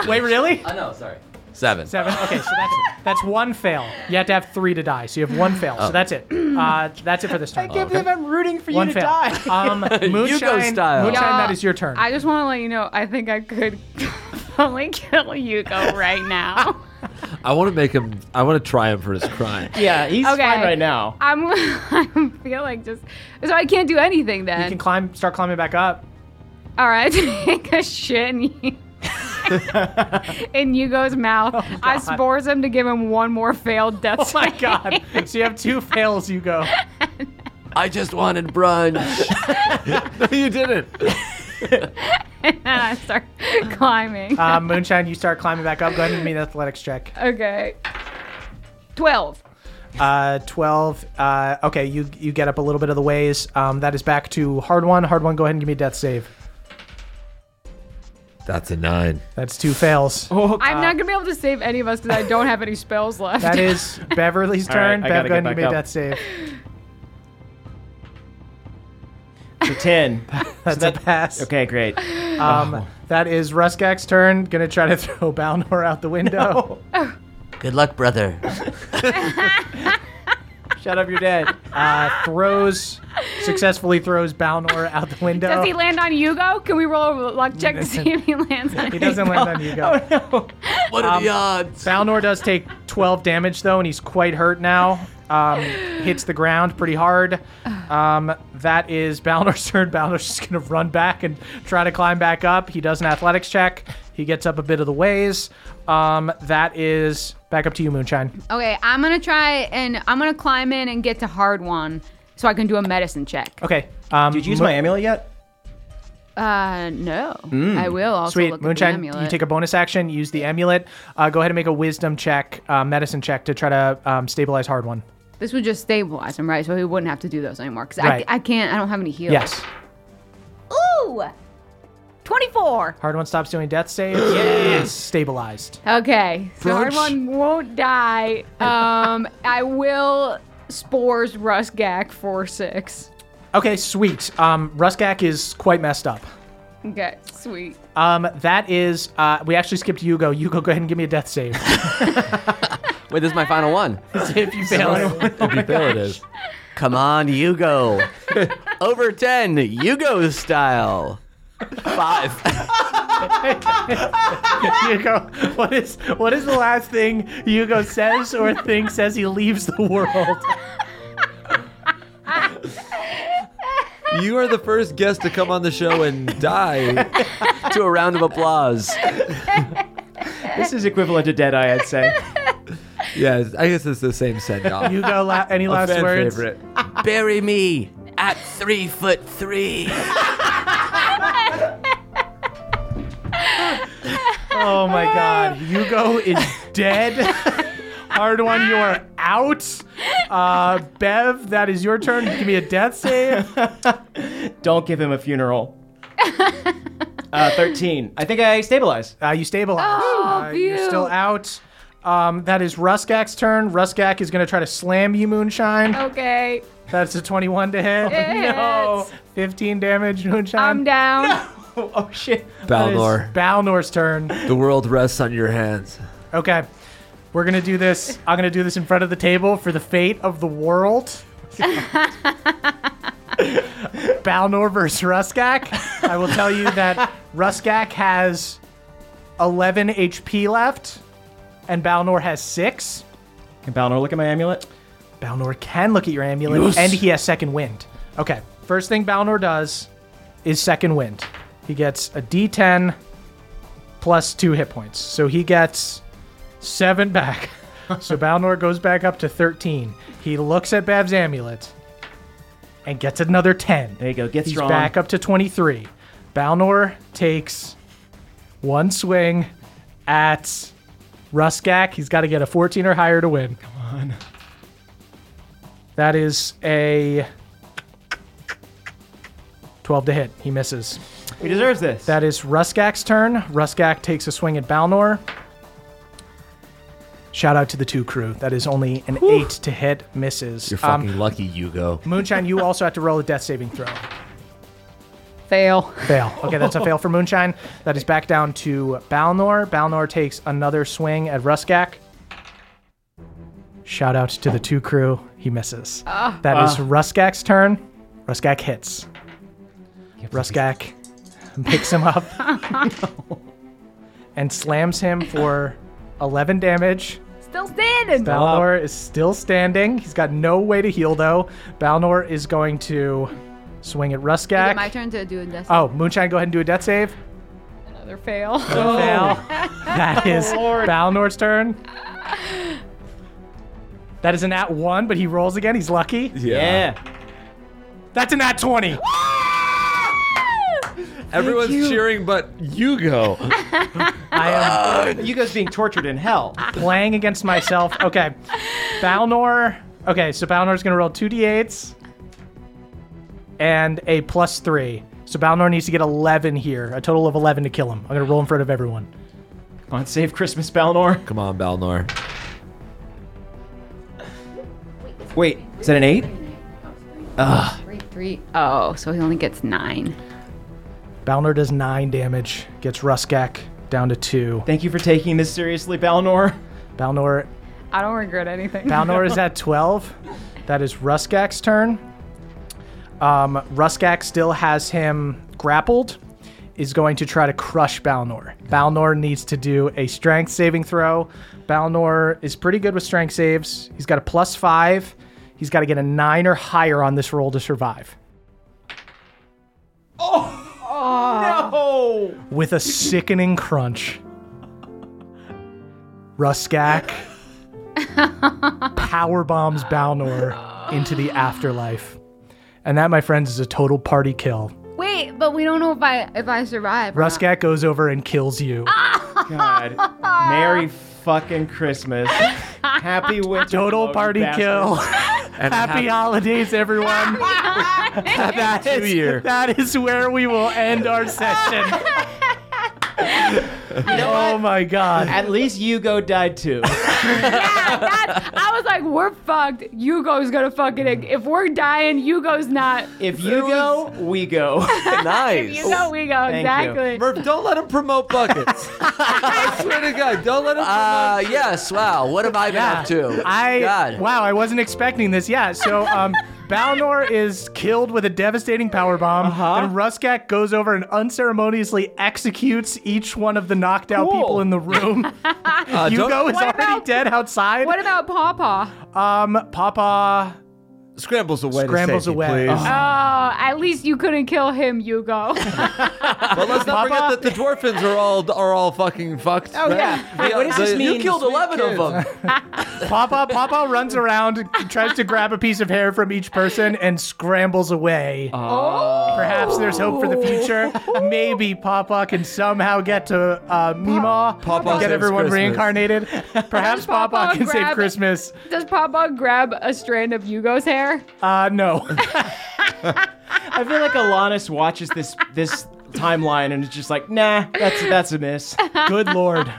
Speaker 3: Okay. Wait, really?
Speaker 4: Oh no, sorry. Seven.
Speaker 8: *laughs*
Speaker 3: Seven. Okay, so that's that's one fail. You have to have three to die, so you have one fail.
Speaker 8: Oh.
Speaker 3: So that's it. Uh, that's it for this turn.
Speaker 8: can't believe *laughs* I'm rooting for you
Speaker 3: one
Speaker 8: to
Speaker 3: fail.
Speaker 8: die.
Speaker 3: *laughs* Um, moonshine,
Speaker 4: style.
Speaker 3: moonshine,
Speaker 6: Y'all,
Speaker 3: that is your turn.
Speaker 6: I just want to let you know, I think I could *laughs* only kill Yuko right
Speaker 3: *laughs*
Speaker 6: now.
Speaker 9: I want to make him. I want to try him for his crime.
Speaker 8: *laughs* yeah, he's
Speaker 6: Okay.
Speaker 8: fine right now.
Speaker 6: I'm, I feel like just, so I can't do anything then.
Speaker 3: you can climb, start climbing back up. *laughs*
Speaker 6: All right, *laughs* take a shit in, you-
Speaker 3: *laughs*
Speaker 6: in Yugo's mouth. I
Speaker 3: Oh God.
Speaker 6: spores him to give him one more failed death.
Speaker 3: Oh my
Speaker 6: save.
Speaker 3: god! So you have two *laughs* fails. You go.
Speaker 4: I just wanted brunch.
Speaker 9: no, *laughs* you didn't.
Speaker 6: and
Speaker 3: *laughs*
Speaker 6: I start climbing.
Speaker 3: Uh, moonshine, you start climbing back up. Go ahead and give me an athletics check.
Speaker 6: okay. 12.
Speaker 3: Uh, Twelve. Uh, okay, you you get up a little bit of the ways. Um, that is back to hard one. Hard one. Go ahead and give me a death save.
Speaker 9: That's a nine.
Speaker 3: That's two fails.
Speaker 8: Oh,
Speaker 6: I'm not going to be able to save any of us because I don't have any spells left.
Speaker 3: Oh, uh,
Speaker 8: *laughs*
Speaker 3: That is Beverly's
Speaker 8: All right,
Speaker 3: turn.
Speaker 8: I
Speaker 3: Bev,
Speaker 8: gotta
Speaker 3: go ahead and
Speaker 8: get
Speaker 3: give me a
Speaker 8: back up.
Speaker 3: death save.
Speaker 8: So 10.
Speaker 3: That's a pass.
Speaker 8: *laughs* okay, great. *laughs*
Speaker 3: Um, That is Ruskak's turn. Gonna try to *laughs* throw Balnor out the window.
Speaker 4: Good luck, brother.
Speaker 8: Shut up, you're dead.
Speaker 3: Uh, throws successfully throws Balnor out the window.
Speaker 6: *laughs* Does he land on Yugo? Can we roll a luck check to see if he lands on
Speaker 3: He doesn't land on you,
Speaker 8: Oh,
Speaker 3: guys.
Speaker 4: What are the odds?
Speaker 3: Balnor does take 12 damage though, and he's quite hurt now. Um, hits the ground pretty hard. Um, that is Balnor's *laughs* turn. Balnor's just going to run back and try to climb back up. He does an athletics check. He gets up a bit of the ways. Um, that is back up to you, Moonshine.
Speaker 6: Okay, I'm gonna try and I'm gonna climb in and get to hard one so I can do a medicine check.
Speaker 3: Okay. Um,
Speaker 8: Did you use
Speaker 3: Mo-
Speaker 8: my amulet yet?
Speaker 6: Uh, no, I will also
Speaker 3: Mm. Sweet.
Speaker 6: look at
Speaker 3: Moonshine,
Speaker 6: the amulet.
Speaker 3: you take a bonus action, use the amulet. Uh, go ahead and make a wisdom check, uh, medicine check to try to um, stabilize hard one.
Speaker 6: this would just stabilize him, right? So he wouldn't have to do those anymore because
Speaker 3: Right.
Speaker 6: I, I can't. I don't have any heals.
Speaker 3: Yes.
Speaker 6: Ooh, twenty-four.
Speaker 3: Hard one stops doing death saves. yes. Stabilized.
Speaker 6: Okay, so hard one won't die. Um, I will spores Rustgak four six.
Speaker 3: Okay, sweet. Um, Ruskak is quite messed up.
Speaker 6: Okay, sweet.
Speaker 3: Um, that is, uh, we actually skipped Yugo. Yugo, go ahead and give me a death
Speaker 6: *laughs*
Speaker 3: save.
Speaker 4: Wait, this is my final *laughs* one.
Speaker 3: if you fail it.
Speaker 4: Oh
Speaker 7: If you fail, it is.
Speaker 4: Come on, *laughs* Hugo. Over 10, Hugo style. Five. *laughs*
Speaker 3: Yugo, what is what is the last thing Yugo says or thinks as he leaves the world?
Speaker 6: *laughs*
Speaker 9: You are the first guest to come on the show and
Speaker 4: *laughs*
Speaker 9: die.
Speaker 4: to a round of applause.
Speaker 8: This is equivalent to Deadeye, I'd say.
Speaker 9: Yeah, I guess it's the same send off.
Speaker 3: Yugo, la- any last words?
Speaker 9: favorite.
Speaker 4: Bury me at three foot *laughs* three.
Speaker 3: Oh my god, Yugo is dead. Hard one, you are out. Uh, Bev, that is your turn. Give me a death save.
Speaker 8: Don't give him a funeral.
Speaker 3: *laughs*
Speaker 8: uh, 13. I think I stabilize.
Speaker 3: Uh, you stabilize.
Speaker 6: Oh.
Speaker 3: uh, you're still out. Um, that is Ruskak's turn. Ruskak is going to try to slam you, Moonshine.
Speaker 6: Oh. Okay,
Speaker 3: That's a 21 to hit. *laughs*
Speaker 6: It
Speaker 3: no.
Speaker 6: hits.
Speaker 3: 15 damage, Moonshine.
Speaker 6: I'm down.
Speaker 8: Oh, oh shit.
Speaker 3: That is
Speaker 9: Balnor,
Speaker 3: Balnor's turn.
Speaker 9: the world rests on your hands.
Speaker 3: Okay. We're going to do this. I'm going to do this in front of the table for the fate of the world.
Speaker 8: *laughs*
Speaker 3: Balnor versus Ruskak. I will tell you that Ruskak has 11 HP left, and Balnor has 6.
Speaker 8: Can Balnor look at my amulet?
Speaker 3: Balnor can look at your amulet, and he has second wind. Okay, first thing Balnor does is second wind. He gets a d10 plus two hit points. So he gets seven
Speaker 8: *laughs*
Speaker 3: back. so Balnor goes back up to 13. He looks at Bav's amulet and gets another 10.
Speaker 8: There you go. Get
Speaker 3: He's
Speaker 8: strong.
Speaker 3: back up to 23. Balnor takes one swing at Ruskak. He's got to get a 14 or higher to win. Come on. That is a 12 to hit. He misses.
Speaker 8: He deserves this.
Speaker 3: That is Ruskak's turn. Ruskak takes a swing at Balnor. Shout out to the two crew. That is only an eight to hit. Misses.
Speaker 7: You're
Speaker 3: Um,
Speaker 7: fucking lucky, Yugo.
Speaker 3: Moonshine, you also have to roll a death saving throw.
Speaker 6: Fail.
Speaker 3: Fail. Okay, that's a fail for Moonshine. That is back down to Balnor. Balnor takes another swing at Ruskak. Shout out to the two crew. He misses.
Speaker 6: Ah.
Speaker 3: that is Ruskak's turn. Ruskak hits. Ruskak *laughs* picks him up and slams him for 11 damage.
Speaker 6: Still standing.
Speaker 3: Balnor is still standing. He's got no way to heal, though. Balnor is going to swing at
Speaker 6: Is
Speaker 3: Ruskak.
Speaker 6: it my turn to do a death
Speaker 3: Oh, Moonshine, go ahead and do a death save.
Speaker 6: another fail?
Speaker 3: Fail. *laughs* That is Balnor's turn. That is an at one, but he rolls again. He's lucky.
Speaker 8: yeah.
Speaker 3: That's an at 20.
Speaker 9: Everyone's cheering, but Yugo.
Speaker 3: I am
Speaker 8: You guys being tortured in hell.
Speaker 3: playing against myself. Okay. Balnor. Okay, so Balnor's going to roll two d8s and a plus three. So Balnor needs to get 11 here, a total of 11 to kill him. I'm going to roll in front of everyone.
Speaker 8: Come on, save Christmas, Balnor.
Speaker 9: Come on, Balnor.
Speaker 8: Wait, is that an eight?
Speaker 6: Three, three. Oh, so he only gets nine.
Speaker 3: Balnor does nine damage, gets Ruskak down to two.
Speaker 8: Thank you for taking this seriously, Balnor.
Speaker 3: Balnor
Speaker 6: I don't regret anything.
Speaker 3: Balnor is at 12. That is Ruskak's turn. Um, Ruskak still has him grappled. Is going to try to crush Balnor. Balnor needs to do a strength saving throw. Balnor is pretty good with strength saves. He's got a plus five. He's got to get a nine or higher on this roll to survive.
Speaker 15: Oh,
Speaker 3: With a sickening crunch, Ruskak power bombs Balnor into the afterlife. And that, my friends, is a total party kill.
Speaker 20: Wait, but we don't know if I if I survive. or not.
Speaker 3: Ruskak goes over and kills you. *laughs*
Speaker 15: God. Merry fucking
Speaker 3: *laughs*
Speaker 15: Christmas. Happy winter.
Speaker 3: Total
Speaker 15: you
Speaker 3: party
Speaker 15: bastards.
Speaker 3: kill.
Speaker 8: *laughs*
Speaker 3: Happy holidays, everyone.
Speaker 6: *laughs*
Speaker 3: that, is,
Speaker 9: year.
Speaker 3: that is where we will end our session. oh my god.
Speaker 15: At least Hugo died too.
Speaker 6: That's, I was like, we're fucked. Hugo's gonna
Speaker 3: Mm-hmm.
Speaker 6: fucking. If we're dying, Hugo's not.
Speaker 15: If you go,
Speaker 3: *laughs*
Speaker 15: we go.
Speaker 9: nice.
Speaker 6: You know, we go
Speaker 15: Thank
Speaker 6: exactly.
Speaker 9: Murph, don't let him
Speaker 4: *laughs*
Speaker 9: promote buckets. I swear to God, don't let him.
Speaker 4: Uh, yes. Wow. What have I been up to?
Speaker 3: I
Speaker 4: God.
Speaker 3: wow, I wasn't expecting this. Yeah, so um Balnor is killed with a devastating power bomb, and Ruskak goes over and unceremoniously executes each one of the knocked out
Speaker 15: Cool.
Speaker 3: people in the room. *laughs* Hugo is
Speaker 6: What
Speaker 3: already
Speaker 6: about-
Speaker 3: dead outside.
Speaker 6: What about Pawpaw?
Speaker 3: um, Papa
Speaker 9: Scrambles away.
Speaker 3: Scrambles
Speaker 9: to safety,
Speaker 3: away.
Speaker 9: Please.
Speaker 6: Oh, at least you couldn't kill
Speaker 3: *laughs*
Speaker 6: him, Hugo.
Speaker 9: But let's
Speaker 3: Papa-
Speaker 9: not forget that the dwarfins are all are all fucking fucked. Oh
Speaker 15: yeah. Wait, what does this mean?
Speaker 4: You killed eleven of them.
Speaker 3: Papa Papa runs around, tries to grab a piece of hair from each person, and scrambles away. Perhaps there's hope for the future. Maybe Papa can somehow get to uh, Mima,
Speaker 9: Papa
Speaker 3: get
Speaker 9: saves
Speaker 3: everyone
Speaker 9: Christmas.
Speaker 3: reincarnated. Perhaps Papa,
Speaker 6: Papa
Speaker 3: can save
Speaker 6: grab-
Speaker 3: Christmas.
Speaker 6: Does Pawpaw grab a strand of Hugo's hair?
Speaker 3: Uh, no.
Speaker 15: I feel like Alanis watches this this timeline and is just like, nah, that's that's
Speaker 3: *laughs*
Speaker 15: a miss.
Speaker 3: Good lord.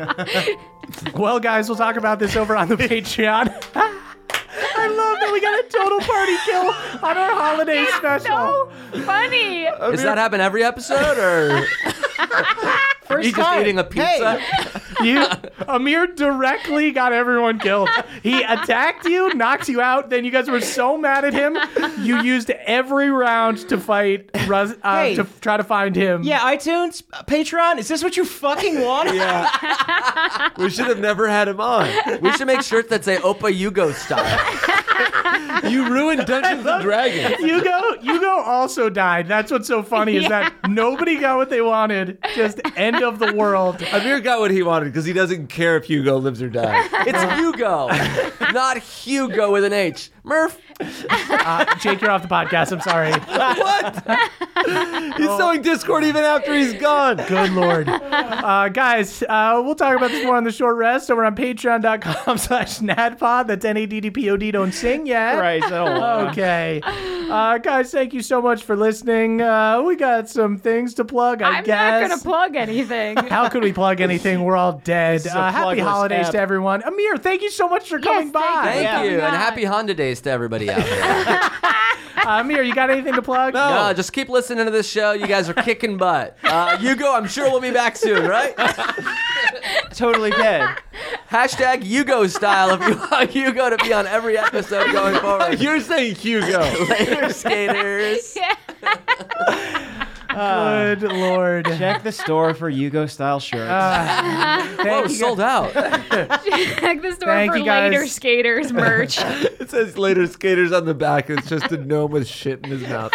Speaker 3: well, guys, we'll talk about this over on the Patreon. *laughs* I love that we got a total party kill on our holiday special.
Speaker 6: So funny.
Speaker 4: Does that happen every episode, *laughs* or
Speaker 15: First
Speaker 4: you just eating a pizza?
Speaker 3: You, Amir directly got everyone killed. He attacked you, knocked you out. Then you guys were so mad at him, you used every round to fight Ruz, uh,
Speaker 15: Hey.
Speaker 3: to f- try to find him.
Speaker 15: Yeah, iTunes, Patreon, is this what you fucking *laughs* want?
Speaker 9: We should have never had him on.
Speaker 4: We should make shirts that say Opa Yugo style.
Speaker 9: You ruined Dungeons and Dragons.
Speaker 3: Hugo, Hugo also died. That's what's so funny is that nobody got what they wanted. Just end of the world.
Speaker 9: Amir got what he wanted because he doesn't care if Hugo lives
Speaker 4: *laughs*
Speaker 9: or dies.
Speaker 4: It's Hugo, not Hugo with an H. Murph,
Speaker 3: Uh, Jake, you're off the podcast. I'm sorry.
Speaker 4: *laughs*
Speaker 9: He's sowing discord even after he's gone.
Speaker 3: Good lord. Uh, guys, uh, we'll talk about this more on the short rest over on patreon.com slash nadpod. That's N-A-D-D-P-O-D. Don't sing yet.
Speaker 15: Right, so *laughs* uh,
Speaker 3: okay. Uh, guys, thank you so much for listening. Uh, we got some things to plug, I
Speaker 6: I'm
Speaker 3: guess.
Speaker 6: not gonna
Speaker 3: *laughs*
Speaker 6: plug anything.
Speaker 3: How could we plug anything? We're all dead.
Speaker 15: is a
Speaker 3: Uh, happy
Speaker 15: plugless
Speaker 3: holidays
Speaker 15: app.
Speaker 3: to everyone. Amir, thank you so much for coming by.
Speaker 4: thank
Speaker 15: yeah.
Speaker 4: you, and
Speaker 6: God.
Speaker 4: happy Honda Days to everybody out there.
Speaker 3: Uh, Amir, you got anything to plug?
Speaker 4: No, just keep listening to this show. You guys are kicking butt. Uh, Hugo, I'm sure we'll be back soon, right?
Speaker 15: totally dead.
Speaker 4: Hashtag Hugo style if you want Hugo to be on every
Speaker 9: *laughs*
Speaker 4: episode going forward.
Speaker 9: You're saying Hugo.
Speaker 4: *laughs* Later, skaters.
Speaker 3: Good lord.
Speaker 4: *laughs*
Speaker 3: Uh,
Speaker 15: Check the store for Yugo style shirts.
Speaker 4: Oh,
Speaker 3: Thank you
Speaker 4: sold out.
Speaker 6: Check the store
Speaker 3: Thank
Speaker 6: for
Speaker 3: you, guys.
Speaker 6: later skaters merch.
Speaker 9: It says later skaters on the back. It's just a gnome with shit in his
Speaker 4: *laughs*
Speaker 9: mouth.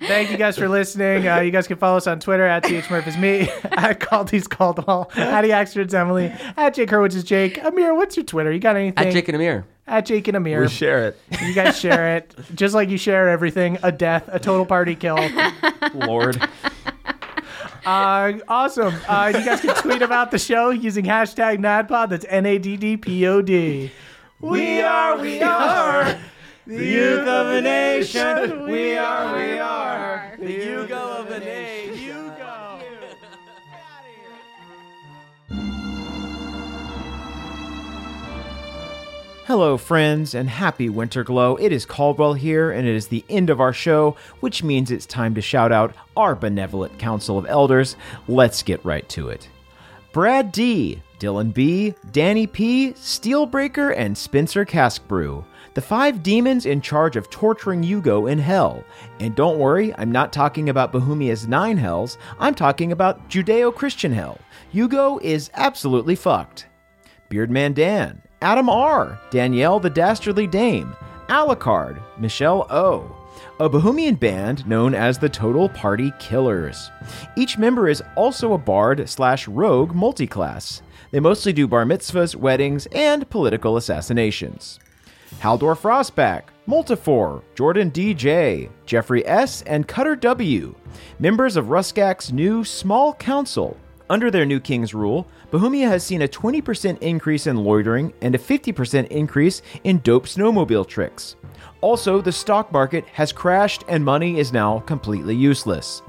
Speaker 3: Thank you guys for listening. Uh, you guys can follow us on Twitter at chmurph is me, *laughs* at Caldy's Caldwell, at Eaxford's Emily, at Jake Hurwitz is Jake. Amir, what's your Twitter? You got anything?
Speaker 4: At Jake and Amir.
Speaker 3: At Jake and Amir.
Speaker 9: We share it.
Speaker 3: you guys share it, just like you share everything. A death, a total party
Speaker 9: *laughs*
Speaker 3: kill.
Speaker 15: Lord.
Speaker 3: Uh, awesome. Uh, you guys can tweet about the show using hashtag NADPOD. That's N A D D P O D. We are, we are the youth of a nation. We are, we are the Hugo of a nation. Hugo.
Speaker 15: Hello, friends, and happy winter glow. It is Caldwell here, and it is the end of our show, which means it's time to shout out our benevolent Council of Elders. Let's get right to it. Brad D, Dylan B, Danny P, Steelbreaker, and Spencer Caskbrew. The five demons in charge of torturing Yugo in hell. And don't worry, I'm not talking about Bohemia's nine hells, I'm talking about Judeo Christian hell. Yugo is absolutely fucked. Beardman Dan, Adam R., Danielle the Dastardly Dame, Alucard, Michelle O, a Bohemian band known as the Total Party Killers. Each member is also a bard slash rogue multiclass. They mostly do bar mitzvahs, weddings, and political assassinations. Haldor Frostback, Multifor, Jordan DJ, Jeffrey S., and Cutter W., members of Ruskak's new small council. Under their new king's rule, Bohemia has seen a 20% increase in loitering and a 50% increase in dope snowmobile tricks. Also, the stock market has crashed and money is now completely useless.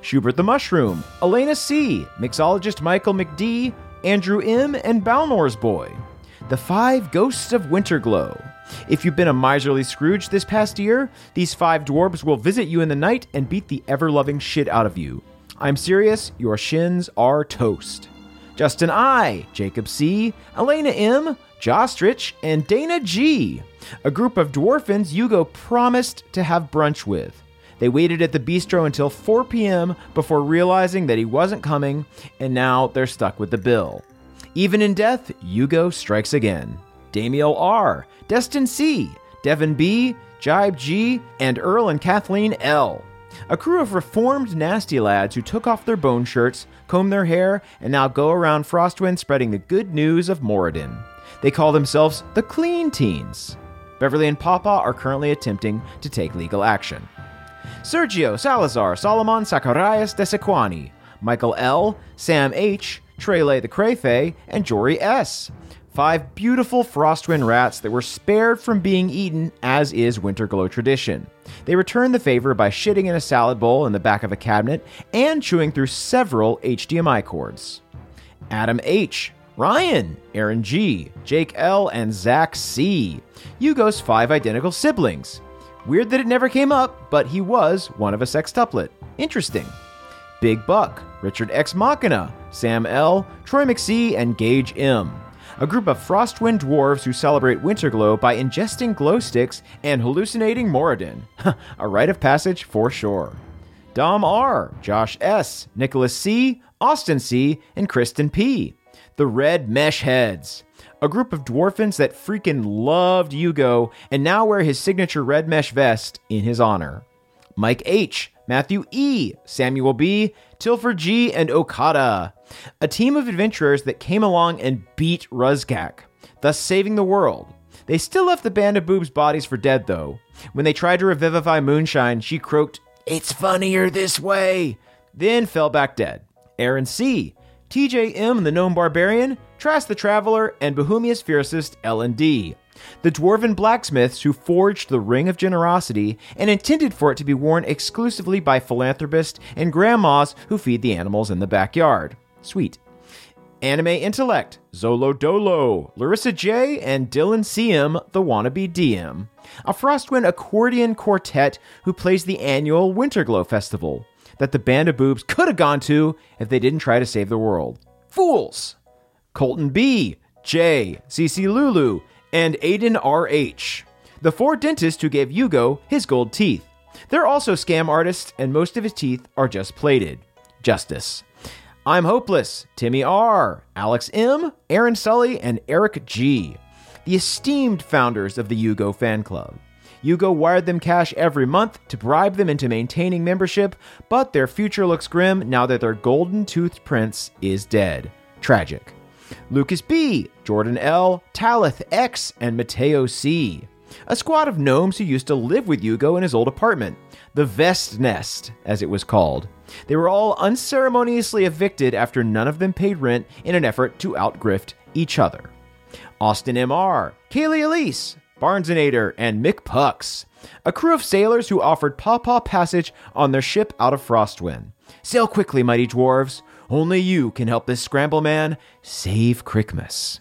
Speaker 15: Schubert the Mushroom, Elena C., mixologist Michael McD., Andrew M., and Balnor's Boy. The Five Ghosts of Winterglow. If you've been a miserly Scrooge this past year, these five dwarves will visit you in the night and beat the ever loving shit out of you. I'm serious, your shins are toast. Justin I, Jacob C, Elena M, Jostrich, and Dana G, a group of dwarfins Yugo promised to have brunch with. They waited at the bistro until 4 p.m. before realizing that he wasn't coming, and now they're stuck with the bill. Even in death, Yugo strikes again. Damiel R, Destin C, Devin B, Jibe G, and Earl and Kathleen L. A crew of reformed nasty lads who took off their bone shirts, comb their hair, and now go around Frostwind spreading the good news of Moradin. They call themselves the Clean Teens. Beverly and Papa are currently attempting to take legal action. Sergio, Salazar, Solomon, Zacharias, Desequani, Michael L., Sam H., Trele the Crayfay, and Jory S. Five beautiful Frostwind rats that were spared from being eaten, as is Winterglow tradition. They returned the favor by shitting in a salad bowl in the back of a cabinet and chewing through several HDMI cords. Adam H., Ryan, Aaron G., Jake L., and Zach C. Hugo's five identical siblings. Weird that it never came up, but he was one of a sextuplet. Interesting. Big Buck, Richard X Machina, Sam L, Troy McSee, and Gage M. A group of Frostwind dwarves who celebrate Winterglow by ingesting glow sticks and hallucinating Moradin. *laughs* a rite of passage for sure. Dom R, Josh S, Nicholas C, Austin C, and Kristen P. The Red Mesh Heads. A group of dwarfins that freaking loved Yugo and now wear his signature red mesh vest in his honor. Mike H, Matthew E, Samuel B, Tilford G, and Okada. A team of adventurers that came along and beat Ruzgak, thus saving the world. They still left the band of boobs' bodies for dead, though. When they tried to revivify Moonshine, she croaked, It's funnier this way! Then fell back dead. Aaron C., TJM the Gnome Barbarian, Trask the Traveler, and Bohemia's Fiercest L&D. The dwarven blacksmiths who forged the Ring of Generosity and intended for it to be worn exclusively by philanthropists and grandmas who feed the animals in the backyard. Sweet. Anime Intellect, Zolo Dolo, Larissa J, and Dylan CM, the wannabe DM. A Frostwind accordion quartet who plays the annual Winterglow Festival that the band of boobs could have gone to if they didn't try to save the world. Fools! Colton B, J, CC Lulu, and Aiden R.H., the four dentists who gave Yugo his gold teeth. They're also scam artists, and most of his teeth are just plated. Justice. I'm Hopeless, Timmy R., Alex M., Aaron Sully, and Eric G., the esteemed founders of the Yugo fan club. Yugo wired them cash every month to bribe them into maintaining membership, but their future looks grim now that their golden toothed prince is dead. Tragic. Lucas B., Jordan L., Talith X., and Mateo C. A squad of gnomes who used to live with Yugo in his old apartment, the Vest Nest, as it was called. They were all unceremoniously evicted after none of them paid rent in an effort to outgrift each other. Austin M.R., Kaylee Elise, Barnesonator, and Mick Pucks, a crew of sailors who offered Pawpaw passage on their ship out of Frostwind. Sail quickly, mighty dwarves. Only you can help this scramble man save Crickmas.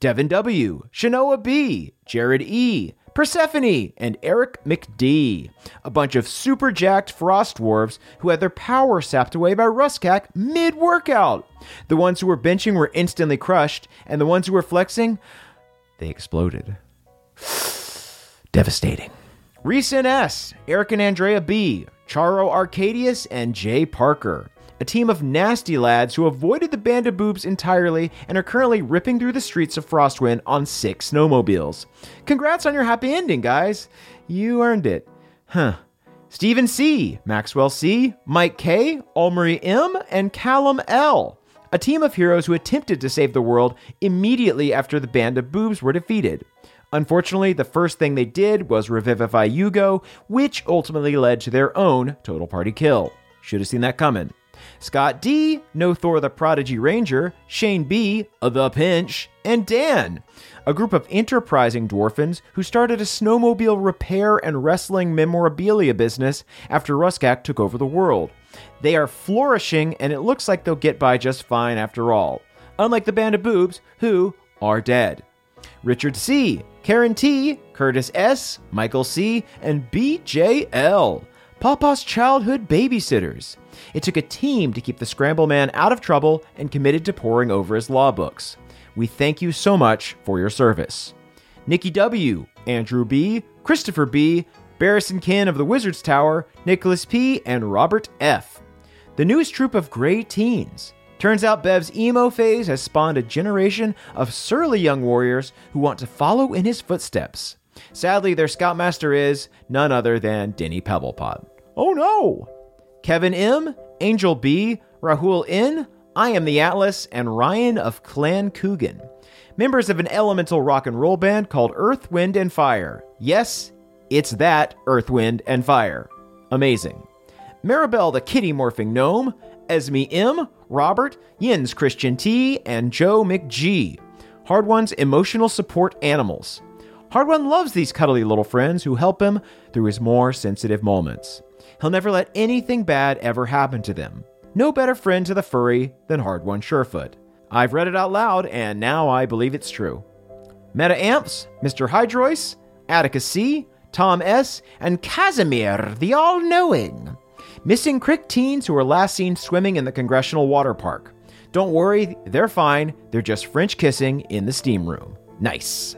Speaker 15: Devin W., Shanoa B., Jared E., Persephone, and Eric McD. A bunch of super jacked frost dwarves who had their power sapped away by Ruskak mid workout. The ones who were benching were instantly crushed, and the ones who were flexing, they exploded. *sighs* Devastating. Recent S, Eric and Andrea B, Charo Arcadius, and Jay Parker. a team of nasty lads who avoided the band of boobs entirely and are currently ripping through the streets of Frostwind on six snowmobiles. Congrats on your happy ending, guys. You earned it. Huh. Stephen C., Maxwell C., Mike K., Almery M., and Callum L., a team of heroes who attempted to save the world immediately after the band of boobs were defeated. Unfortunately, the first thing they did was revivify Yugo, which ultimately led to their own total party kill. Should have seen that coming. Scott D, No Thor the Prodigy Ranger, Shane B, The Pinch, and Dan, a group of enterprising dwarfins who started a snowmobile repair and wrestling memorabilia business after Ruskak took over the world. They are flourishing, and it looks like they'll get by just fine after all, unlike the band of boobs, who are dead. Richard C., Karen T., Curtis S., Michael C., and BJL, Papa's childhood babysitters. It took a team to keep the Scramble Man out of trouble and committed to poring over his law books. We thank you so much for your service. Nikki W., Andrew B., Christopher B., Barrison Kin of the Wizard's Tower, Nicholas P., and Robert F. The newest troop of gray teens. Turns out Bev's emo phase has spawned a generation of surly young warriors who want to follow in his footsteps. Sadly, their scoutmaster is none other than Denny Pebblepot. Oh no! Kevin M, Angel B, Rahul N, I am the Atlas, and Ryan of Clan Coogan. Members of an elemental rock and roll band called Earth, Wind, and Fire. Yes, it's that Earth, Wind, and Fire. Amazing. Maribel the kitty morphing gnome, Esme M, Robert, Yins Christian T, and Joe McG. Hard One's emotional support animals. Hard One loves these cuddly little friends who help him through his more sensitive moments. He'll never let anything bad ever happen to them. No better friend to the furry than Hard One Surefoot. I've read it out loud, and now I believe it's true. Meta Amps, Mr. Hydroice, Atticus C., Tom S., and Casimir, the all knowing missing Crick teens who were last seen swimming in the Congressional Water Park. Don't worry, they're fine. They're just French kissing in the steam room. Nice.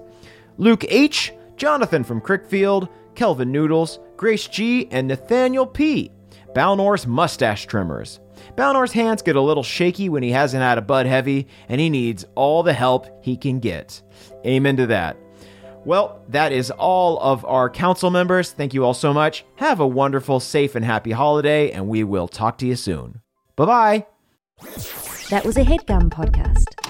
Speaker 15: Luke H., Jonathan from Crickfield, Kelvin Noodles, Grace G., and Nathaniel P., Balnor's mustache trimmers. Balnor's hands get a little shaky when he hasn't had a Bud Heavy, and he needs all the help he can get. Amen to that. Well, that is all of our council members. Thank you all so much. Have a wonderful, safe, and happy holiday, and we will talk to you soon. Bye bye.
Speaker 1: That was a headgum podcast.